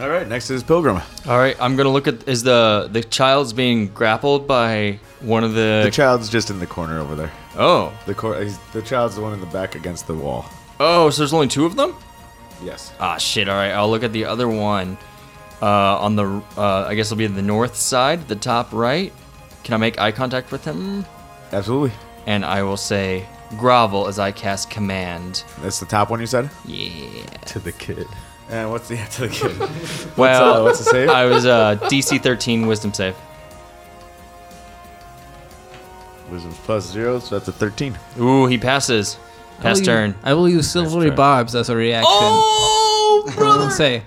Speaker 9: All right, next is Pilgrim.
Speaker 6: All right, I'm gonna look at is the the child's being grappled by one of the.
Speaker 9: The child's just in the corner over there.
Speaker 6: Uh, Oh.
Speaker 9: The cor- he's, the child's the one in the back against the wall.
Speaker 6: oh, so there's only two of them.
Speaker 9: Yes.
Speaker 6: Ah, shit. All right, I'll look at the other one. Uh, on the uh, I guess it'll be the north side, the top right. Can I make eye contact with him?
Speaker 9: Absolutely.
Speaker 6: And I will say grovel as I cast command.
Speaker 9: That's the top one you said.
Speaker 6: Yeah.
Speaker 8: To the kid.
Speaker 9: And what's the answer to the kid? What's,
Speaker 6: Well,
Speaker 9: uh, what's the save?
Speaker 6: I was uh, DC 13 wisdom save.
Speaker 9: Wisdom plus zero, so that's a 13.
Speaker 6: Ooh, he passes. Pass
Speaker 2: I will
Speaker 6: turn.
Speaker 2: Use, I will use silvery barbs as a reaction.
Speaker 6: Oh,
Speaker 2: brother! I will say,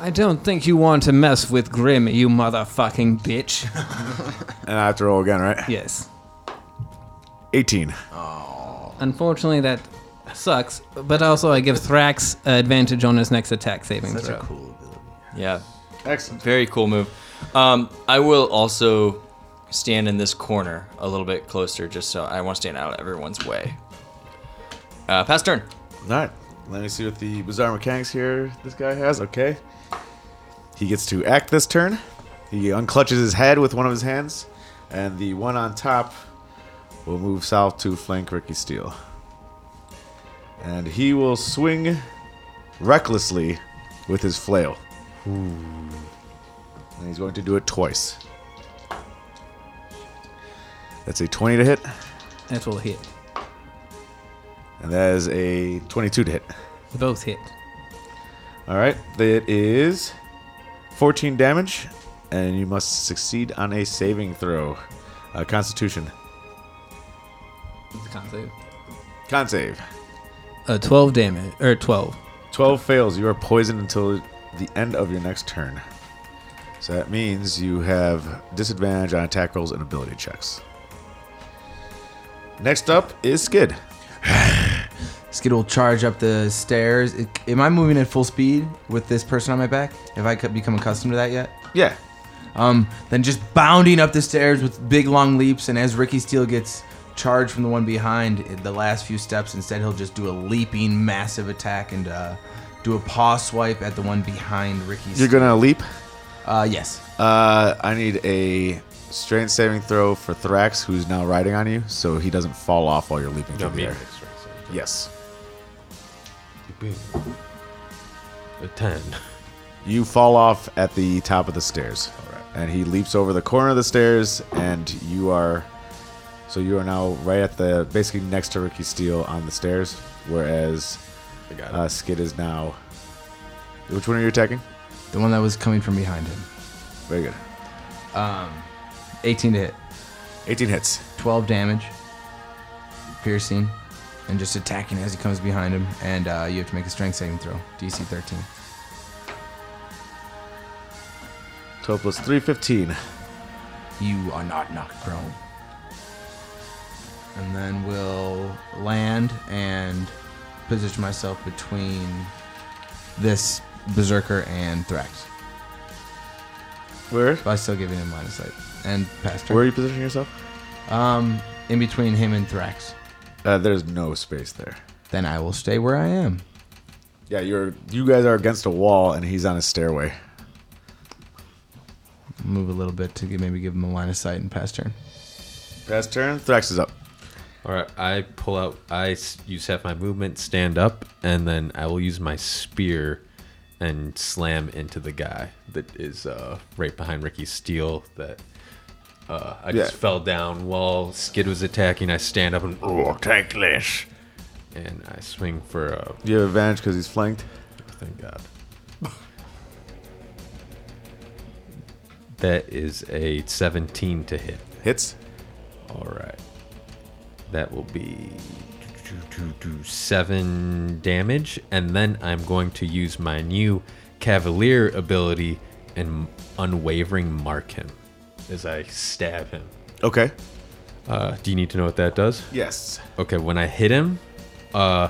Speaker 2: I don't think you want to mess with Grim, you motherfucking bitch.
Speaker 9: And I have to roll again, right?
Speaker 2: Yes.
Speaker 9: 18.
Speaker 6: Oh.
Speaker 2: Unfortunately, that sucks. But also, I give Thrax uh, advantage on his next attack saving
Speaker 6: Such a
Speaker 2: throw.
Speaker 6: Yeah.
Speaker 9: Excellent.
Speaker 6: Very cool move. Um, I will also stand in this corner a little bit closer, just so I won't stand out of everyone's way. Uh, pass turn.
Speaker 9: All right. Let me see what the bizarre mechanics here this guy has. Okay. He gets to act this turn. He unclutches his head with one of his hands, and the one on top will move south to flank Ricky Steele. And he will swing recklessly with his flail. And he's going to do it twice. That's a 20 to hit,
Speaker 2: That will hit.
Speaker 9: and that is a 22 to hit.
Speaker 2: Both hit.
Speaker 9: All right, that is 14 damage, and you must succeed on a saving throw. Uh, constitution.
Speaker 2: Can't save.
Speaker 9: Con save.
Speaker 2: Uh, 12 damage. Or 12.
Speaker 9: 12 fails. You are poisoned until the end of your next turn. So that means you have disadvantage on attack rolls and ability checks. Next up is Skid.
Speaker 7: Skid will charge up the stairs. It, am I moving at full speed with this person on my back? Have I co- become accustomed to that yet?
Speaker 9: Yeah.
Speaker 7: Um, then just bounding up the stairs with big long leaps, and as Ricky Steele gets charged from the one behind in the last few steps, instead he'll just do a leaping massive attack and uh, do a paw swipe at the one behind Ricky.
Speaker 9: You're gonna leap.
Speaker 7: Uh, yes.
Speaker 9: Uh, I need a strength saving throw for Thrax, who's now riding on you, so he doesn't fall off while you're leaping
Speaker 8: No,
Speaker 9: through
Speaker 8: me
Speaker 9: the air.
Speaker 8: makes strength
Speaker 9: Yes.
Speaker 8: attend.
Speaker 9: You fall off at the top of the stairs. And he leaps over the corner of the stairs, and you are. So you are now right at the. Basically next to Ricky Steele on the stairs, whereas uh, Skid is now. Which one are you attacking?
Speaker 7: The one that was coming from behind him.
Speaker 9: Very good.
Speaker 7: Um, 18 to hit.
Speaker 9: 18 hits.
Speaker 7: 12 damage. Piercing. And just attacking as he comes behind him. And uh, you have to make a strength saving throw. DC 13.
Speaker 9: 12 plus 3, 15.
Speaker 7: You are not knocked prone. And then we'll land and position myself between this Berserker and Thrax.
Speaker 9: Where?
Speaker 7: By still giving him line of sight. And Pastor.
Speaker 9: Where are you positioning yourself?
Speaker 7: Um, in between him and Thrax.
Speaker 9: Uh, there's no space there.
Speaker 7: Then I will stay where I am.
Speaker 9: Yeah, you're. You guys are against a wall, and he's on a stairway.
Speaker 7: Move a little bit to give, maybe give him a line of sight and pass turn.
Speaker 9: Pass turn. Thrax is up.
Speaker 8: All right, I pull out. I s- use half my movement, stand up, and then I will use my spear and slam into the guy that is uh, right behind Ricky Steele. That uh, I just
Speaker 4: Yeah.
Speaker 8: fell down while Skid was attacking. I stand up and oh, take this, and I swing for a
Speaker 9: You have advantage because he's flanked.
Speaker 8: Thank God. That is a 17 to hit.
Speaker 9: Hits.
Speaker 8: All right. That will be two, two, two, seven damage, and then I'm going to use my new Cavalier ability and unwavering mark him as I stab him.
Speaker 9: Okay.
Speaker 8: Uh, do you need to know what that does?
Speaker 9: Yes.
Speaker 8: Okay, when I hit him, uh,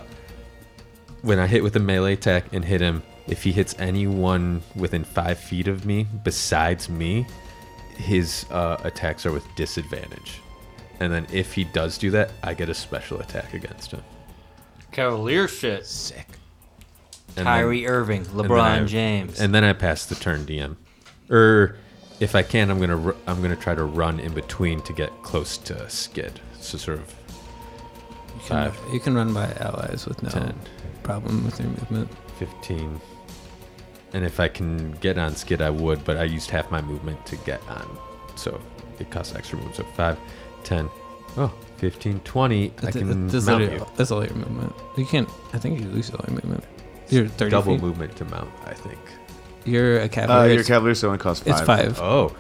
Speaker 8: when I hit with a melee attack and hit him, if he hits anyone within five feet of me besides me, his uh, attacks are with disadvantage. And then if he does do that, I get a special attack against him.
Speaker 6: Cavalier shit. Sick.
Speaker 8: And
Speaker 6: Kyrie
Speaker 8: then-
Speaker 6: Irving,
Speaker 8: and then
Speaker 6: LeBron
Speaker 8: I-
Speaker 6: James.
Speaker 8: and then I pass the turn, DM. Or if I can, I'm gonna ru- I'm gonna try to run in between to get close to Skid. So sort of
Speaker 21: You can,
Speaker 8: five,
Speaker 21: you can run by allies with no
Speaker 8: Ten.
Speaker 21: problem with your movement.
Speaker 8: 15. And if I can get on Skid, I would, but I used half my movement to get on. So it costs extra moves. So 5, 10, oh, 15, 20. I
Speaker 21: Th-
Speaker 8: can
Speaker 21: th- this
Speaker 8: mount
Speaker 21: all-
Speaker 8: you.
Speaker 21: That's all your movement. You can't. I think you lose all your movement. You're thirty.
Speaker 8: Double
Speaker 21: feet.
Speaker 8: movement to mount, I think.
Speaker 21: You're a cavalier.
Speaker 9: your Uh, cavalier still only costs
Speaker 21: It's five.
Speaker 8: Oh,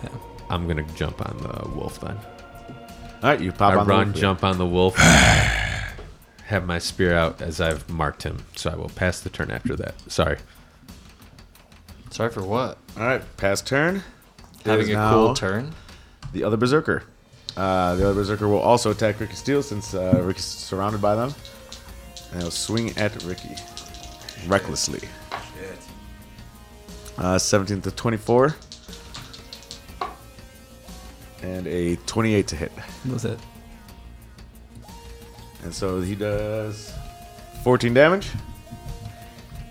Speaker 8: I'm going to jump on the wolf then.
Speaker 9: All right, you pop
Speaker 8: I
Speaker 9: on the
Speaker 8: run,
Speaker 9: wolf, yeah.
Speaker 8: jump on the wolf, have my spear out as I've marked him. So I will pass the turn after that. Sorry.
Speaker 6: Sorry for what?
Speaker 9: All right, pass turn. It
Speaker 6: Having
Speaker 9: is
Speaker 6: a
Speaker 9: now
Speaker 6: cool turn.
Speaker 9: The other berserker. Uh, the other berserker will also attack Ricky Steele since uh, Ricky's surrounded by them, and he'll swing at Ricky recklessly.
Speaker 13: Oh,
Speaker 9: Uh, 17 to 24, and a 28 to hit.
Speaker 21: Was it?
Speaker 9: And so he does 14 damage.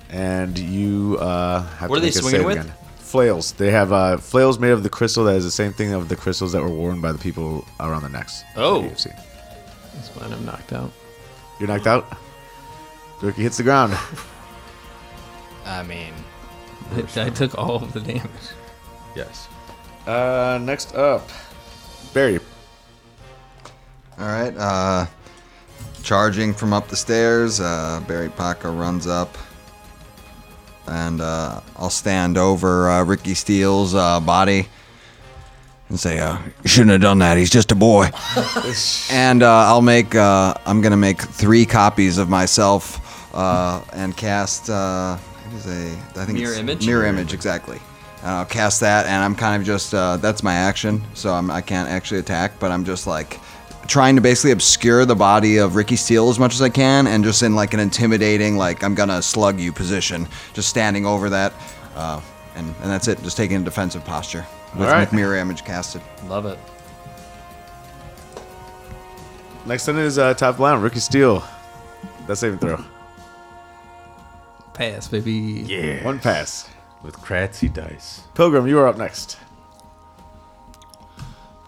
Speaker 9: And you uh, have
Speaker 6: What are
Speaker 9: to
Speaker 6: they
Speaker 9: make a
Speaker 6: swinging
Speaker 9: save
Speaker 6: with?
Speaker 9: again. Flails. They have uh, flails made of the crystal that is the same thing of the crystals that were worn by the people around the necks. that
Speaker 6: Oh.
Speaker 9: you've seen.
Speaker 21: That's fine. I'm knocked out.
Speaker 9: You're knocked out. Rookie hits the ground.
Speaker 6: I mean,
Speaker 21: I, I took all of the damage.
Speaker 8: Yes.
Speaker 9: Uh, next up, Barry.
Speaker 13: All right. Uh, charging from up the stairs, uh, Barry Paca runs up, and uh, I'll stand over uh, Ricky Steele's uh, body and say, uh, "You shouldn't have done that. He's just a boy." and uh, I'll make. Uh, I'm gonna make three copies of myself uh, and cast. Uh, what is a, I think
Speaker 6: Mirror
Speaker 13: it's
Speaker 6: image?
Speaker 13: Mirror image, exactly. And I'll uh, cast that, and I'm kind of just. Uh, that's my action, so I'm, I can't actually attack, but I'm just like trying to basically obscure the body of Ricky Steele as much as I can, and just in like an intimidating, like I'm gonna slug you position, just standing over that, uh, and and that's it. Just taking a defensive posture with,
Speaker 9: All right.
Speaker 13: with mirror image casted.
Speaker 6: Love it.
Speaker 9: Next in is uh, top round, Rookie Steele. That saving throw.
Speaker 21: Pass, baby.
Speaker 9: Yeah. One pass.
Speaker 8: With Kratzy dice.
Speaker 9: Pilgrim, you are up next.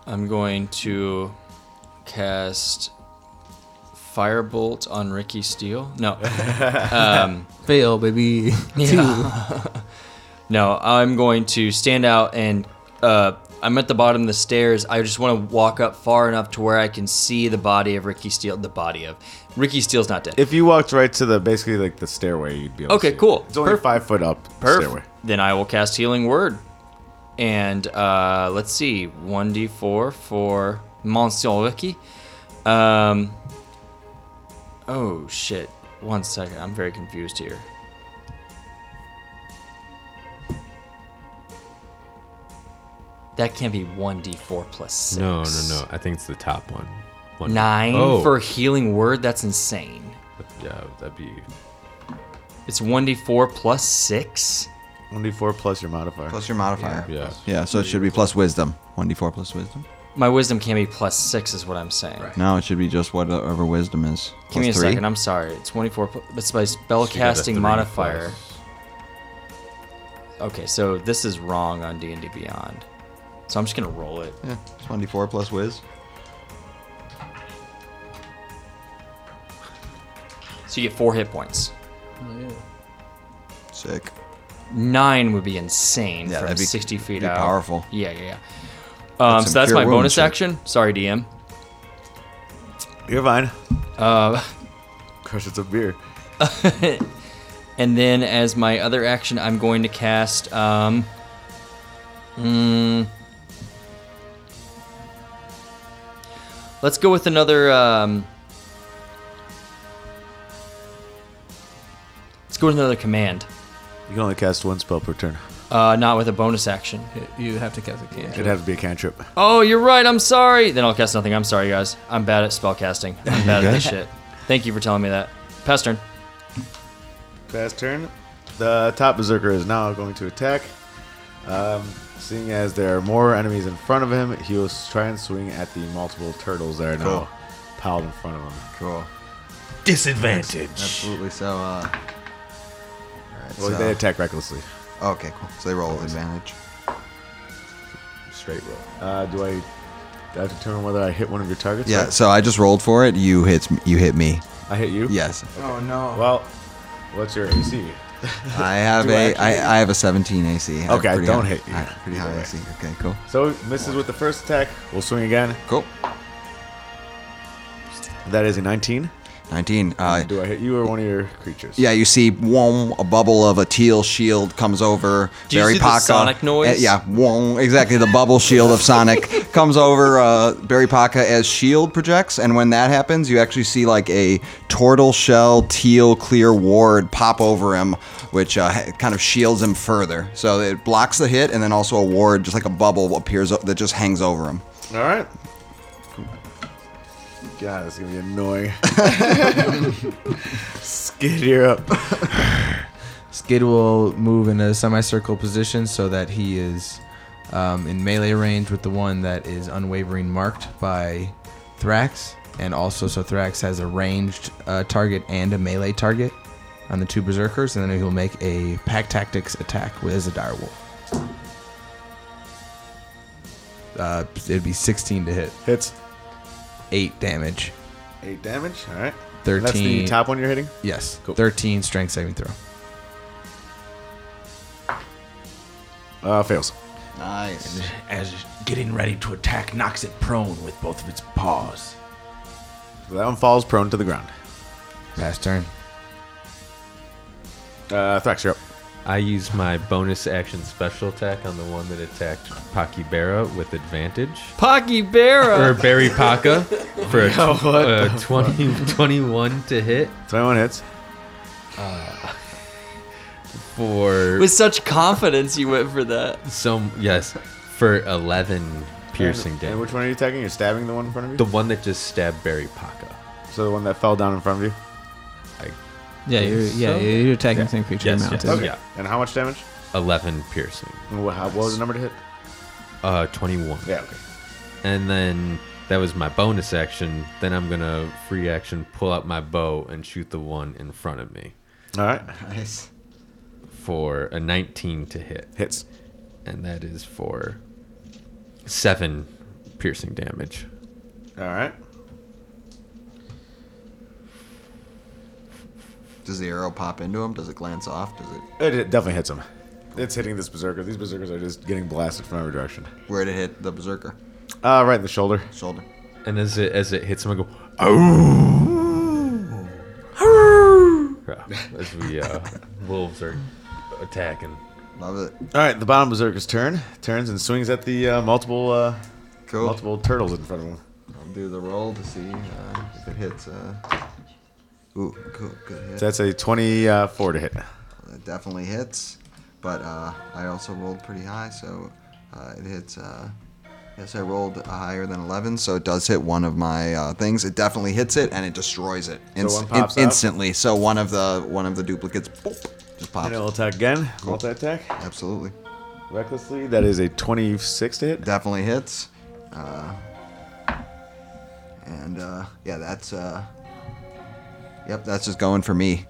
Speaker 6: I'm going to cast firebolt on Ricky Steele? No. um,
Speaker 2: Fail, baby.
Speaker 6: Yeah. no, I'm going to stand out and uh, I'm at the bottom of the stairs. I just want to walk up far enough to where I can see the body of Ricky Steele. The body of Ricky Steele's not dead.
Speaker 9: If you walked right to the basically like the stairway, you'd be able
Speaker 6: Okay,
Speaker 9: to see it.
Speaker 6: cool.
Speaker 9: It's only
Speaker 6: Perf-
Speaker 9: five foot up the
Speaker 6: Perf.
Speaker 9: stairway.
Speaker 6: Then I will cast Healing Word. And uh, let's see, 1d4 for Monsieur Ricky. Um, oh, shit. One second. I'm very confused here. That can't be 1d4 plus 6.
Speaker 8: No, no, no. I think it's the top one. one
Speaker 6: Nine
Speaker 8: Oh,
Speaker 6: for healing word. That's insane. Yeah, that'd be. It's one d four plus six.
Speaker 9: One d four plus your modifier.
Speaker 13: Plus your modifier.
Speaker 6: Yeah.
Speaker 13: Yeah, so it should be plus wisdom. 1d4 plus wisdom.
Speaker 6: My wisdom can't be plus six, is what I'm saying.
Speaker 13: No, it should be just whatever wisdom is.
Speaker 6: Give me a
Speaker 13: Plus three.
Speaker 6: second. I'm sorry. It's one d four. That's my
Speaker 13: So you got a
Speaker 6: spellcasting
Speaker 13: three
Speaker 6: modifier. Okay, so this is wrong on D and D Beyond. So I'm just gonna roll it.
Speaker 13: Yeah, it's 1d4 plus whiz.
Speaker 6: So you get four hit points.
Speaker 21: Oh, yeah.
Speaker 13: Sick.
Speaker 6: Nine would be insane
Speaker 13: Yeah,
Speaker 6: from
Speaker 13: that'd be-
Speaker 6: 60 feet
Speaker 13: be
Speaker 6: out.
Speaker 13: powerful.
Speaker 6: Yeah, yeah, yeah.
Speaker 13: That's
Speaker 6: Um,
Speaker 13: some
Speaker 6: so that's
Speaker 13: pure
Speaker 6: my
Speaker 13: wound
Speaker 6: bonus
Speaker 13: shit.
Speaker 6: action. Sorry, DM.
Speaker 9: You're fine.
Speaker 6: Uh,
Speaker 9: Crushes of beer.
Speaker 6: and then as my other action, I'm going to cast. Um, mm, let's go with another. Um, let's go with another command.
Speaker 9: You can only cast one spell per turn.
Speaker 6: Uh, not with a bonus action.
Speaker 2: You have to cast a cantrip.
Speaker 9: It'd have to be a cantrip.
Speaker 6: Oh, you're right. I'm sorry. Then I'll cast nothing. I'm sorry, guys. I'm bad at spellcasting. I'm bad at this
Speaker 9: Okay.
Speaker 6: shit. Thank you for telling me that. Pass turn.
Speaker 9: Pass turn. The top berserker is now going to attack. Um, seeing as there are more enemies in front of him, he will s- try and swing at the multiple turtles that are
Speaker 13: Cool.
Speaker 9: now piled in front of him.
Speaker 13: Cool.
Speaker 19: Disadvantage.
Speaker 13: Absolutely. So, uh. alright,
Speaker 9: Well, they attack recklessly.
Speaker 13: Okay, cool. So they roll with advantage.
Speaker 9: Straight roll. Uh, do I, do I have to determine whether I hit one of your targets?
Speaker 13: Yeah,
Speaker 9: right?
Speaker 13: so I just rolled for it. You hit you hit me.
Speaker 9: I hit you?
Speaker 13: Yes.
Speaker 9: Oh, no. Well, what's your AC?
Speaker 13: I have
Speaker 9: Do
Speaker 13: a
Speaker 9: I
Speaker 13: I,
Speaker 9: actually-
Speaker 13: I have a 17 AC. I have
Speaker 9: Okay, I
Speaker 13: pretty
Speaker 9: don't
Speaker 13: high-
Speaker 9: hit you.
Speaker 13: I- pretty high AC. Okay, cool.
Speaker 9: So misses with the first attack. We'll swing again.
Speaker 13: Cool.
Speaker 9: That is a 19.
Speaker 13: 19. Uh,
Speaker 9: Do I hit you or one of your creatures?
Speaker 13: yeah, you see, whoom, a bubble of a teal shield comes over.
Speaker 9: Do you
Speaker 13: Barry
Speaker 9: see the
Speaker 13: Paka,
Speaker 9: sonic noise?
Speaker 13: eh, yeah, whoom, exactly. The bubble shield of Sonic comes over uh, Barry Paka as shield projects, and when that happens, you actually see like a tortle shell teal clear ward pop over him, which uh, ha- kind of shields him further. So it blocks the hit, and then also a ward, just like a bubble, appears o- that just hangs over him.
Speaker 9: All right. God, that's gonna be annoying. Skid, you're up.
Speaker 7: Skid will move in a semicircle position so that he is um, in melee range with the one that is unwavering marked by Thrax. And also, so Thrax has a ranged uh, target and a melee target on the two berserkers. And then he'll make a pack tactics attack with his dire wolf. Uh, it'd be 16 to hit.
Speaker 9: Hits.
Speaker 7: 8 damage.
Speaker 9: Eight damage. All right.
Speaker 7: 13.
Speaker 9: And that's the top one you're hitting.
Speaker 7: Yes. 13 strength saving throw.
Speaker 9: Uh, fails.
Speaker 13: Nice.
Speaker 14: As getting ready to attack, knocks it prone with both of its paws.
Speaker 9: So that one falls prone to the ground.
Speaker 7: Pass turn.
Speaker 9: Uh, Thrax, you're up.
Speaker 8: I use my bonus action special attack on the one that attacked Pakibera with advantage.
Speaker 6: Pocky Barra.
Speaker 8: Or Barry Paka for a, tw-
Speaker 6: Yo, what
Speaker 8: a
Speaker 6: the
Speaker 8: 20, 21 to hit.
Speaker 9: 21 hits.
Speaker 8: Uh, for
Speaker 6: With such confidence, you went for that.
Speaker 8: some, yes, for 11 piercing
Speaker 9: and,
Speaker 8: damage.
Speaker 9: And which one are you attacking? You're stabbing the one in front of you.
Speaker 8: The one that just stabbed Barry Paka.
Speaker 9: So the one that fell down in front of you.
Speaker 2: Yeah, you're, yeah,
Speaker 9: So-
Speaker 2: you're attacking
Speaker 9: Yeah.
Speaker 2: the same creature.
Speaker 8: Yes,
Speaker 2: you're mounted.
Speaker 8: yes,
Speaker 9: Okay.
Speaker 8: yeah.
Speaker 9: And how much damage?
Speaker 8: 11 piercing.
Speaker 9: And wha- how- What was the number to hit?
Speaker 8: Uh, 21.
Speaker 9: Yeah, okay.
Speaker 8: And then that was my bonus action. Then I'm going to free action pull out my bow and shoot the one in front of me.
Speaker 9: All right.
Speaker 13: Nice.
Speaker 8: For a 19 to hit.
Speaker 9: Hits.
Speaker 8: And that is for 7 piercing damage.
Speaker 9: All right.
Speaker 13: Does the arrow pop into him? Does it glance off? Does it?
Speaker 9: It, it definitely hits him. It's hitting this berserker. These berserkers are just getting blasted from every direction.
Speaker 13: Where'd it hit the berserker?
Speaker 9: Uh, right in the shoulder.
Speaker 13: Shoulder.
Speaker 8: And as it as it hits him, I go, oh. as we uh, wolves are attacking.
Speaker 13: Love it.
Speaker 9: All right, the bottom berserker's turn turns and swings at the uh, multiple uh, multiple turtles in front of him.
Speaker 13: I'll do the roll to see uh, if it hits. Uh... Ooh, cool, good hit.
Speaker 9: So that's a twenty-four to hit.
Speaker 13: That definitely hits, but uh, I also rolled pretty high, so uh, it hits. Uh, yes, I rolled higher than 11, so it does hit one of my uh, things. It definitely hits it, and it destroys it
Speaker 9: So one
Speaker 13: in-
Speaker 9: pops up?
Speaker 13: instantly. So one of the one of the duplicates boop, just pops.
Speaker 9: And it'll attack again. Multi attack.
Speaker 13: Absolutely.
Speaker 9: Recklessly. That is a twenty-six to hit.
Speaker 13: Definitely hits. Uh, and uh, yeah, that's uh, yep, that's just going for me.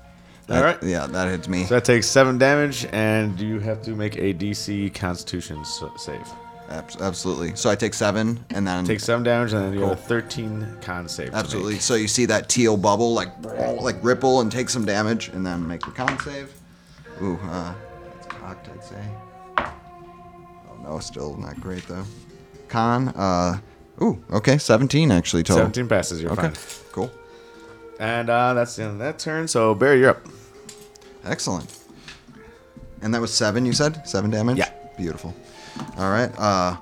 Speaker 9: All
Speaker 13: That-
Speaker 9: right.
Speaker 13: yeah, that hits me.
Speaker 9: So that takes seven damage, and you have to make a DC Constitution s- save.
Speaker 13: Abs- Absolutely. So I take seven, and then
Speaker 9: Take seven damage, and then you
Speaker 13: Cool.
Speaker 9: have a thirteen con save. to
Speaker 13: Absolutely.
Speaker 9: make.
Speaker 13: So you see that teal bubble like like ripple and take some damage, and then make the con save. Ooh, uh, it's cocked, I'd say. Oh no, still not great though. Con, uh, ooh, okay, 17 actually total.
Speaker 9: 17 passes, you're
Speaker 13: okay.
Speaker 9: fine.
Speaker 13: Cool.
Speaker 9: And uh, that's the end of that turn. So Barry, you're up.
Speaker 13: Excellent. And that was seven, you said? Seven damage? Yeah. Beautiful. All right. Uh,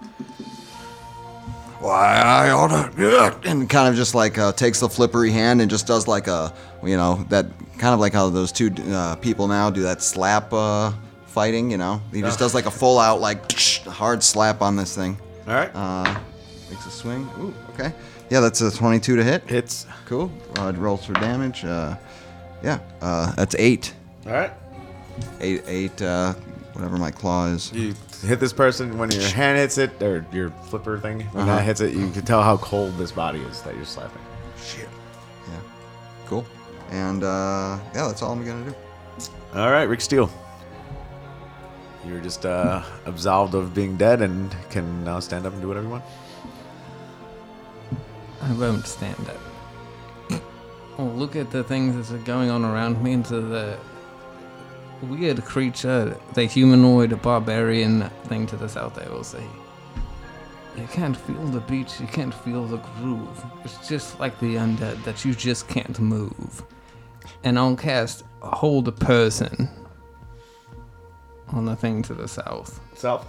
Speaker 13: why I oughta, yeah, and kind of just like uh, takes the flippery hand and just does like a, you know, that kind of like how those two uh, people now do that slap uh, fighting, you know? He just
Speaker 9: Oh.
Speaker 13: does like a full out, like, hard slap on this thing.
Speaker 9: All right.
Speaker 13: Uh, makes a swing. Ooh, okay. Yeah, that's a 22 to hit.
Speaker 9: Hits.
Speaker 13: Cool. Uh, it rolls for damage. Uh, yeah, uh, that's eight.
Speaker 9: All right.
Speaker 13: Eight, eight, uh, whatever my claw is.
Speaker 9: You hit this person when your hand hits it, or your flipper thing, when
Speaker 13: Uh-huh.
Speaker 9: that hits it, you can tell how cold this body is that you're slapping.
Speaker 13: Shit. Yeah. Cool. And uh, yeah, that's all I'm gonna do.
Speaker 9: All right, Rick Steele. You're just uh, absolved of being dead and can now stand up and do whatever you want.
Speaker 2: I won't stand up. I'll Oh, look at the things that are going on around me into the weird creature, the humanoid barbarian thing to the south, I will say. You can't feel the beat, you can't feel the groove. It's just like the undead that you just can't move. And I'll cast Hold a Person on the thing to the south.
Speaker 9: South?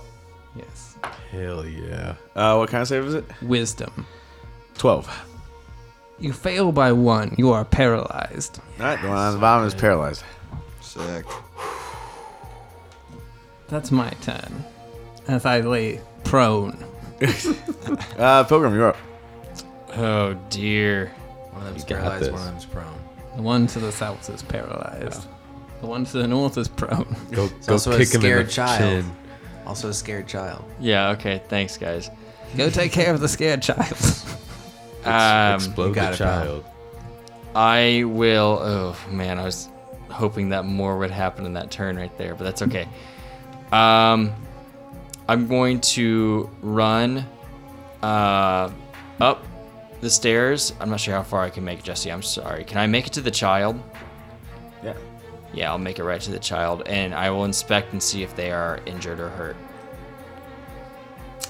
Speaker 2: Yes.
Speaker 8: Hell yeah.
Speaker 9: Uh, what kind of save is it?
Speaker 2: Wisdom.
Speaker 9: 12.
Speaker 2: You fail by one, you are paralyzed.
Speaker 9: All right, the one on the bottom is paralyzed.
Speaker 13: Sick.
Speaker 2: That's my turn. As I lay prone.
Speaker 9: uh, Pilgrim, you're up.
Speaker 6: Oh dear.
Speaker 7: One of them's
Speaker 2: got
Speaker 7: paralyzed,
Speaker 2: this.
Speaker 7: one of them's prone.
Speaker 2: The one to the south is paralyzed. The one to the north is prone.
Speaker 7: Go- It's go also a kick him in scared the child. chin. Also a scared child.
Speaker 6: Yeah, okay. Thanks, guys.
Speaker 2: Go take care of the scared child.
Speaker 6: Um,
Speaker 8: explode You got the it, pal. child.
Speaker 6: I will. Oh man, I was hoping that more would happen in that turn right there, but that's okay. Um, I'm going to run uh, up the stairs. I'm not sure how far I can make it, Jesse. I'm sorry. Can I make it to the child?
Speaker 9: Yeah.
Speaker 6: Yeah, I'll make it right to the child, and I will inspect and see if they are injured or hurt.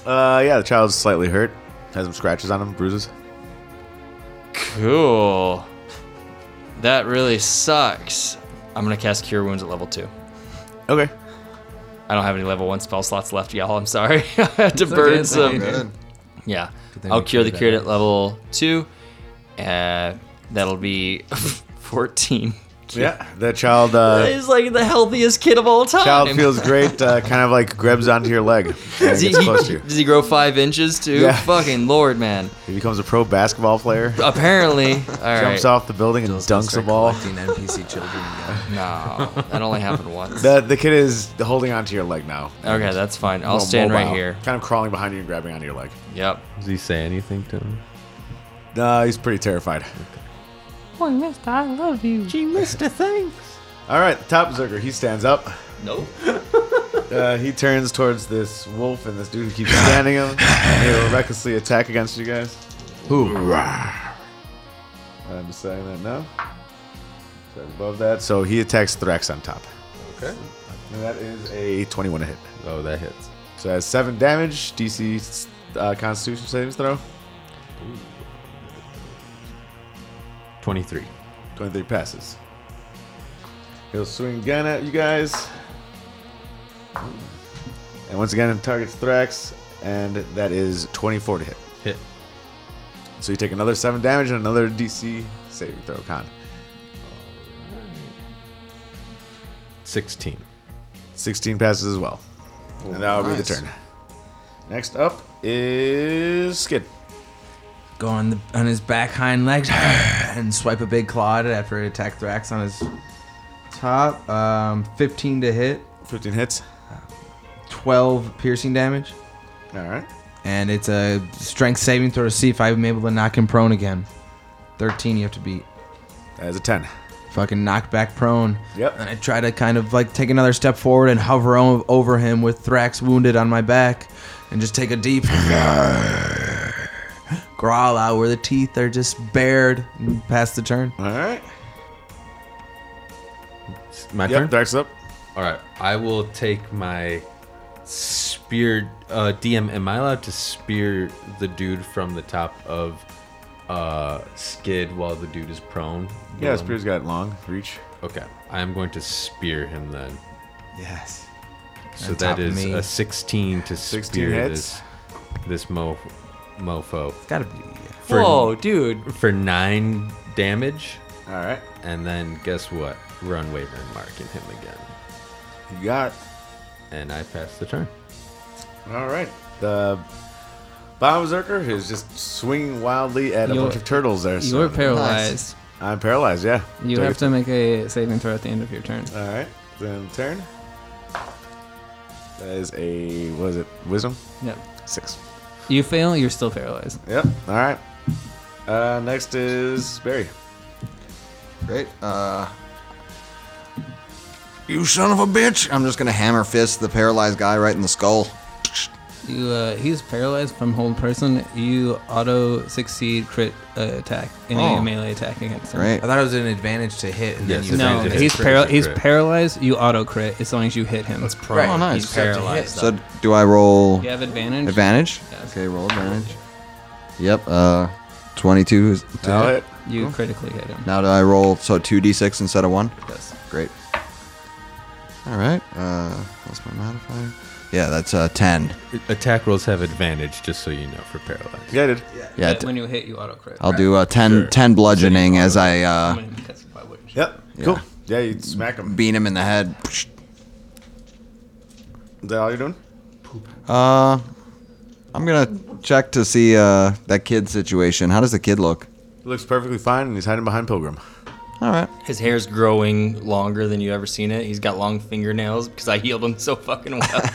Speaker 9: Uh, yeah, the child's slightly hurt. Has some scratches on him, bruises.
Speaker 6: Cool. That really sucks. I'm gonna cast Cure Wounds at level two.
Speaker 9: Okay.
Speaker 6: I don't have any level one spell slots left, y'all. I'm sorry. I had to
Speaker 2: It's okay,
Speaker 6: burn
Speaker 2: it's
Speaker 6: some.
Speaker 2: okay.
Speaker 6: Yeah,
Speaker 2: Good thing
Speaker 6: I'll
Speaker 2: we
Speaker 6: cure the
Speaker 2: cured
Speaker 6: cured
Speaker 2: that
Speaker 6: at level two. Uh, that'll be 14.
Speaker 9: Yeah, the child. Uh,
Speaker 6: He's like the healthiest kid of all time.
Speaker 9: Child feels great. Uh, kind of like grabs onto your leg. and
Speaker 6: Does he,
Speaker 9: gets close to you.
Speaker 6: does he grow five inches too?
Speaker 9: Yeah.
Speaker 6: Fucking lord, man.
Speaker 9: He becomes a pro basketball player.
Speaker 6: Apparently, all right.
Speaker 9: jumps off the building and dunks a ball.
Speaker 7: NPC children.
Speaker 6: No, Oh, that only happened once.
Speaker 9: The the kid is holding onto your leg now.
Speaker 6: Okay, that's fine. I'll
Speaker 9: Little
Speaker 6: stand right
Speaker 9: mobile,
Speaker 6: here.
Speaker 9: Kind of crawling behind you and grabbing onto your leg.
Speaker 6: Yep.
Speaker 8: Does he say anything to him?
Speaker 9: Uh, he's pretty terrified.
Speaker 18: Boy, mister, I love you. Gee, mister, thanks.
Speaker 9: All right, the top berserker. He stands up.
Speaker 6: Nope.
Speaker 9: Uh, he turns towards this wolf and this dude who keeps standing him. And he will recklessly attack against you guys.
Speaker 7: Who?
Speaker 9: I'm deciding that now. So above that, so he attacks Thrax on top.
Speaker 8: Okay.
Speaker 9: And that is a 21 to hit.
Speaker 8: Oh, that hits.
Speaker 9: So that's seven damage. DC uh, Constitution savings throw.
Speaker 8: 23.
Speaker 9: 23 passes. He'll swing again at you guys. And once again, it targets Thrax, and that is 24 to hit.
Speaker 8: Hit.
Speaker 9: So you take another 7 damage and another DC saving throw, con.
Speaker 8: 16.
Speaker 9: 16 passes as well. and that'll be
Speaker 22: nice.
Speaker 9: the turn. Next up is Skid.
Speaker 7: Go on the on his back hind legs and swipe a big claw at it after it attacked Thrax on his top. Um, 15 to hit.
Speaker 9: 15 hits.
Speaker 7: 12 piercing damage.
Speaker 9: All right.
Speaker 7: And it's a strength saving throw to see if I'm able to knock him prone again. 13 you have to beat.
Speaker 9: That is a 10.
Speaker 7: Fucking knock back prone.
Speaker 9: Yep.
Speaker 7: And I try to kind of like take another step forward and hover o- over him with Thrax wounded on my back and just take a deep growl out where the teeth are just bared and pass the turn.
Speaker 9: All right.
Speaker 8: My
Speaker 9: Yep,
Speaker 8: turn.
Speaker 9: Thrax up.
Speaker 8: All right. I will take my spear. Uh, DM, am I allowed to spear the dude from the top of uh, Skid while the dude is prone?
Speaker 9: Yeah, spear's got long reach.
Speaker 8: Okay. I am going to spear him then.
Speaker 7: Yes.
Speaker 8: So
Speaker 7: On top
Speaker 8: that
Speaker 7: of
Speaker 8: is
Speaker 7: me.
Speaker 8: a 16 to
Speaker 7: 16
Speaker 8: spear
Speaker 7: hits.
Speaker 8: this this mo- mofo. It's
Speaker 7: gotta be.
Speaker 6: Whoa, dude.
Speaker 8: For nine damage.
Speaker 9: All right.
Speaker 8: And then guess what? Run wavering mark and him again.
Speaker 9: You got. it.
Speaker 8: And I pass the turn.
Speaker 9: All right. The Bomb Berserker is just swinging wildly at a
Speaker 2: You're-
Speaker 9: bunch of turtles there.
Speaker 2: you're paralyzed.
Speaker 9: I'm paralyzed, yeah.
Speaker 2: You
Speaker 9: So
Speaker 2: have to make a saving throw at the end of your turn.
Speaker 9: All right. Then turn. That is a, what is it, wisdom?
Speaker 2: Yep.
Speaker 9: Six.
Speaker 2: You fail, you're still paralyzed.
Speaker 9: Yep. All right. Uh, next is Barry.
Speaker 13: Great. Uh, you son of a bitch! I'm just gonna hammer fist the paralyzed guy right in the skull.
Speaker 2: You, uh, he's paralyzed from hold person. You auto succeed crit uh, attack any
Speaker 7: Oh.
Speaker 2: melee attack against him.
Speaker 7: I thought it was an advantage to hit. And then you
Speaker 2: no,
Speaker 7: advantage
Speaker 2: he's
Speaker 7: to crit.
Speaker 2: para- he's paralyzed. You auto crit as long as you hit him. That's
Speaker 7: pro. Right. Oh, nice.
Speaker 2: He's
Speaker 7: You have to
Speaker 2: paralyzed.
Speaker 13: So do I roll?
Speaker 2: You have advantage?
Speaker 13: Advantage. Okay, roll advantage. Yep. Uh, 22 is. to
Speaker 2: That'll
Speaker 13: hit.
Speaker 2: hit. You critically hit him.
Speaker 13: Now do I roll so two d6 instead of one?
Speaker 2: Yes.
Speaker 13: Great. All right. Uh, that's my modifier. Yeah, that's uh 10.
Speaker 8: Attack rolls have advantage, just so you know, for paralyzed.
Speaker 9: Yeah, I did.
Speaker 13: Yeah.
Speaker 2: But when you hit, you auto crit.
Speaker 13: I'll do uh 10 10 bludgeoning as I uh
Speaker 9: Yep.
Speaker 13: Yeah.
Speaker 9: Cool. Yeah, you smack him.
Speaker 13: beat him in the head.
Speaker 9: Is that all you're doing?
Speaker 13: Uh I'm going to check to see uh that kid situation. How does the kid look?
Speaker 9: He looks perfectly fine, and he's hiding behind Pilgrim.
Speaker 13: All right.
Speaker 6: His hair's growing longer than you ever seen it. He's got long fingernails because I healed him so fucking well.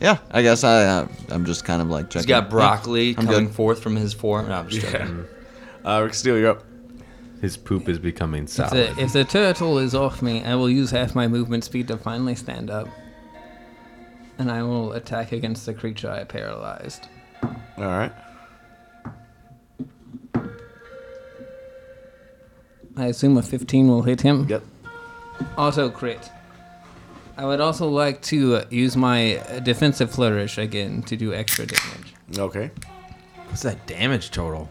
Speaker 13: Yeah, I guess I uh, I'm just kind of like checking.
Speaker 6: He's got broccoli
Speaker 13: I'm
Speaker 6: coming
Speaker 13: good.
Speaker 6: forth from his forearm. No, I'm just
Speaker 8: Yeah.
Speaker 6: joking.
Speaker 9: Uh, Rick Steele, you're up.
Speaker 8: His poop is becoming
Speaker 2: If
Speaker 8: solid.
Speaker 2: the, if the turtle is off me, I will use half my movement speed to finally stand up. And I will attack against the creature I paralyzed.
Speaker 9: All right.
Speaker 2: I assume a 15 will hit him.
Speaker 9: Yep.
Speaker 2: Auto crit. I would also like to uh, use my uh, defensive flourish again to do extra damage.
Speaker 9: Okay.
Speaker 7: What's that damage total?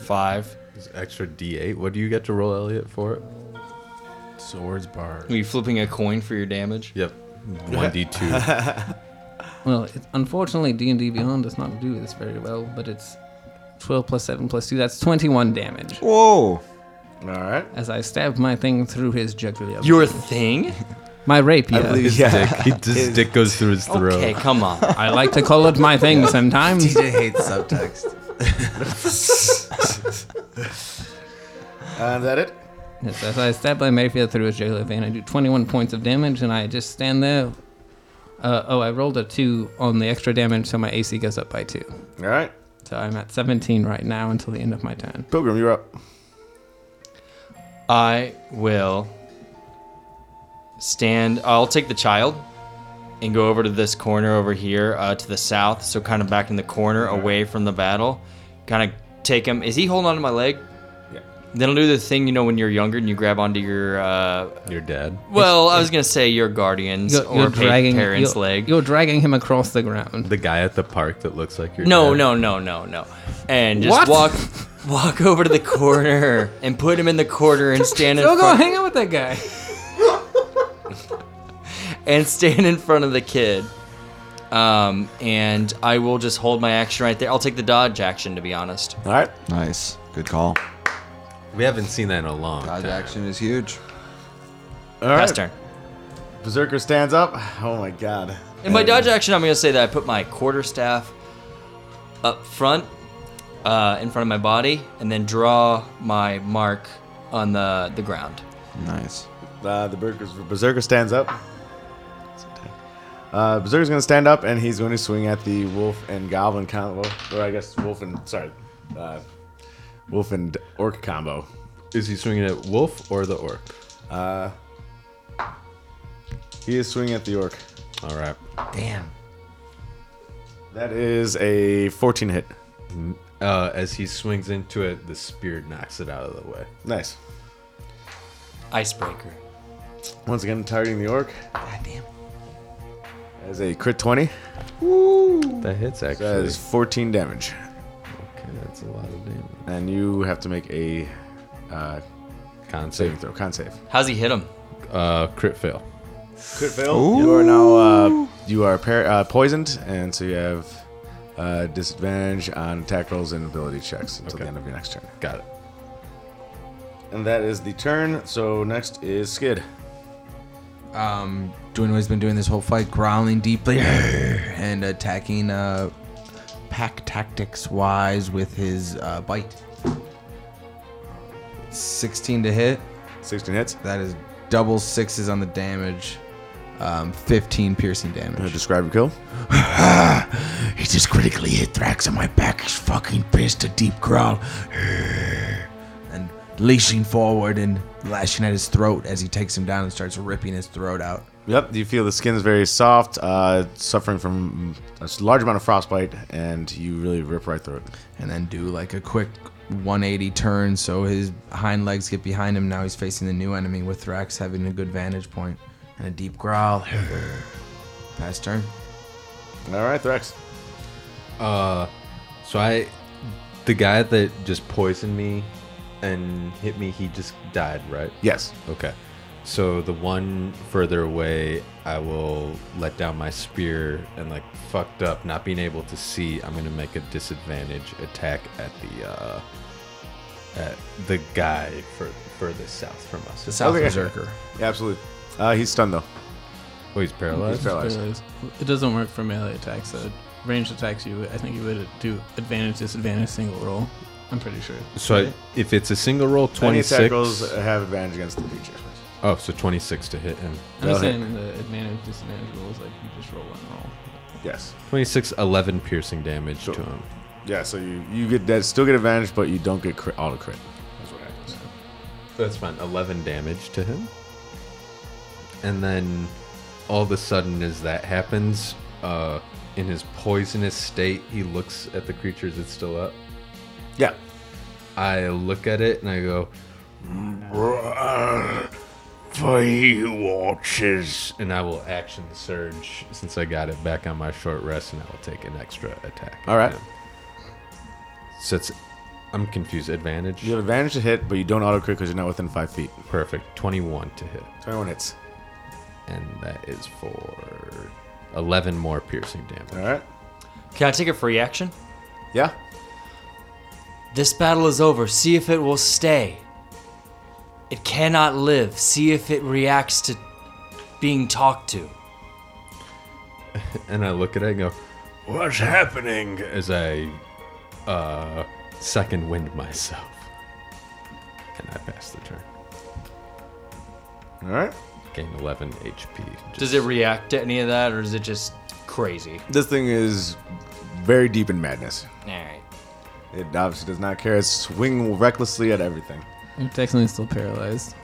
Speaker 6: Five.
Speaker 8: It's extra D8. What do you get to roll, Elliot, for it?
Speaker 7: Swords bar.
Speaker 6: Are you flipping a coin for your damage?
Speaker 8: Yep. 1d2.
Speaker 2: Well, it, unfortunately, D&D Beyond does not do this very well, but it's 12 plus 7 plus 2. That's 21 damage.
Speaker 13: Whoa.
Speaker 9: All right.
Speaker 2: As I stabbed my thing through his jugular.
Speaker 6: Your thing?
Speaker 2: My rape,
Speaker 6: I
Speaker 2: yeah.
Speaker 6: believe His yeah. dick. He- his His- dick
Speaker 8: goes through his
Speaker 6: throat. Okay, come on.
Speaker 2: I like to call it my thing sometimes.
Speaker 7: DJ hates subtext.
Speaker 9: Uh, is that it?
Speaker 2: Yes, as I stab by Mayfield through his jugular vein, I do 21 points of damage, and I just stand there. Uh, oh, I rolled a 2 on the extra damage, so my AC goes up by 2.
Speaker 9: All right.
Speaker 2: So I'm at 17 right now until the end of my turn.
Speaker 9: Pilgrim, you're up.
Speaker 6: I will stand. I'll take the child and go over to this corner over here uh, to the south. So kind of back in the corner, away from the battle. Kind of take him. Is he holding onto my leg?
Speaker 8: Yeah.
Speaker 6: They will do the thing you know when you're younger and you grab onto your uh,
Speaker 8: your dad.
Speaker 6: Well, I was gonna say your guardians
Speaker 21: You're-
Speaker 6: or
Speaker 21: you're
Speaker 6: pa-
Speaker 21: dragging-
Speaker 6: parents'
Speaker 21: you're-
Speaker 6: leg.
Speaker 21: You're dragging him across the ground.
Speaker 8: The guy at the park that looks like your
Speaker 6: No,
Speaker 8: dad.
Speaker 6: no, no, no, no. And just
Speaker 21: What?
Speaker 6: walk walk over to the corner and put him in the corner and stand in
Speaker 2: Oh,
Speaker 21: Don't go
Speaker 6: front
Speaker 21: hang out with that guy.
Speaker 6: and stand in front of the kid. Um, and I will just hold my action right there. I'll take the dodge action to be honest.
Speaker 13: All right. Nice. Good call.
Speaker 8: We haven't seen that in a long
Speaker 13: Dodge action is huge.
Speaker 9: All right.
Speaker 6: Pass turn.
Speaker 9: Berserker stands up. Oh my god.
Speaker 6: In my dodge action, I'm gonna say that I put my quarter staff up front, uh, in front of my body, and then draw my mark on the the ground.
Speaker 9: Nice. Uh, the berserker's, berserker stands up. Uh, berserker's going to stand up and he's going to swing at the wolf and goblin combo. Or I guess wolf and sorry, uh, wolf and orc combo.
Speaker 8: Is he swinging at wolf or the orc?
Speaker 9: Uh, he is swinging at the orc.
Speaker 8: All right.
Speaker 9: Damn. That is a 14 hit.
Speaker 8: Uh, as he swings into it, the spear knocks it out of the way.
Speaker 9: Nice.
Speaker 6: Icebreaker.
Speaker 9: Once again, targeting the orc. God damn. That is a crit 20.
Speaker 8: That hits actually.
Speaker 9: That is 14 damage.
Speaker 8: Okay, that's a lot of damage.
Speaker 9: And you have to make a uh,
Speaker 8: con
Speaker 9: saving throw. Con save.
Speaker 6: How's he hit him?
Speaker 8: Uh, crit fail.
Speaker 9: Crit fail. You are now uh, you are par- uh, poisoned, and so you have uh, disadvantage on attack rolls and ability checks until the end of your next turn.
Speaker 8: Got it.
Speaker 9: And that is the turn. So next is Skid.
Speaker 7: Um, doing what he's been doing this whole fight, growling deeply and attacking uh, pack tactics wise with his uh, bite. 16 to hit.
Speaker 9: 16 hits.
Speaker 7: That is double sixes on the damage. Um, 15 piercing damage.
Speaker 9: Describe your kill.
Speaker 14: He just critically hit Thrax on my back. He's fucking pissed. A deep growl. and leashing forward and lashing at his throat as he takes him down and starts ripping his throat out.
Speaker 9: Yep, you feel the skin is very soft, uh, suffering from a s- large amount of frostbite, and you really rip right through it.
Speaker 7: And then do like a quick 180 turn so his hind legs get behind him. Now he's facing the new enemy with Thrax having a good vantage point and a deep growl. Pass turn.
Speaker 9: All right, Thrax.
Speaker 8: Uh, so I, the guy that just poisoned me and hit me, he just died, right?
Speaker 9: Yes.
Speaker 8: Okay. So the one further away, I will let down my spear and like fucked up, not being able to see. I'm gonna make a disadvantage attack at the uh, at the guy for furthest south from us.
Speaker 9: Okay. Yeah, absolutely. Uh, he's stunned though.
Speaker 8: Oh, he's paralyzed.
Speaker 9: He's paralyzed.
Speaker 21: It doesn't work for melee attacks. So ranged attacks, you I think you would do advantage, disadvantage, single roll. I'm pretty sure.
Speaker 8: So
Speaker 21: Right?
Speaker 8: I, if it's a single roll,
Speaker 9: Any
Speaker 8: twenty
Speaker 9: attack
Speaker 8: six.
Speaker 9: rolls have advantage against the creature.
Speaker 8: Oh, so twenty six to hit him.
Speaker 21: I'm just saying the advantage, disadvantage roll is like you just roll one roll.
Speaker 9: Yes.
Speaker 8: 26, 11 piercing damage to him.
Speaker 9: Yeah, so you, you get that still get advantage, but you don't get crit, auto crit. That's what happens.
Speaker 8: That's fine. 11 damage to him. And then all of a sudden, as that happens, uh, in his poisonous state, he looks at the creature that's still up.
Speaker 9: Yeah.
Speaker 8: I look at it and I go,
Speaker 4: Roar For he who watches.
Speaker 8: and I will action surge since I got it back on my short rest, and I will take an extra attack.
Speaker 9: All right.
Speaker 8: So it's, I'm confused. Advantage?
Speaker 9: You have advantage to hit, but you don't auto crit because you're not within five feet.
Speaker 8: Perfect. 21 to hit.
Speaker 9: 21 hits.
Speaker 8: And that is for 11 more piercing damage. All
Speaker 9: right.
Speaker 6: Can I take a free action?
Speaker 9: Yeah.
Speaker 6: This battle is over. See if it will stay. It cannot live. See if it reacts to being talked to.
Speaker 8: and I look at it and go,
Speaker 4: What's happening?
Speaker 8: As I uh, second wind myself. And I pass the turn.
Speaker 9: All right.
Speaker 8: Gain 11 HP.
Speaker 6: Does it react to any of that, or is it just crazy?
Speaker 9: This thing is very deep in madness.
Speaker 6: All right.
Speaker 9: It obviously does not care. It's swinging recklessly at everything.
Speaker 21: You're technically still paralyzed.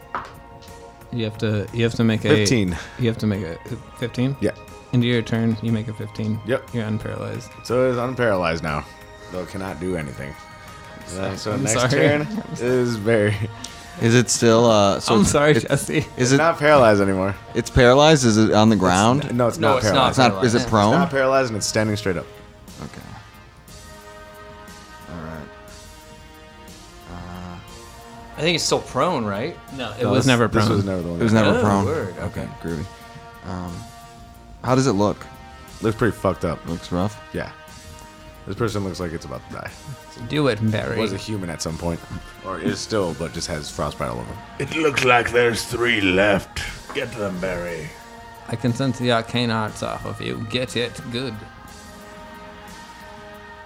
Speaker 21: You have to you have to make a
Speaker 9: 15.
Speaker 21: You have to make a 15.
Speaker 9: Yeah.
Speaker 21: Into your turn, you make a 15.
Speaker 9: Yep.
Speaker 21: You're unparalyzed.
Speaker 9: So it is unparalyzed now, though it cannot do anything. Uh, so
Speaker 2: I'm
Speaker 9: next
Speaker 2: sorry.
Speaker 9: turn is Barry.
Speaker 13: Is it still? Uh, so
Speaker 9: I'm
Speaker 13: it's-
Speaker 9: sorry,
Speaker 13: it's-
Speaker 9: Jesse.
Speaker 13: Is
Speaker 9: It's
Speaker 13: it
Speaker 9: not paralyzed anymore?
Speaker 13: It's paralyzed. Is it on the ground?
Speaker 9: No, it's not paralyzed.
Speaker 13: It's not- Is it prone?
Speaker 9: It's not paralyzed and it's standing straight up.
Speaker 13: Okay. All right. Uh,
Speaker 6: I think it's still prone, right?
Speaker 13: no, this- this was never the one. It was never
Speaker 6: Oh,
Speaker 13: prone.
Speaker 6: word,
Speaker 13: Okay, groovy. Um, how does it look?
Speaker 9: Looks pretty fucked up.
Speaker 13: Looks rough.
Speaker 9: Yeah. This person looks like it's about to die.
Speaker 2: Do it, Barry.
Speaker 9: Was a human at some point, or is still, but just has frostbite all over. him.
Speaker 4: It looks like there's three left. Get them, Barry.
Speaker 2: I can sense the arcane arts off of you. Get it. Good.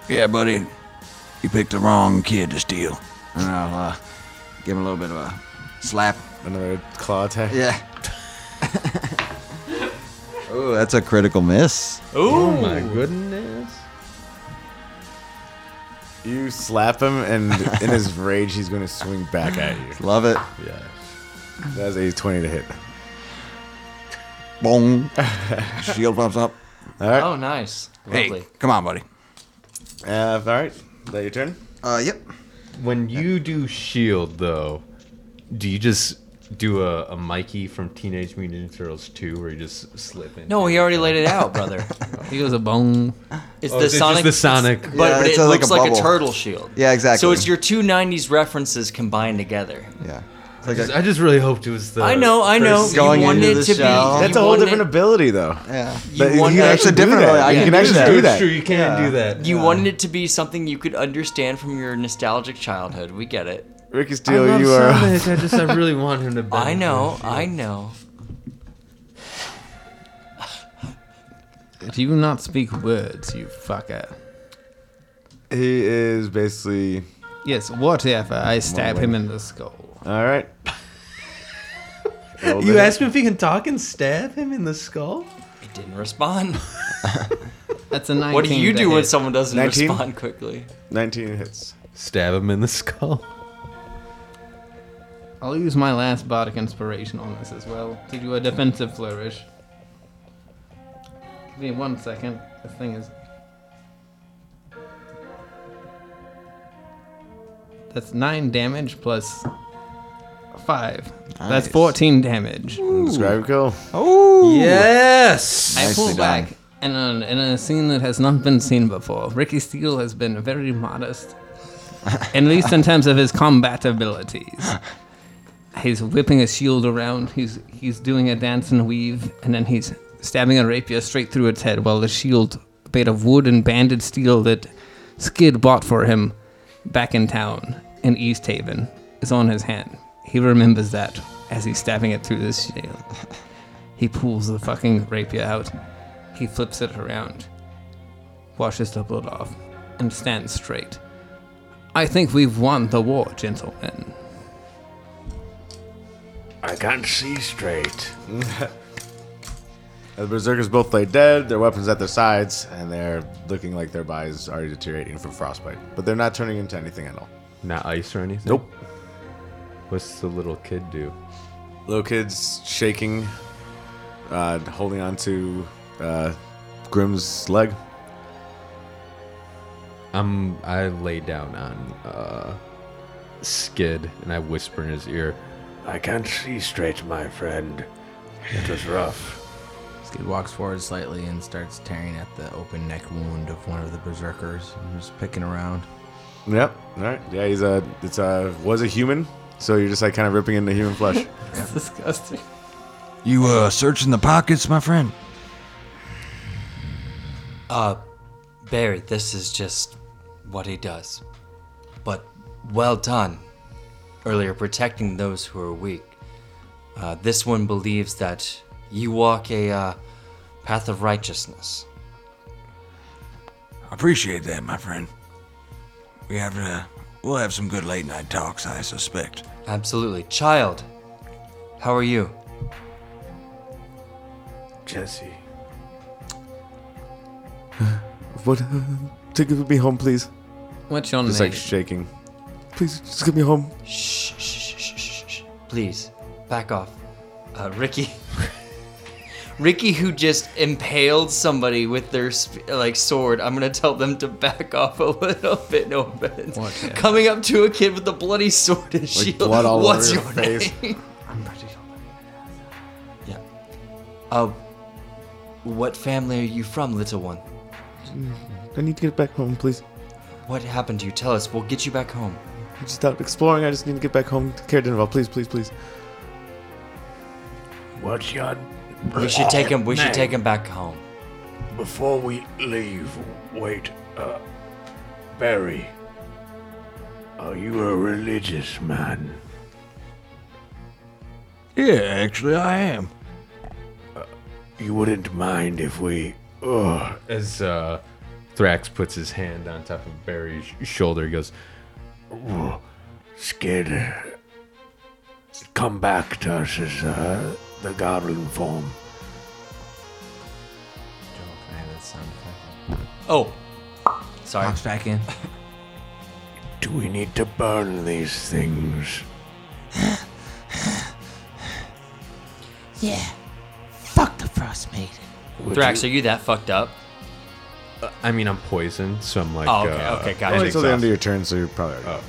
Speaker 15: Yeah, buddy, you picked the wrong kid to steal.
Speaker 13: And I'll uh, give him a little bit of a slap.
Speaker 9: Another claw attack.
Speaker 13: Yeah. Oh, that's a critical miss.
Speaker 9: Oh my
Speaker 8: goodness.
Speaker 9: You slap him, and in his rage, he's going to swing back at you.
Speaker 13: Love it.
Speaker 9: Yeah. That's a 20 to hit.
Speaker 13: Boom. Shield pops up.
Speaker 9: All right.
Speaker 6: Oh, nice. Lovely.
Speaker 13: come on, buddy.
Speaker 9: Uh, all right. Is that your turn?
Speaker 13: Uh, yep.
Speaker 8: When you do shield, E though, do you just do a, a Mikey from Teenage Mutant Ninja Turtles 2 where you just slip in?
Speaker 6: No, he already laid it out, brother.
Speaker 2: he goes a bone.
Speaker 6: It's
Speaker 8: Oh,
Speaker 6: the
Speaker 8: it's just
Speaker 6: Sonic.
Speaker 8: the Sonic.
Speaker 6: But,
Speaker 8: Yeah,
Speaker 6: but
Speaker 8: it's
Speaker 6: it
Speaker 8: a- like
Speaker 6: looks
Speaker 8: a
Speaker 6: like a
Speaker 8: bubble.
Speaker 6: turtle shield.
Speaker 8: Yeah, exactly.
Speaker 6: So it's your two '90s references combined together.
Speaker 13: Yeah.
Speaker 8: I just, I just really hoped it was the.
Speaker 6: I know, I know.
Speaker 8: first-
Speaker 6: You Going wanted into it the to be- shell. you
Speaker 9: That's a whole
Speaker 6: wanted-
Speaker 9: different ability, though.
Speaker 13: Yeah.
Speaker 6: You wanted- That's a
Speaker 9: do
Speaker 6: different
Speaker 9: that.
Speaker 6: ability. I
Speaker 9: you
Speaker 6: can
Speaker 9: can
Speaker 6: do
Speaker 9: actually
Speaker 6: that.
Speaker 9: do
Speaker 6: It's
Speaker 9: that.
Speaker 6: true, you
Speaker 8: can Yeah. do that.
Speaker 6: You wanted it to be something you could understand from your nostalgic childhood. We get it.
Speaker 9: Ricky
Speaker 8: I
Speaker 9: Steele,
Speaker 8: love
Speaker 9: you are.
Speaker 8: Sonic, I just I really want him to.
Speaker 6: I
Speaker 8: benefit.
Speaker 6: know, I know.
Speaker 2: Do you not speak words, you fucker?
Speaker 9: He is basically.
Speaker 2: Yes, whatever. I stab him in the skull.
Speaker 9: All right.
Speaker 8: You ask him if he can talk and stab him in the skull?
Speaker 6: He didn't respond.
Speaker 2: That's a
Speaker 6: What do you do when someone doesn't
Speaker 9: 19?
Speaker 6: respond quickly?
Speaker 9: 19 hits.
Speaker 8: Stab him in the skull.
Speaker 2: I'll use my last bardic inspiration on this as well to do a defensive flourish. Give me one second. This thing is. That's nine damage plus five. That's
Speaker 9: Nice.
Speaker 2: 14 damage.
Speaker 9: Describe kill.
Speaker 2: Oh!
Speaker 9: Yes!
Speaker 2: I
Speaker 9: Nicely
Speaker 2: pull
Speaker 9: done.
Speaker 2: back, and on, in a scene that has not been seen before, Ricky Steele has been very modest, at least in terms of his combat abilities. He's whipping a shield around. He's he's doing a dance and weave, and then he's stabbing a rapier straight through its head, while the shield made of wood and banded steel that Skid bought for him back in town in East Haven is on his hand. He remembers that as he's stabbing it through this shield. He pulls the fucking rapier out. He flips it around, washes the blood off, and stands straight. I think we've won the war, gentlemen.
Speaker 4: I can't see straight.
Speaker 9: The berserkers both lay dead, their weapons at their sides, and they're looking like their bodies are deteriorating from frostbite. But they're not turning into anything at all.
Speaker 8: Not ice or anything?
Speaker 9: Nope.
Speaker 8: What's the little kid do?
Speaker 9: Little kids shaking, uh, holding on to uh, Grim's leg.
Speaker 8: I'm Um, I lay down on uh Skid and I whisper in his ear.
Speaker 4: I can't see straight, my friend. It was rough.
Speaker 7: Skid walks forward slightly and starts tearing at the open neck wound of one of the berserkers. And just picking around.
Speaker 9: Yep. All right. Yeah, he's a. It's a was a human, so you're just like kind of ripping into human flesh.
Speaker 2: It's disgusting.
Speaker 15: You uh, searching the pockets, my friend?
Speaker 6: Uh, Barry, this is just what he does. But well done. Earlier, protecting those who are weak. Uh, this one believes that you walk a uh, path of righteousness.
Speaker 15: I appreciate that, my friend. We have uh, we'll have some good late night talks, I suspect.
Speaker 6: Absolutely. Child, how are you?
Speaker 4: Jesse.
Speaker 9: What? Take me home, please.
Speaker 2: What's your
Speaker 9: Just
Speaker 2: name?
Speaker 9: like shaking. Please, just get me home.
Speaker 6: Shh, shh, shh, shh, shh, shh. Please, back off. Uh, Ricky. Ricky, who just impaled somebody with their sp- like sword, I'm gonna tell them to back off a little bit. No offense. Coming up to a kid with a bloody sword and shield.
Speaker 9: blood all
Speaker 6: What's
Speaker 9: over
Speaker 6: your
Speaker 9: your face.
Speaker 6: name? Yeah. Uh, what family are you from, little one?
Speaker 9: I need to get back home, please.
Speaker 6: What happened to you? Tell us. We'll get you back home.
Speaker 9: I just stopped exploring. I just need to get back home to Cara Dinoval. Please, please, please.
Speaker 4: What's your.
Speaker 6: We should take him. We should take him back home.
Speaker 4: Before we leave, wait, uh, Barry, are you a religious man?
Speaker 15: Yeah, actually, I am.
Speaker 4: You wouldn't mind if we.
Speaker 8: Ugh. As uh, Thrax puts his hand on top of Barry's shoulder, he goes,
Speaker 4: Well, Skid, uh, come back to us as uh, the goblin form.
Speaker 6: Oh, sorry.
Speaker 7: Pops back in.
Speaker 4: Do we need to burn these things?
Speaker 3: Yeah. Fuck the frost maiden.
Speaker 6: Thrax, are you that fucked up?
Speaker 8: Uh, I mean, I'm poisoned, so I'm like,
Speaker 6: Oh, okay,
Speaker 8: uh,
Speaker 6: okay,
Speaker 9: Only
Speaker 8: and
Speaker 9: until the end of
Speaker 8: exhausted.
Speaker 9: your turn, so you're probably.
Speaker 8: Oh.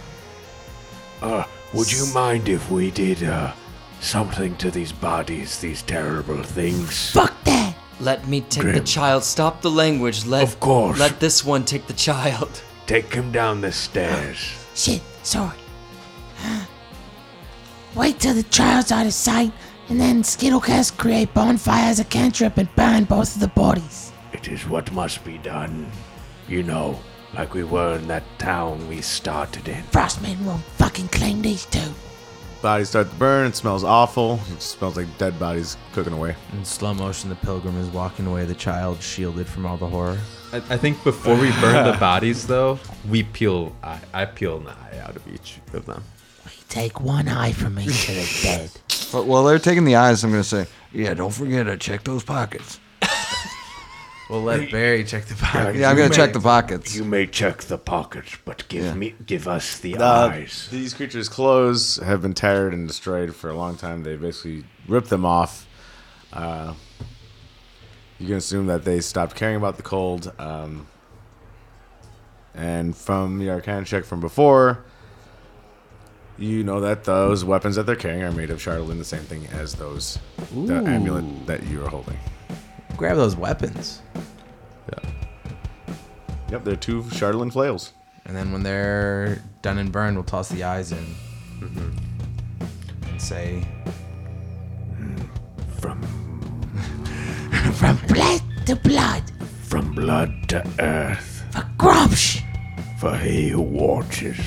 Speaker 9: Already
Speaker 4: Uh, would you mind if we did uh, something to these bodies, these terrible things?
Speaker 6: Fuck that! Let me take the
Speaker 4: Grim.
Speaker 6: child. Stop the language. Let of
Speaker 4: course.
Speaker 6: Let this one take the child.
Speaker 4: Take him down the stairs.
Speaker 3: Shit, sorry. Wait till the child's out of sight, and then Skittlecast create bonfires of cantrip and burn both of the bodies.
Speaker 4: It is what must be done. You know, like we were in that town we started in.
Speaker 3: Frostman won't fucking claim these two.
Speaker 9: Bodies start to burn. It smells awful. It smells like dead bodies cooking away.
Speaker 7: In slow motion, the pilgrim is walking away, the child shielded from all the horror.
Speaker 8: I, I think before we burn the bodies, though, we peel. I, I peel an eye out of each of them.
Speaker 3: Take one eye from me till it's dead.
Speaker 13: But while they're taking the eyes, I'm going to say, yeah, don't forget to check those pockets.
Speaker 7: We'll let Barry check the pockets.
Speaker 13: Yeah, I'm going to check the pockets.
Speaker 4: Uh, You may check the pockets, but give me, give us the
Speaker 9: Uh,
Speaker 4: eyes.
Speaker 9: These creatures' clothes have been tattered and destroyed for a long time. They basically ripped them off. Uh, you can assume that they stopped caring about the cold. Um, and from the Arcana check from before, you know that those weapons that they're carrying are made of Charlatan, the same thing as those the
Speaker 7: Ooh.
Speaker 9: amulet that you are holding.
Speaker 7: Grab those weapons.
Speaker 9: Yep, they're two Charlatan flails.
Speaker 7: And then when they're done and burned, we'll toss the eyes in
Speaker 9: Mm-hmm.
Speaker 7: and say,
Speaker 3: From blood to blood.
Speaker 4: From blood to earth.
Speaker 3: Grumsh!
Speaker 4: For he who watches.